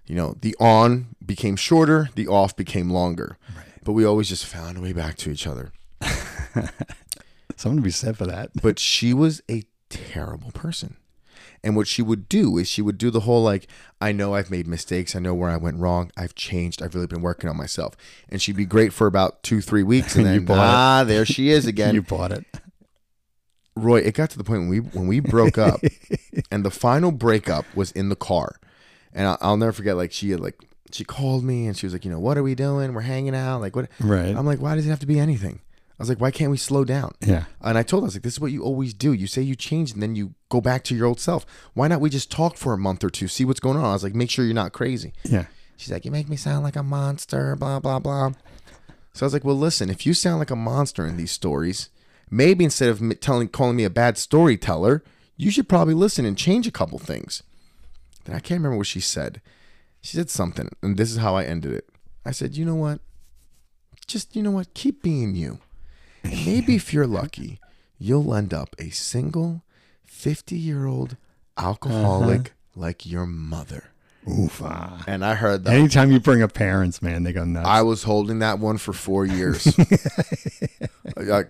You know the on became shorter, the off became longer, but we always just found a way back to each other. Someone to be said for that. but she was a terrible person. And what she would do is she would do the whole like, I know I've made mistakes. I know where I went wrong. I've changed. I've really been working on myself. And she'd be great for about two, three weeks, and You then bought it. ah, there she is again. you bought it. Roy, it got to the point when we when we broke up, and the final breakup was in the car, and I'll, I'll never forget. Like she had like she called me and she was like, you know, what are we doing? We're hanging out. Like what? Right. I'm like, why does it have to be anything? I was like, why can't we slow down? yeah. And I told her, I was like, this is what you always do. You say you change and then you go back to your old self. Why not we just talk for a month or two, see what's going on? I was like, make sure you're not crazy. Yeah. She's like, you make me sound like a monster, blah, blah, blah. So I was like, well, listen, if you sound like a monster in these stories, maybe instead of m- telling, calling me a bad storyteller, you should probably listen and change a couple things. Then I can't remember what she said. She said something, and this is how I ended it. I said, you know what? Just, you know what? Keep being you. And maybe if you're lucky, you'll end up a single 50 year old alcoholic like your mother. Oof. ah. And I heard that. Anytime you bring up parents, man, they go nuts. I was holding that one for four years. I,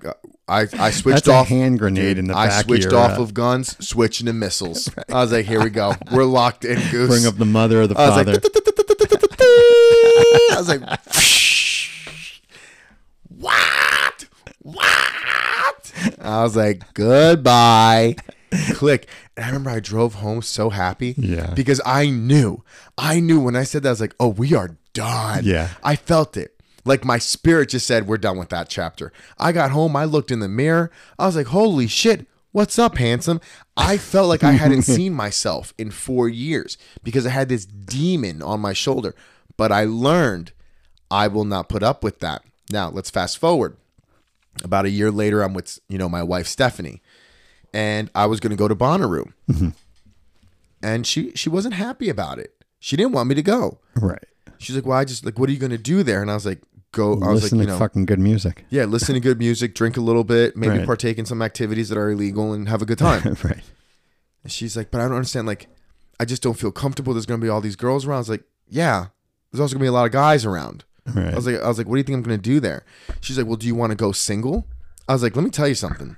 I, I switched That's a off hand grenade in the I back of switched your, off uh, of guns, switching to missiles. I was like, here we go. We're locked in, goose. bring up the mother or the I was father. like, I was like, what? What? I was like, goodbye. Click. And I remember I drove home so happy. Yeah. Because I knew. I knew when I said that, I was like, oh, we are done. Yeah. I felt it. Like my spirit just said, we're done with that chapter. I got home, I looked in the mirror, I was like, holy shit, what's up, handsome? I felt like I hadn't seen myself in four years because I had this demon on my shoulder. But I learned I will not put up with that. Now, let's fast forward. About a year later, I'm with, you know, my wife, Stephanie, and I was going to go to Bonnaroo. And she, she wasn't happy about it. She didn't want me to go. Right. She's like, "Well, I just like, what are you going to do there?" And I was like, "Go." I was Listen like, to "You know, fucking good music. yeah, listen to good music, drink a little bit, maybe Right. partake in some activities that are illegal, and have a good time." right. And she's like, "But I don't understand. Like, I just don't feel comfortable. There's going to be all these girls around." I was like, "Yeah, there's also going to be a lot of guys around." Right. I was like, "I was like, what do you think I'm going to do there?" She's like, "Well, do you want to go single?" I was like, "Let me tell you something.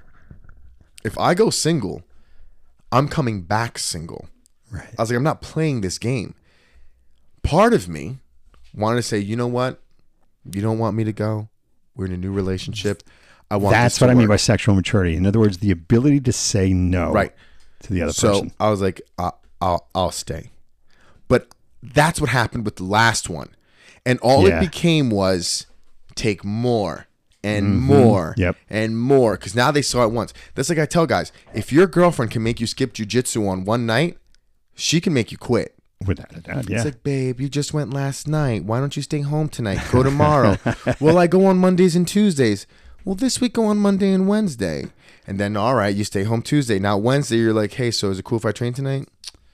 If I go single, I'm coming back single." right. I was like, I'm not playing this game. Part of me wanted to say, you know what? You don't want me to go. We're in a new relationship. I want. this That's to what I mean by work." sexual maturity. In other words, the ability to say no Right. to the other So person. I was like, I- I'll, I'll stay. But that's what happened with the last one, and all Yeah. it became was take more and more Mm-hmm. Yep. and more because now they saw it once. That's like I tell guys: if your girlfriend can make you skip jujitsu on one night, she can make you quit. Without a doubt. Yeah. It's like, babe, you just went last night. Why don't you stay home tonight? Go tomorrow. well, I go on Mondays and Tuesdays. Well, this week go on Monday and Wednesday. And then, all right, you stay home Tuesday. Now, Wednesday, you're like, hey, so is it cool if I train tonight?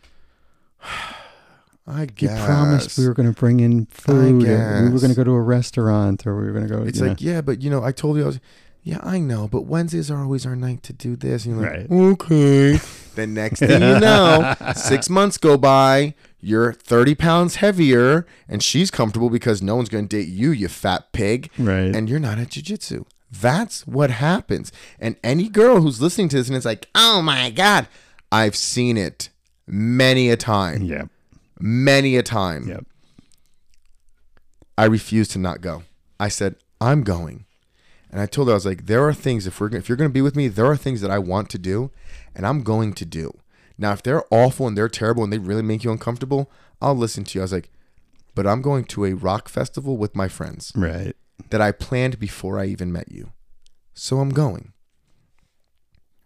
I you guess. promised we were going to bring in food. Or we were guess. going to go to a restaurant or we were going to go. It's you know. like, yeah, but you know, I told you I was. Yeah, I know, but Wednesdays are always our night to do this. And you're like, Right. okay. The next thing you know, six months go by, you're 30 pounds heavier, and she's comfortable because no one's going to date you, you fat pig. Right. And you're not at jujitsu. That's what happens. And any girl who's listening to this and it's like, oh my God, I've seen it many a time, yeah. many a time. Yep. I refused to not go. I said, I'm going. And I told her, I was like, there are things, if, we're, if you're going to be with me, there are things that I want to do and I'm going to do. Now, if they're awful and they're terrible and they really make you uncomfortable, I'll listen to you. I was like, but I'm going to a rock festival with my friends Right. that I planned before I even met you. So I'm going.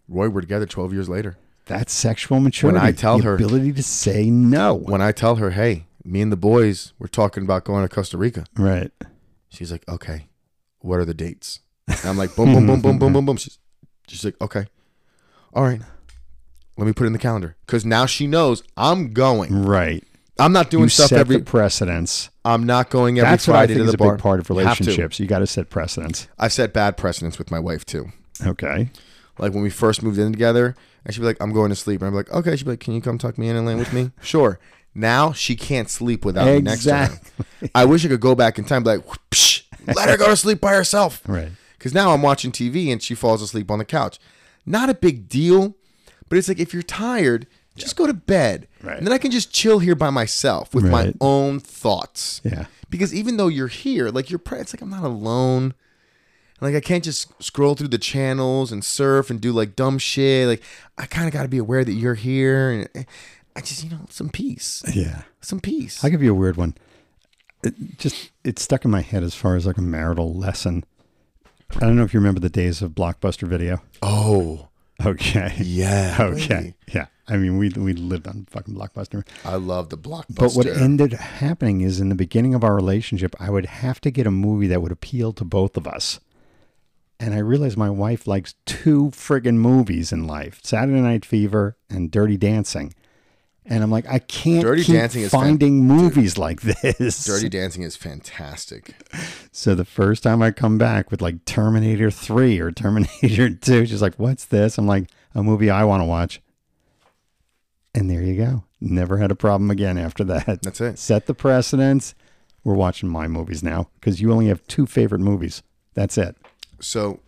Roy, we're together 12 years later. That's sexual maturity. tell the her- ability to say no. When I tell her, hey, me and the boys, we're talking about going to Costa Rica. Right. She's like, okay, what are the dates? And I'm like, boom, boom, boom, boom, boom, boom, boom. She's, she's like, okay, all right, let me put it in the calendar because now she knows I'm going. Right. I'm not doing You stuff set every. the precedence. I'm not going every That's what I Friday to think the is a bar. big part of You have to. relationships. You got to set precedence. I've set bad precedents with my wife too. Okay. Like when we first moved in together, and she'd be like, "I'm going to sleep," and I'm like, "Okay." She'd be like, "Can you come tuck me in and lay with me?" sure. Now she can't sleep without me next to her. I wish I could go back in time, and be like, "Psh, let her go to sleep by herself. Right. Because now I'm watching TV and she falls asleep on the couch. Not a big deal, but it's like if you're tired, just go to bed. Right. And then I can just chill here by myself with my Right. own thoughts. Yeah. Because even though you're here, like you're, pre- it's like I'm not alone. Like I can't just scroll through the channels and surf and do like dumb shit. Like I kind of got to be aware that you're here, and eh, I just you know some peace, Yeah. some peace. I'll give you a weird one. It just it stuck in my head as far as like a marital lesson. I don't know if you remember the days of blockbuster video. oh Okay. yeah, Okay. baby. Yeah. I mean, we we lived on fucking blockbuster. I love the blockbuster. But what ended happening is in the beginning of our relationship, I would have to get a movie that would appeal to both of us. And I realized my wife likes two friggin' movies in life Saturday Night Fever and Dirty Dancing. And I'm like, I can't Dirty keep Dancing is fan- finding movies like this. Dirty Dancing is fantastic. So the first time I come back with like Terminator 3 or Terminator 2, she's like, What's this? I'm like, A movie I want to watch. And there you go. Never had a problem again after that. That's it. Set the precedence. We're watching my movies now because you only have two favorite movies. That's it. So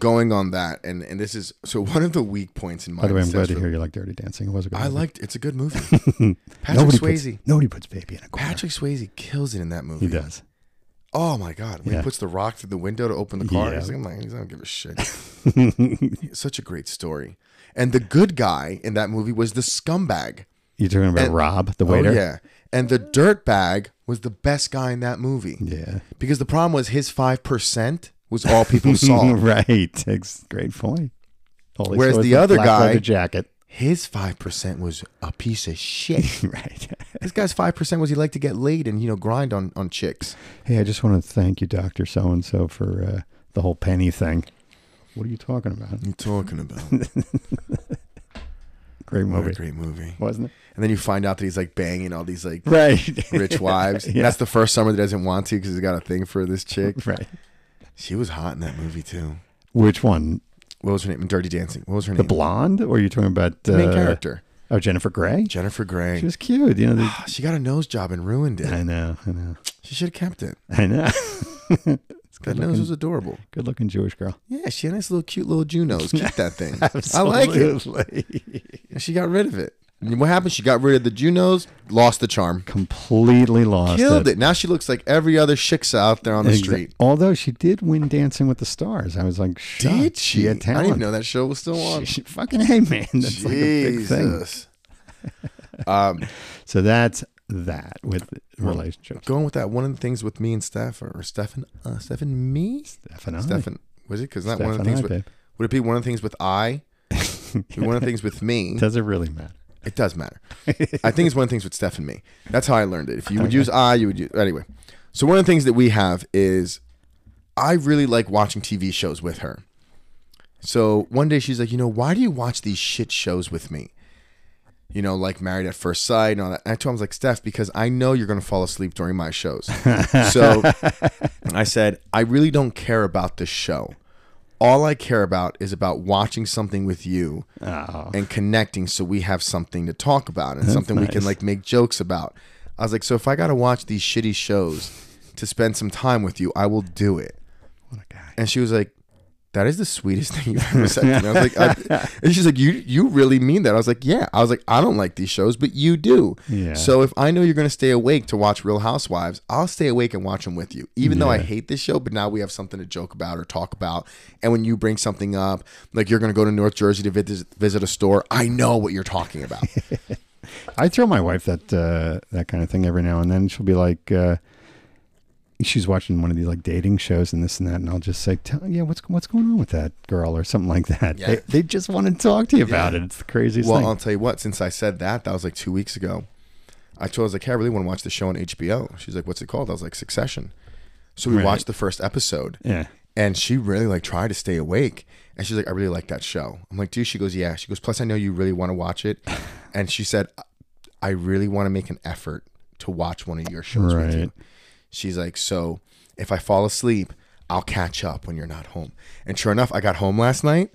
going on that, and and this is so one of the weak points in my. By the way, I'm glad to hear you like Dirty Dancing. It was a good I movie. liked it's a good movie. Patrick puts, Swayze. nobody puts baby in a corner. Patrick Swayze kills it in that movie. He does. Oh my god! When Yeah. he puts the rock through the window to open the car, Yeah. he's like, I'm like, I don't give a shit. Such a great story. And the good guy in that movie was the scumbag. You're talking about And- Rob, the Oh, waiter. yeah. And the dirtbag was the best guy in that movie. Yeah. Because the problem was his 5% was all people saw. right. Ex- Great point. Holy Whereas the other black guy- leather jacket. His 5% was a piece of shit. right. This guy's 5% was he liked to get laid and, you know, grind on, on chicks. Hey, I just want to thank you, Doctor So and So, for uh, the whole penny thing. What are you talking about? you talking about? Great what a movie, great movie. wasn't it? And then you find out that he's like banging all these like Right. rich wives. Yeah. That's the first summer that he doesn't want to because he's got a thing for this chick. right. She was hot in that movie too. Which one? What was her name? In Dirty Dancing. What was her The name? blonde, or are you talking about The main uh, character. Oh, Jennifer Grey. Jennifer Grey. Ah, She was cute. You know. The, She got a nose job and ruined it. I know. I know. She should have kept it. I know. That nose was adorable. Good-looking Jewish girl. Yeah, she had a nice little cute little Jew nose. Keep that thing. I like it. And she got rid of it. And what happened? She got rid of the Jew nose, lost the charm, Completely lost. killed it. Now she looks like every other shiksa out there on the Exa- street. Although she did win Dancing with the Stars, I was like, shocked. Did she? had I talent. didn't even know that show was still on. She, she- fucking hey, man, that's like a big thing. Jesus. um, So that's that with relationships. going with that, one of the things with me and Steph, or Stefan, uh, Stefan, me, Stefan, Stefan, was it? Because not one of the Stefan, things I, with, babe. would it be one of the things with I? It'd be one of the things with me. does it really matter? It does matter. I think it's one of the things with Steph and me. That's how I learned it. If you would use I, you would use anyway. So one of the things that we have is I really like watching TV shows with her. So one day she's like, you know, why do you watch these shit shows with me? You know, like Married at First Sight and all that. And I told him, I was like, Steph, because I know you're going to fall asleep during my shows. so I said, I really don't care about this show. All I care about is about watching something with you Oh, and connecting so we have something to talk about and something we can nice. like make jokes about. I was like, so if I got to watch these shitty shows to spend some time with you, I will do it. what a guy. And she was like, that is the sweetest thing you've ever said to me. I was like, I, and she's like, you you really mean that? I was like, yeah. I was like, I don't like these shows, but you do. Yeah. So if I know you're going to stay awake to watch Real Housewives, I'll stay awake and watch them with you, even though I hate this show. But now we have something to joke about or talk about. And when you bring something up, like you're going to go to North Jersey to visit visit a store, I know what you're talking about. I throw my wife that uh, that kind of thing every now and then. She'll be like, uh, she's watching one of these like dating shows and this and that, and I'll just say, Tell, "Yeah, what's what's going on with that girl?" or something like that. Yeah. They, they just want to talk to you about Yeah. it. It's the craziest well, um, thing. I'll tell you what. Since I said that, that was like two weeks ago. I told her, I was like, hey, I really want to watch the show on HBO. She's like, what's it called? I was like, Succession. So we Right. watched the first episode. yeah, and she really like tried to stay awake and she's like i really like that show i'm like dude she goes yeah she goes plus i know you really want to watch it and she said i really want to make an effort to watch one of your shows with you Right. she's like so if i fall asleep i'll catch up when you're not home and sure enough i got home last night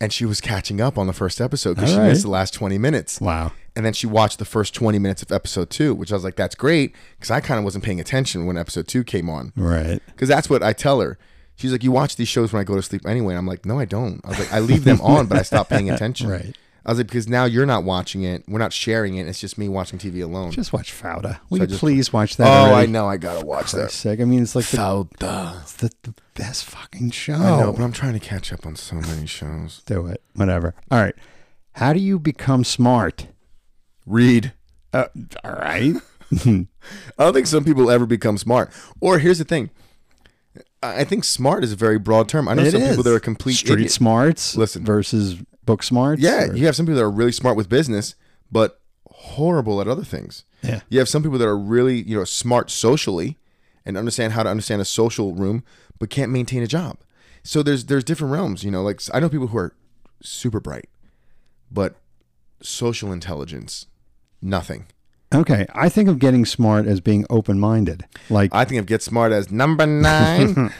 and she was catching up on the first episode because she All right. missed the last 20 minutes wow. and then she watched the first 20 minutes of episode two which i was like that's great because i kind of wasn't paying attention when episode two came on Right. because that's what I tell her. She's like, you watch these shows when I go to sleep anyway. And I'm like, no, I don't. I was like, I leave them on, but I stop paying attention. Right. I was like, because now you're not watching it. We're not sharing it. It's just me watching TV alone. Just watch Fauda. Will So I you just- please watch that? oh, I already? know. I gotta watch For that. sake. I mean, it's like the, Fauda. it's the, the best fucking show. I know, but I'm trying to catch up on so many shows. Do it. Whatever. All right. How do you become smart? Read. Uh, all right. I don't think some people ever become smart. Or here's the thing. I I think smart is a very broad term. I know It some people is. that are complete Street idiots. smarts Listen. versus book smarts. Yeah, or- you have some people that are really smart with business, but horrible at other things. Yeah. You have some people that are really, you know, smart socially and understand how to understand a social room, but can't maintain a job. So there's there's different realms, you know, like I know people who are super bright, but social intelligence, nothing. Okay. I think of getting smart as being open minded. Like, I think of get smart as number nine.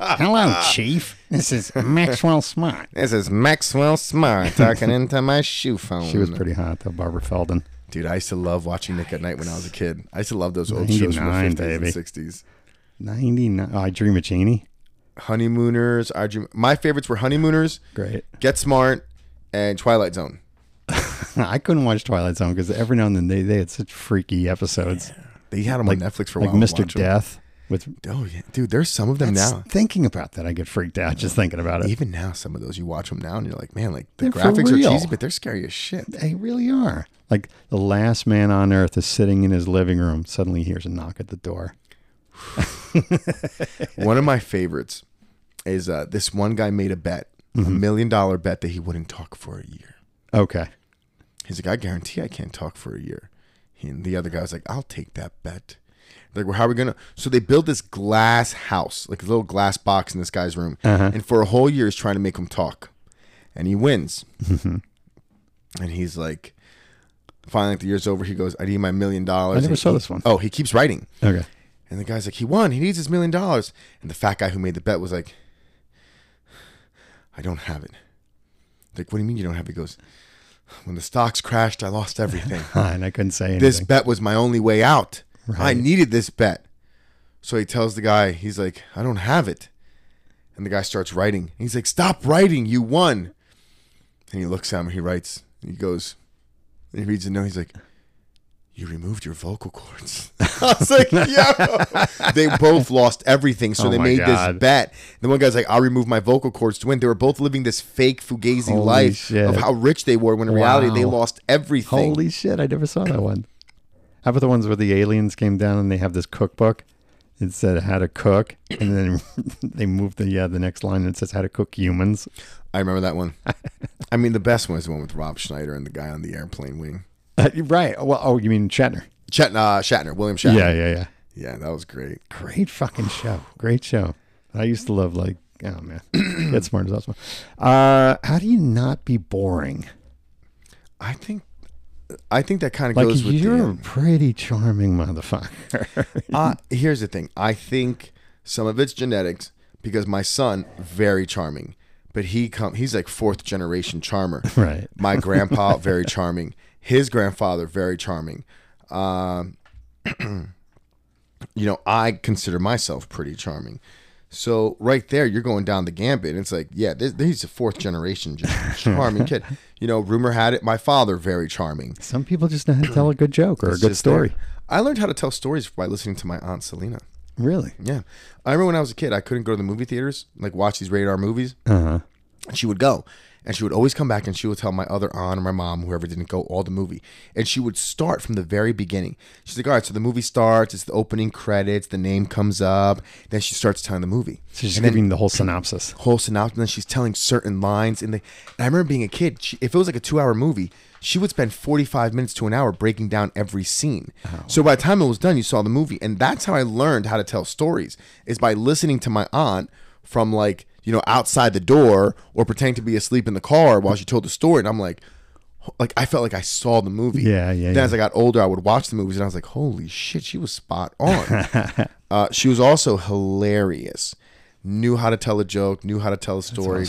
Ah, hello, Chief. This is Maxwell Smart. this is Maxwell Smart talking into my shoe phone. She was pretty hot, though, Barbara Feldon. Dude, I used to love watching Nick at Night when I was a kid. I used to love those old shows from the 50s 99, baby. and 60s. 99. Oh, I dream of Jeannie. Honeymooners, I dream. My favorites were Honeymooners, Great. Get Smart, and Twilight Zone. I couldn't watch Twilight Zone because every now and then they, they had such freaky episodes. They had them on Netflix for a like while. I would Mr. watch 'em. Death. with Oh yeah, dude. There's some of them That's- now. thinking about that. I get freaked out just thinking about it. Even now, some of those you watch them now, and you're like, man, like the They're for graphics are real. cheesy, but they're scary as shit. They really are. Like the last man on earth is sitting in his living room. Suddenly hears a knock at the door. one of my favorites is uh, this one guy made a bet, a Mm-hmm. million dollar bet that he wouldn't talk for a year. Okay. He's like, I guarantee I can't talk for a year. He, and the other guy was like, I'll take that bet. Like, well, how are we gonna? So they build this glass house, like a little glass box in this guy's room, Uh-huh. and for a whole year is trying to make him talk, and he wins. and he's like, finally, like, the year's over. He goes, I need my million dollars. I never And saw he- this one. Oh, he keeps writing. Okay. And the guy's like, he won. He needs his million dollars. And the fat guy who made the bet was like, I don't have it. Like, what do you mean you don't have it? He goes, when the stocks crashed, I lost everything. And I couldn't say anything. this bet was my only way out. I Right. needed this bet. So he tells the guy, he's like, I don't have it. And the guy starts writing. And he's like, stop writing. You won. And he looks at him. He writes. He goes, and he reads the note. He's like, you removed your vocal cords. I was like, yo. they both lost everything. So Oh they my made God. this bet. The one guy's like, I'll remove my vocal cords to win. They were both living this fake Fugazi Holy life shit. of how rich they were when in reality they Wow. lost everything. Holy shit! I never saw that one. How about the ones where the aliens came down and they have this cookbook? It said how to cook, and then they moved the uh, the next line and it says how to cook humans. I remember that one. I mean, the best one is the one with Rob Schneider and the guy on the airplane wing. right. Well, oh, you mean Shatner? Chet, uh, Shatner, William Shatner. Yeah, yeah, yeah. Yeah, that was great. Great fucking show. Great show. I used to love like oh man, Get Smart is awesome. Uh, how do you not be boring? I think, I think that kind of Like goes with you're the. a um, pretty charming motherfucker. uh, here's the thing. I think some of it's genetics because my son very charming, but he come he's like fourth generation charmer. Right. My grandpa very charming. His grandfather very charming. Um, you know, I consider myself pretty charming. So right there, you're going down the gambit. And it's like, yeah, this, this- he's a fourth generation just charming kid. You know, rumor had it, my father very charming. Some people just know how to tell a good joke or a It's good just there. story. I learned how to tell stories by listening to my aunt Selena. Really. Yeah. I remember when I was a kid, I couldn't go to the movie theaters, like watch these radar movies. Uh huh. And she would go. And she would always come back and she would tell my other aunt or my mom, whoever didn't go, all the movie. And she would start from the very beginning. She's like, all right, so the movie starts, it's the opening credits, the name comes up. Then she starts telling the movie. So she's and then giving the whole synopsis. whole synopsis, and then she's telling certain lines. In the, and I remember being a kid, she, if it was like a two hour movie, she would spend 45 minutes to an hour breaking down every scene. Oh. So by the time it was done, you saw the movie. And that's how I learned how to tell stories, is by listening to my aunt from like, you know, outside the door or pretending to be asleep in the car while she told the story. And I'm like, like I felt like I saw the movie. Yeah, yeah, Then yeah. as I got older, I would watch the movies, and I was like, "Holy shit, she was spot on." uh, she was also hilarious. Knew how to tell a joke. Knew how to tell a story.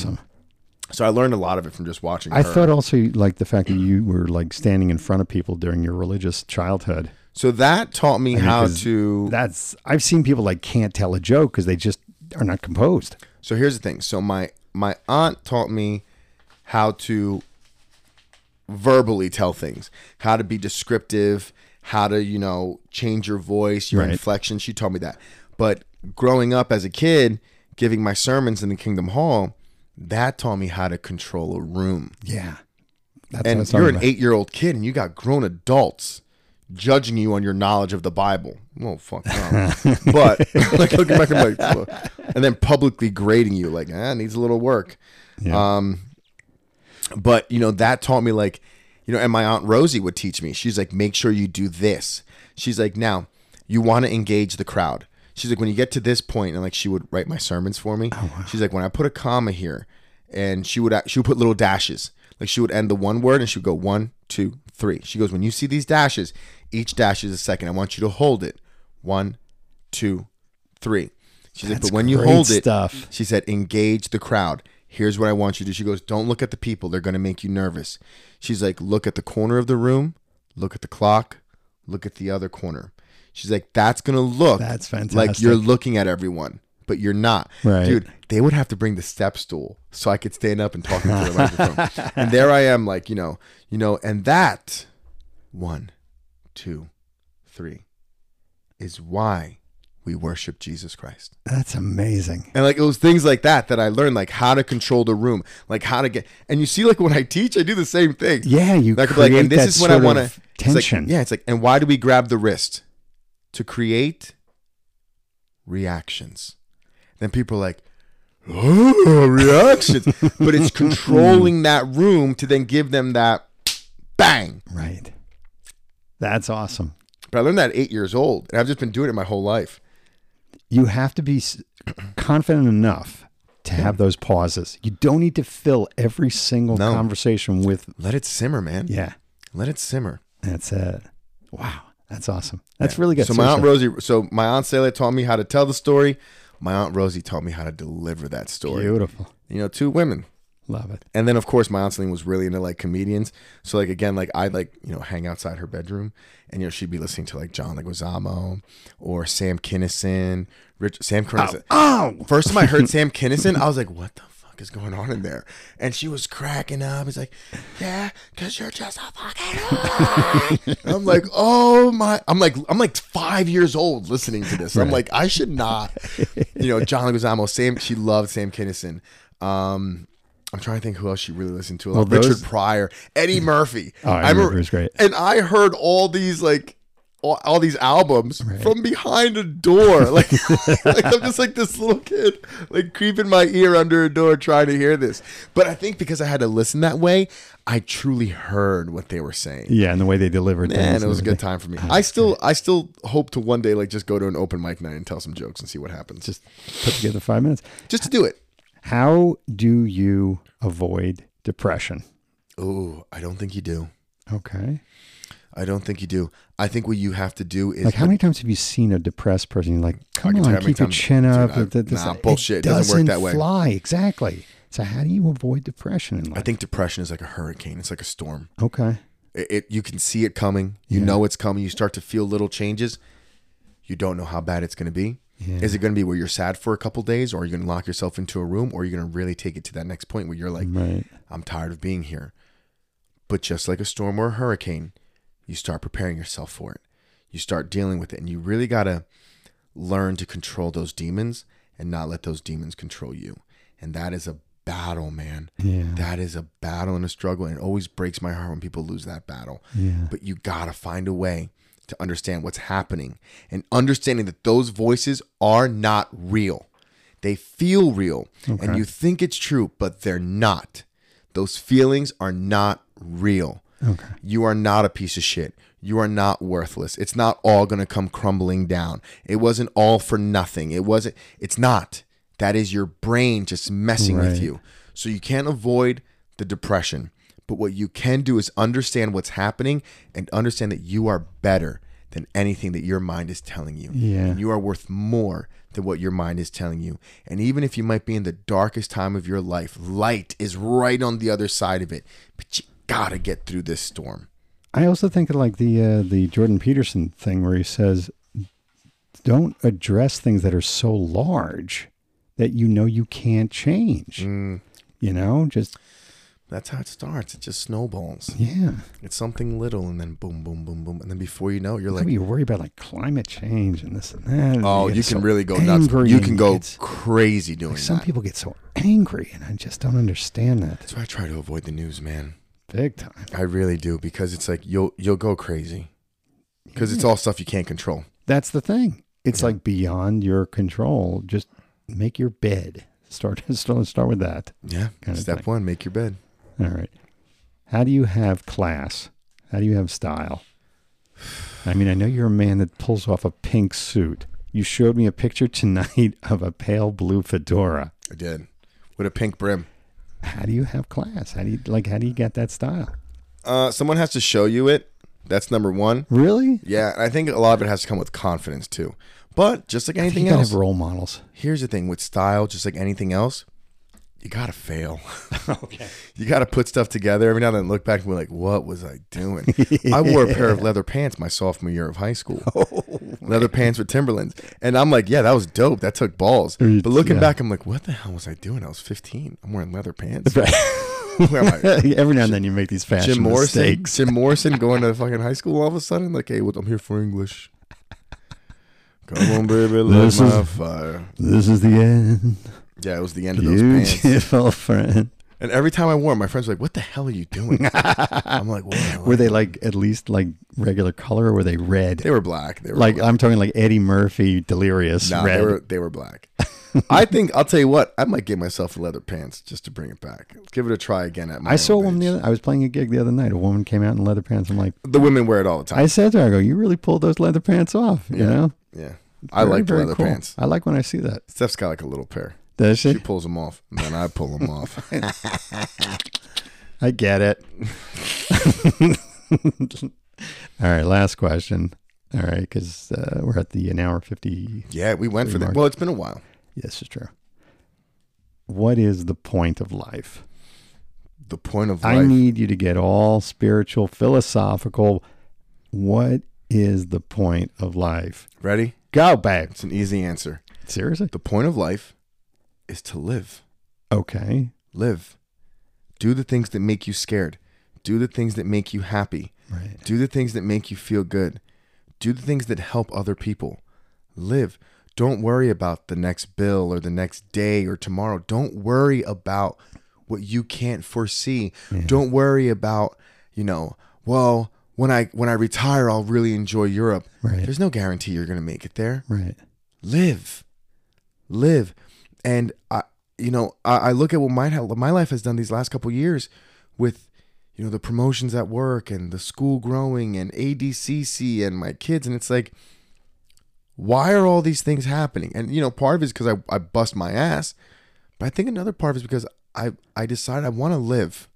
So I learned a lot of it from just watching. I her. thought also like the fact that you were like standing in front of people during your religious childhood. so that taught me how 'cause to. That's I've seen people like can't tell a joke because they just are not composed. so here's the thing. So my my aunt taught me how to verbally tell things, how to be descriptive, how to, you know, change your voice, your Right. inflection. She taught me that. But growing up as a kid, giving my sermons in the Kingdom Hall, that taught me how to control a room. Yeah, that's what I'm And talking you're an about. eight year old kid and you got grown adults judging you on your knowledge of the Bible. Well, fuck no. but like looking back and like "Look," and then publicly grading you like, ah, needs a little work. Yeah. But you know, that taught me like, you know, and my aunt Rosie would teach me. She's like, make sure you do this. She's like, now you want to engage the crowd. She's like, when you get to this point, and like she would write my sermons for me. Oh, She's like, when I put a comma here, and she would act- she would put little dashes. Like she would end the one word, and she would go one, two, three. She goes, when you see these dashes, each dash is a second. I want you to hold it. One, two, three. She's like, That's but when you great hold it, stuff. she said, engage the crowd. Here's what I want you to do. She goes, don't look at the people. They're going to make you nervous. She's like, look at the corner of the room, look at the clock, look at the other corner. She's like, that's going to look That's like fantastic. you're looking at everyone, but you're not. Right. Dude, they would have to bring the step stool so I could stand up and talk into the microphone. And there I am, like, you know, you know, and that one, two, three is why we worship Jesus Christ. That's amazing. And like it was things like that that I learned, like how to control the room, like how to get. And you see, like when I teach, I do the same thing. Yeah, you Like, I'd like, be like, create and this that is what I want want to tension. yeah, it's like, and why do we grab the wrist? To create reactions. Then people are like, oh, reactions. but it's controlling that room to then give them that bang. Right. That's awesome. But I learned that at eight years old, and I've just been doing it my whole life. You have to be s- confident enough to have those pauses. You don't need to fill every single No. conversation with Let it simmer, man. yeah. Let it simmer. That's it. Wow, that's awesome. That's really good. So my aunt Seriously. Rosie, so my aunt Celia taught me how to tell the story. My aunt Rosie taught me how to deliver that story. beautiful. You know, two women. Love it. And then of course my aunt Celine was really into like comedians. So like again, like I'd like, you know, hang outside her bedroom and you know, she'd be listening to like John Leguizamo or Sam Kinison, Rich Sam Kinison. Oh, First time I heard Sam Kinison, I was like, what the fuck is going on in there? And she was cracking up. It's like, yeah, because you're just a fucking high. I'm like, oh my. I'm like, I'm like five years old listening to this. I'm like, I should not. You know, John Leguizamo, Sam, she loved Sam Kinison. Um, I'm trying to think who else she really listened to. a lot. Well, those- Richard Pryor, Eddie Murphy. Oh, Eddie Murphy was great. And I heard all these like all, all these albums from behind a door. Like, like I'm just like this little kid, like creeping my ear under a door trying to hear this. But I think because I had to listen that way, I truly heard what they were saying. yeah, and the way they delivered things. And it and was a good everything. time for me. I still, I still hope to one day like just go to an open mic night and tell some jokes and see what happens, just, Just put together five minutes. to do it. How do you avoid depression? Oh, I don't think you do. Okay. I don't think you do. I think what you have to do is Like, how many times have you seen a depressed person? You're like, come can tell you how on, many keep your times- chin dude, up. I- Th- th- this- nah, bullshit. It doesn't work that way. Fly exactly. So how do you avoid depression in I life? think depression is like a hurricane. It's like a storm. Okay. It, it you can see it coming. You know it's coming. You start to feel little changes. You don't know how bad it's going to be. Is it going to be where you're sad for a couple days, or are you going to lock yourself into a room, or are you going to really take it to that next point where you're like, Right. I'm tired of being here. But just like a storm or a hurricane, you start preparing yourself for it. You start dealing with it, and you really got to learn to control those demons and not let those demons control you. And that is a battle, man. Yeah. That is a battle and a struggle, and it always breaks my heart when people lose that battle. Yeah. But you gotta find a way to understand what's happening and understanding that those voices are not real. They feel real, and you think it's true, but they're not. Those feelings are not real. Okay. You are not a piece of shit. You are not worthless. It's not all going to come crumbling down. It wasn't all for nothing. It wasn't, it's not. That is your brain just messing with Right. you. So you can't avoid the depression. But what you can do is understand what's happening and understand that you are better than anything that your mind is telling you. Yeah. And you are worth more than what your mind is telling you. And even if you might be in the darkest time of your life, light is right on the other side of it. But you gotta get through this storm. I also think of like the uh, the Jordan Peterson thing where he says, "Don't address things that are so large that you know you can't change." You know, just That's how it starts. It just snowballs. yeah. It's something little, and then boom, boom, boom, boom, and then before you know, it, you're like, Maybe you worry about like climate change and this and that. and oh, get you so can really go nuts. angry You and can go get s- crazy doing Some that. people get so angry, and I just don't understand that That's why I try to avoid the news, man. big time. I really do because it's like you'll you'll go crazy because it's all stuff you can't control. That's the thing. It's like beyond your control. Just make your bed. Start start start with that. Yeah. Kinda Step thing. one: make your bed. All right. How do you have class? How do you have style? I mean, I know you're a man that pulls off a pink suit. You showed me a picture tonight of a pale blue fedora. I did with a pink brim. How do you have class? How do you like how do you get that style? Uh, someone has to show you it. That's number one. Really? Yeah, I think a lot of it has to come with confidence too. But just like I think anything you gotta else, have role models. here's the thing with style, just like anything else, you gotta fail. okay. You gotta put stuff together every now and then. Look back and be like, "What was I doing?" I wore a pair of leather pants my sophomore year of high school. Oh, leather pants with Timberlands, and I'm like, "Yeah, that was dope. That took balls." But looking yeah. back, I'm like, "What the hell was I doing?" I was 15. I'm wearing leather pants. Where am I? Every now and then you make these fashion Jim Morrison. mistakes. Jim Morrison going to fucking high school all of a sudden. Like, hey, well, I'm here for English. Come on, baby, let This my is- fire. This is the end. Yeah, it was the end of those You pants. beautiful friend. And every time I wore it, my friends were like, "What the hell are you doing?" I'm like, "Well, I Were like- they like at least like regular color or were they red? They were black. They were like black. I'm talking like Eddie Murphy, delirious Nah, red. they were they were black. I think I'll tell you what. I might give myself leather pants just to bring it back. Let's give it a try again at my. I saw old one age. the other. I was playing a gig the other night. A woman came out in leather pants. I'm like, The women wear it all the time. I said to her, I go, you really pulled those leather pants off. You know, yeah, I Very, like the very leather cool. pants. I like when I see that. Steph's got like a little pair. Does She she? pulls them off, and then I pull them off. I get it. All right, last question. All right, because uh, we're at the an hour fifty. Yeah, we went for that. Remark. Well, it's been a while. This is true. What is the point of life? The point of I life. need you to get all spiritual, philosophical. What is the point of life? Ready? Go, babe. It's an easy answer. Seriously? The point of life is to live. Okay. Live. Do the things that make you scared. Do the things that make you happy. Right. Do the things that make you feel good. Do the things that help other people. Live. Don't worry about the next bill or the next day or tomorrow. Don't worry about what you can't foresee. Don't worry about, you know, well, when I when I retire I'll really enjoy Europe. Right. There's no guarantee you're going to make it there Right. live live and i you know i, I look at what my, hel- my life has done these last couple years with you know the promotions at work and the school growing and adcc and my kids and it's like why are all these things happening and you know part of it is because I, I bust my ass but i think another part of it is because i i decide i want to live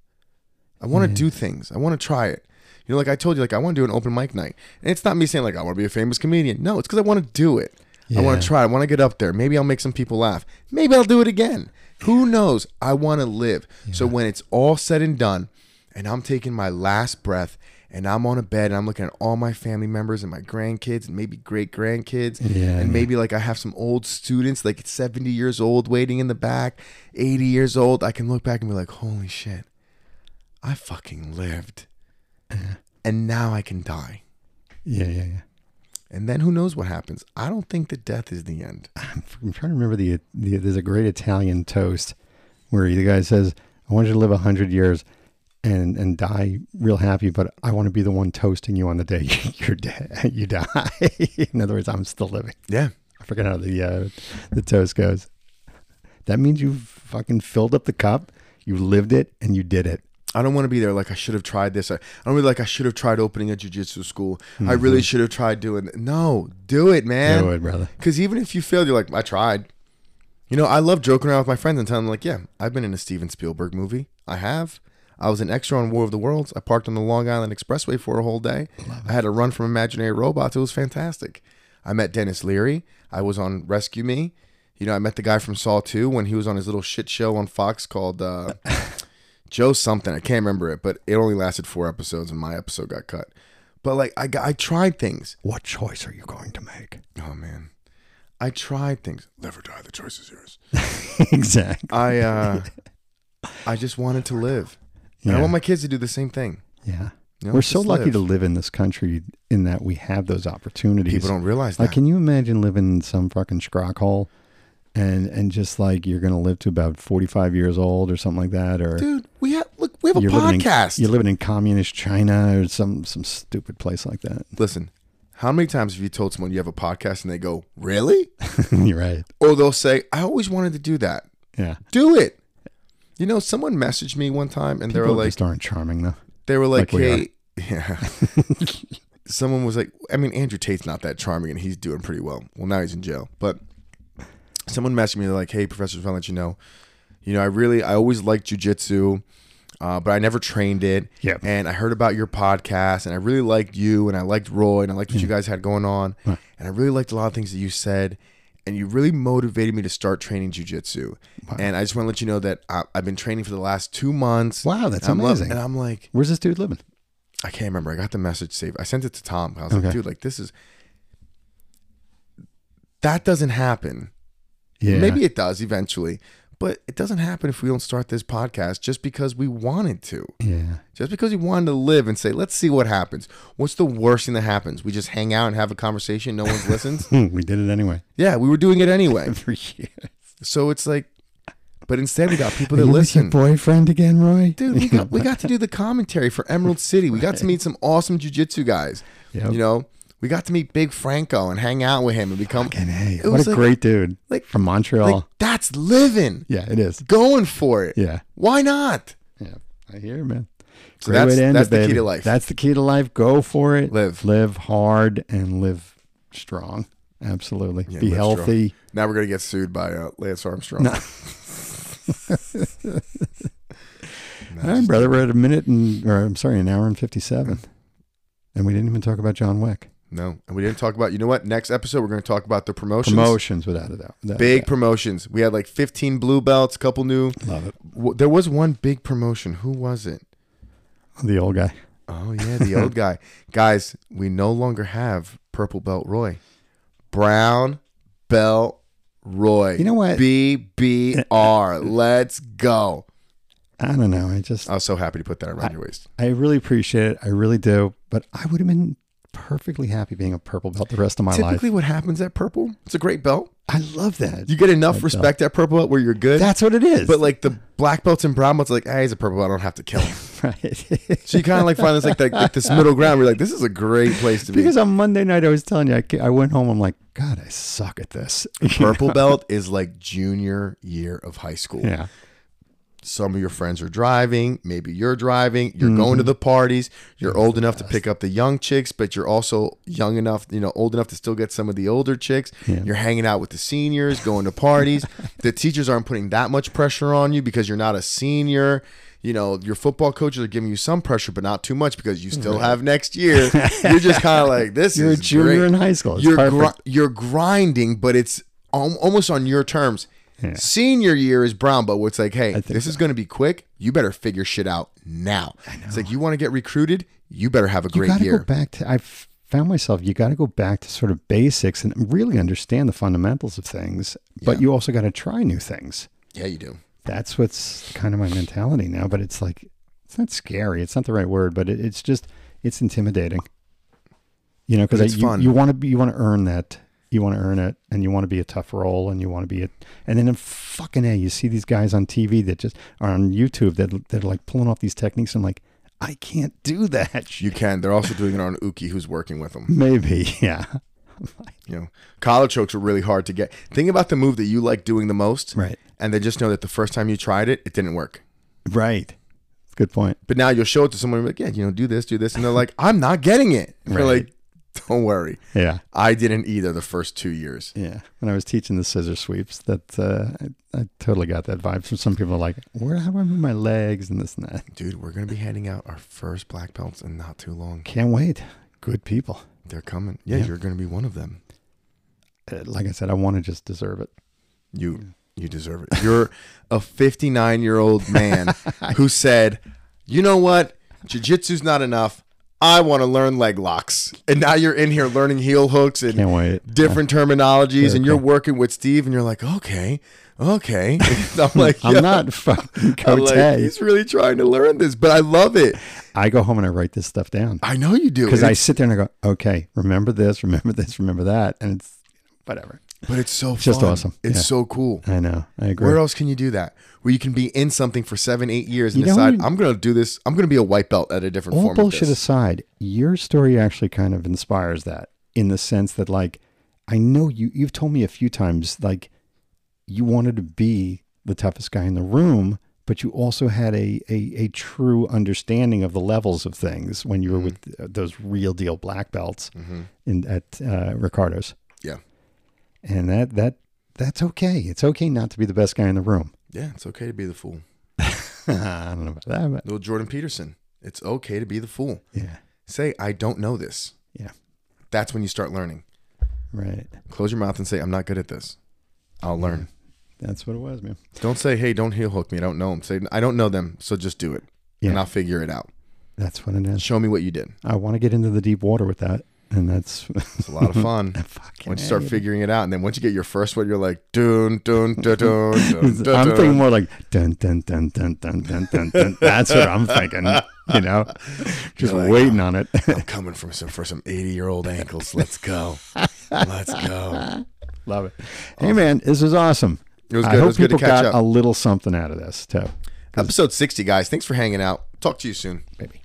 i want to do things i want to try it you know like i told you like i want to do an open mic night and it's not me saying like i want to be a famous comedian no it's because i want to do it i want Yeah. to try i want to get up there maybe i'll make some people laugh maybe i'll do it again who knows i want to live so when it's all said and done and i'm taking my last breath and i'm on a bed and i'm looking at all my family members and my grandkids and maybe great grandkids Yeah, and yeah. maybe like I have some old students, like 70 years old, waiting in the back, 80 years old. I can look back and be like, holy shit, I fucking lived. And now I can die. Yeah. Yeah. Yeah. And then who knows what happens? I don't think that death is the end. I'm, I'm trying to remember the, the there's a great Italian toast where the guy says, "I want you to live hundred years and and die real happy, but I want to be the one toasting you on the day you're dead, you die. In other words, I'm still living. Yeah. I forget how the uh, the toast goes. That means you fucking filled up the cup, you lived it, and you did it. I don't want to be there like I should have tried this. I, I don't really like I should have tried opening a jujitsu school. I really should have tried doing No, do it, man. Mm-hmm. Do it, brother. Because even if you failed, you're like, I tried. You know, I love joking around with my friends and telling them, like, yeah, I've been in a Steven Spielberg movie. I have. I was an extra on War of the Worlds. I parked on the Long Island Expressway for a whole day. I had a run from imaginary robots. It was fantastic. I met Dennis Leary. I was on Rescue Me. You know, I met the guy from Saw 2 when he was on his little shit show on Fox called uh, Joe something. I can't remember it, but it only lasted four episodes and my episode got cut. But like, I, got- I tried things. What choice are you going to make? Oh, man. I tried things. Live or die, the choice is yours. exactly. I uh I just wanted to live. And I Yeah. want my kids to do the same thing. Yeah. You know, We're so just lucky live. to live in this country in that we have those opportunities. People don't realize that. Like, can you imagine living in some fucking schrock hole and, and just like you're going to live to about 45 years old or something like that? Or Dude, we have look, we have a you're, living in, podcast. you're living in communist China or some, some stupid place like that. Listen, how many times have you told someone you have a podcast and they go, "Really?" you're right. Or they'll say, "I always wanted to do that. Yeah. Do it." You know, someone messaged me one time and they were People like, just aren't charming though. They were like, Like we hey, yeah. Someone was like, I mean, Andrew Tate's not that charming and he's doing pretty well. Well, now he's in jail. But someone messaged me, they're like, hey, Professor, just want to let you know, you know, I really, I always liked jujitsu, uh, but I never trained it. Yeah. And I heard about your podcast and I really liked you and I liked Roy and I liked what you guys had going on. And I really liked a lot of things that you said. And you really motivated me to start training jujitsu. And I just want to let you know that I, I've been training for the last two months. Wow, that's I'm lo- amazing. and I'm like, Where's this dude living? I can't remember. I got the message saved. I sent it to Tom. I was like, Okay. dude, like this is that doesn't happen. Yeah. Maybe it does eventually, But it doesn't happen if we don't start this podcast just because we wanted to. Yeah. Just because you wanted to live and say, let's see what happens. What's the worst thing that happens? We just hang out and have a conversation. No one listens. Hmm, we did it anyway. yeah, we were doing it anyway. For years. So it's like, but instead we got people You that miss your listen. boyfriend again, Roy? Dude, we got, we got to do the commentary for Emerald City. We got to meet some awesome jujitsu guys. Yep. You know, we got to meet Big Franco and hang out with him and become Fucking hey, It what was a like- great dude. like- from Montreal. like that's living, yeah, it is. going for it. Yeah. Why not Yeah. I hear, you, man. So that's- that's the key to life. That's the key to life. Go for it. live? Live hard and live strong. Absolutely. Yeah, Be live strong. healthy. Now we're gonna get sued by uh, Lance Armstrong. All right, brother, we're at a minute and, or I'm sorry, an hour and 57. And we didn't even talk about John Wick. No, and we didn't talk about. You know what? Next episode we're gonna talk about the promotions. Promotions, without a doubt. without a Big doubt. promotions. We had like 15 blue belts, couple new. Love it. W- there was one big promotion. Who was it? The old guy. Oh yeah, the old guy. Guys, we no longer have purple belt Roy. Brown belt Roy. You know what? BBR. Let's go. I don't know. I just, I was so happy to put that around your waist. I really appreciate it. I really do. But I would have been perfectly happy being a purple belt the rest of my life. Typically, what happens at purple? It's a great belt. I love that. You get enough respect at purple belt where you're good. That's what it is. but like the black belts and brown belts, like, hey, he's a purple belt. I don't have to kill him. right. So you kind of like find this like, like, like this middle ground. Where you're like, this is a great place to be. because on Monday night, I was telling you, I, ca- I went home. I'm like, God, I suck at this. purple belt is like junior year of high school. yeah. some of your friends are driving maybe you're driving you're going to Mm-hmm. the parties you're old enough to pick up the young chicks but you're also young enough you know old enough to still get some of the older chicks you're hanging out with the seniors going to parties the teachers aren't putting that much pressure on you because you're not a senior you know your football coaches are giving you some pressure but not too much because you still have next year you're just kind of like this You're a is junior great in high school. Oh, It's you're perfect. gr- you're grinding, but it's al- almost on your terms. Senior year is brown, but it's like, hey, this is going to be quick. You better figure shit out now. It's like you want to get recruited, you better have a you great gotta year. go back to i've found myself you got to go back to sort of basics and really understand the fundamentals of things but you also got to try new things yeah, you do. that's what's kind of my mentality now but it's like it's not scary it's not the right word but it, it's just it's intimidating you know But it's because you, fun. you want to you want to earn that you want to earn it and you want to be a tough role and you want to be a and then in fucking a you see these guys on tv that just are on youtube that they're like pulling off these techniques i'm like i can't do that You can. They're also doing it on Uki, who's working with them. Maybe, yeah. You know, collar chokes are really hard to get. Think about the move that you like doing the most, Right. and then just know that the first time you tried it, it didn't work. Right. Good point. But now you'll show it to someone and be like, yeah, you know, do this, do this, and they're like, I'm not getting it. You're Right. like, don't worry, Yeah. I didn't either the first two years. Yeah. When I was teaching the scissor sweeps, that uh, I, I totally got that vibe from some people like, where how do I move my legs and this and that? Dude, we're gonna be handing out our first black belts in not too long. Can't wait. Good people. They're coming. Yeah, Yeah. you're gonna be one of them. Uh, like I said, I want to just deserve it. You you deserve it. You're a 59 year old man who said, "You know what? Jiu-jitsu's not enough. I want to learn leg locks." And now you're in here learning heel hooks and Can't wait. different terminologies, and you're working with Steve, and you're like, "Okay, okay." I'm like, I'm "Yo." not fucking I'm Cote. like, he's really trying to learn this, but I love it. I go home and I write this stuff down I know you do. because and I it's- sit there and I go, okay, remember this, remember this, remember that. And it's whatever. but it's so just fun. awesome. It's Yeah. so cool. I know. I agree. Where else can you do that? Where you can be in something for seven, eight years and You know decide, what? I'm going to do this. I'm going to be a white belt at a different all form. bullshit of this. aside, your story actually kind of inspires that in the sense that like I know you you've told me a few times like you wanted to be the toughest guy in the room, but you also had a a, a true understanding of the levels of things when you were Mm-hmm. with uh, those real deal black belts in at uh, Ricardo's. Yeah. And that that that's okay. It's okay not to be the best guy in the room. Yeah, it's okay to be the fool. I don't know about that, but Little Jordan Peterson. It's okay to be the fool. yeah. Say, I don't know this. Yeah. That's when you start learning. Right. Close your mouth and say, I'm not good at this. I'll learn. Mm-hmm. That's what it was, man. Don't say, hey, don't heel hook me. I don't know them. Say, I don't know them. So just do it. Yeah. And I'll figure it out. That's what it is. Show me what you did. I want to get into the deep water with that. and that's It's a lot of fun. fucking. Once you start figuring it out, and then once you get your first one, you're like, dun dun dun dun dun. dun, I'm dun. thinking more like dun dun dun dun dun dun dun. dun. That's what I'm thinking. You know, just You're like, "Oh." waiting on it. I'm coming from some for some 80 year old ankles. Let's go. Let's go. Love it. Hey man, this is awesome. It was I good. It hope was good to people catch got up. a little something out of this too. Episode 60, guys. Thanks for hanging out. Talk to you soon. Maybe.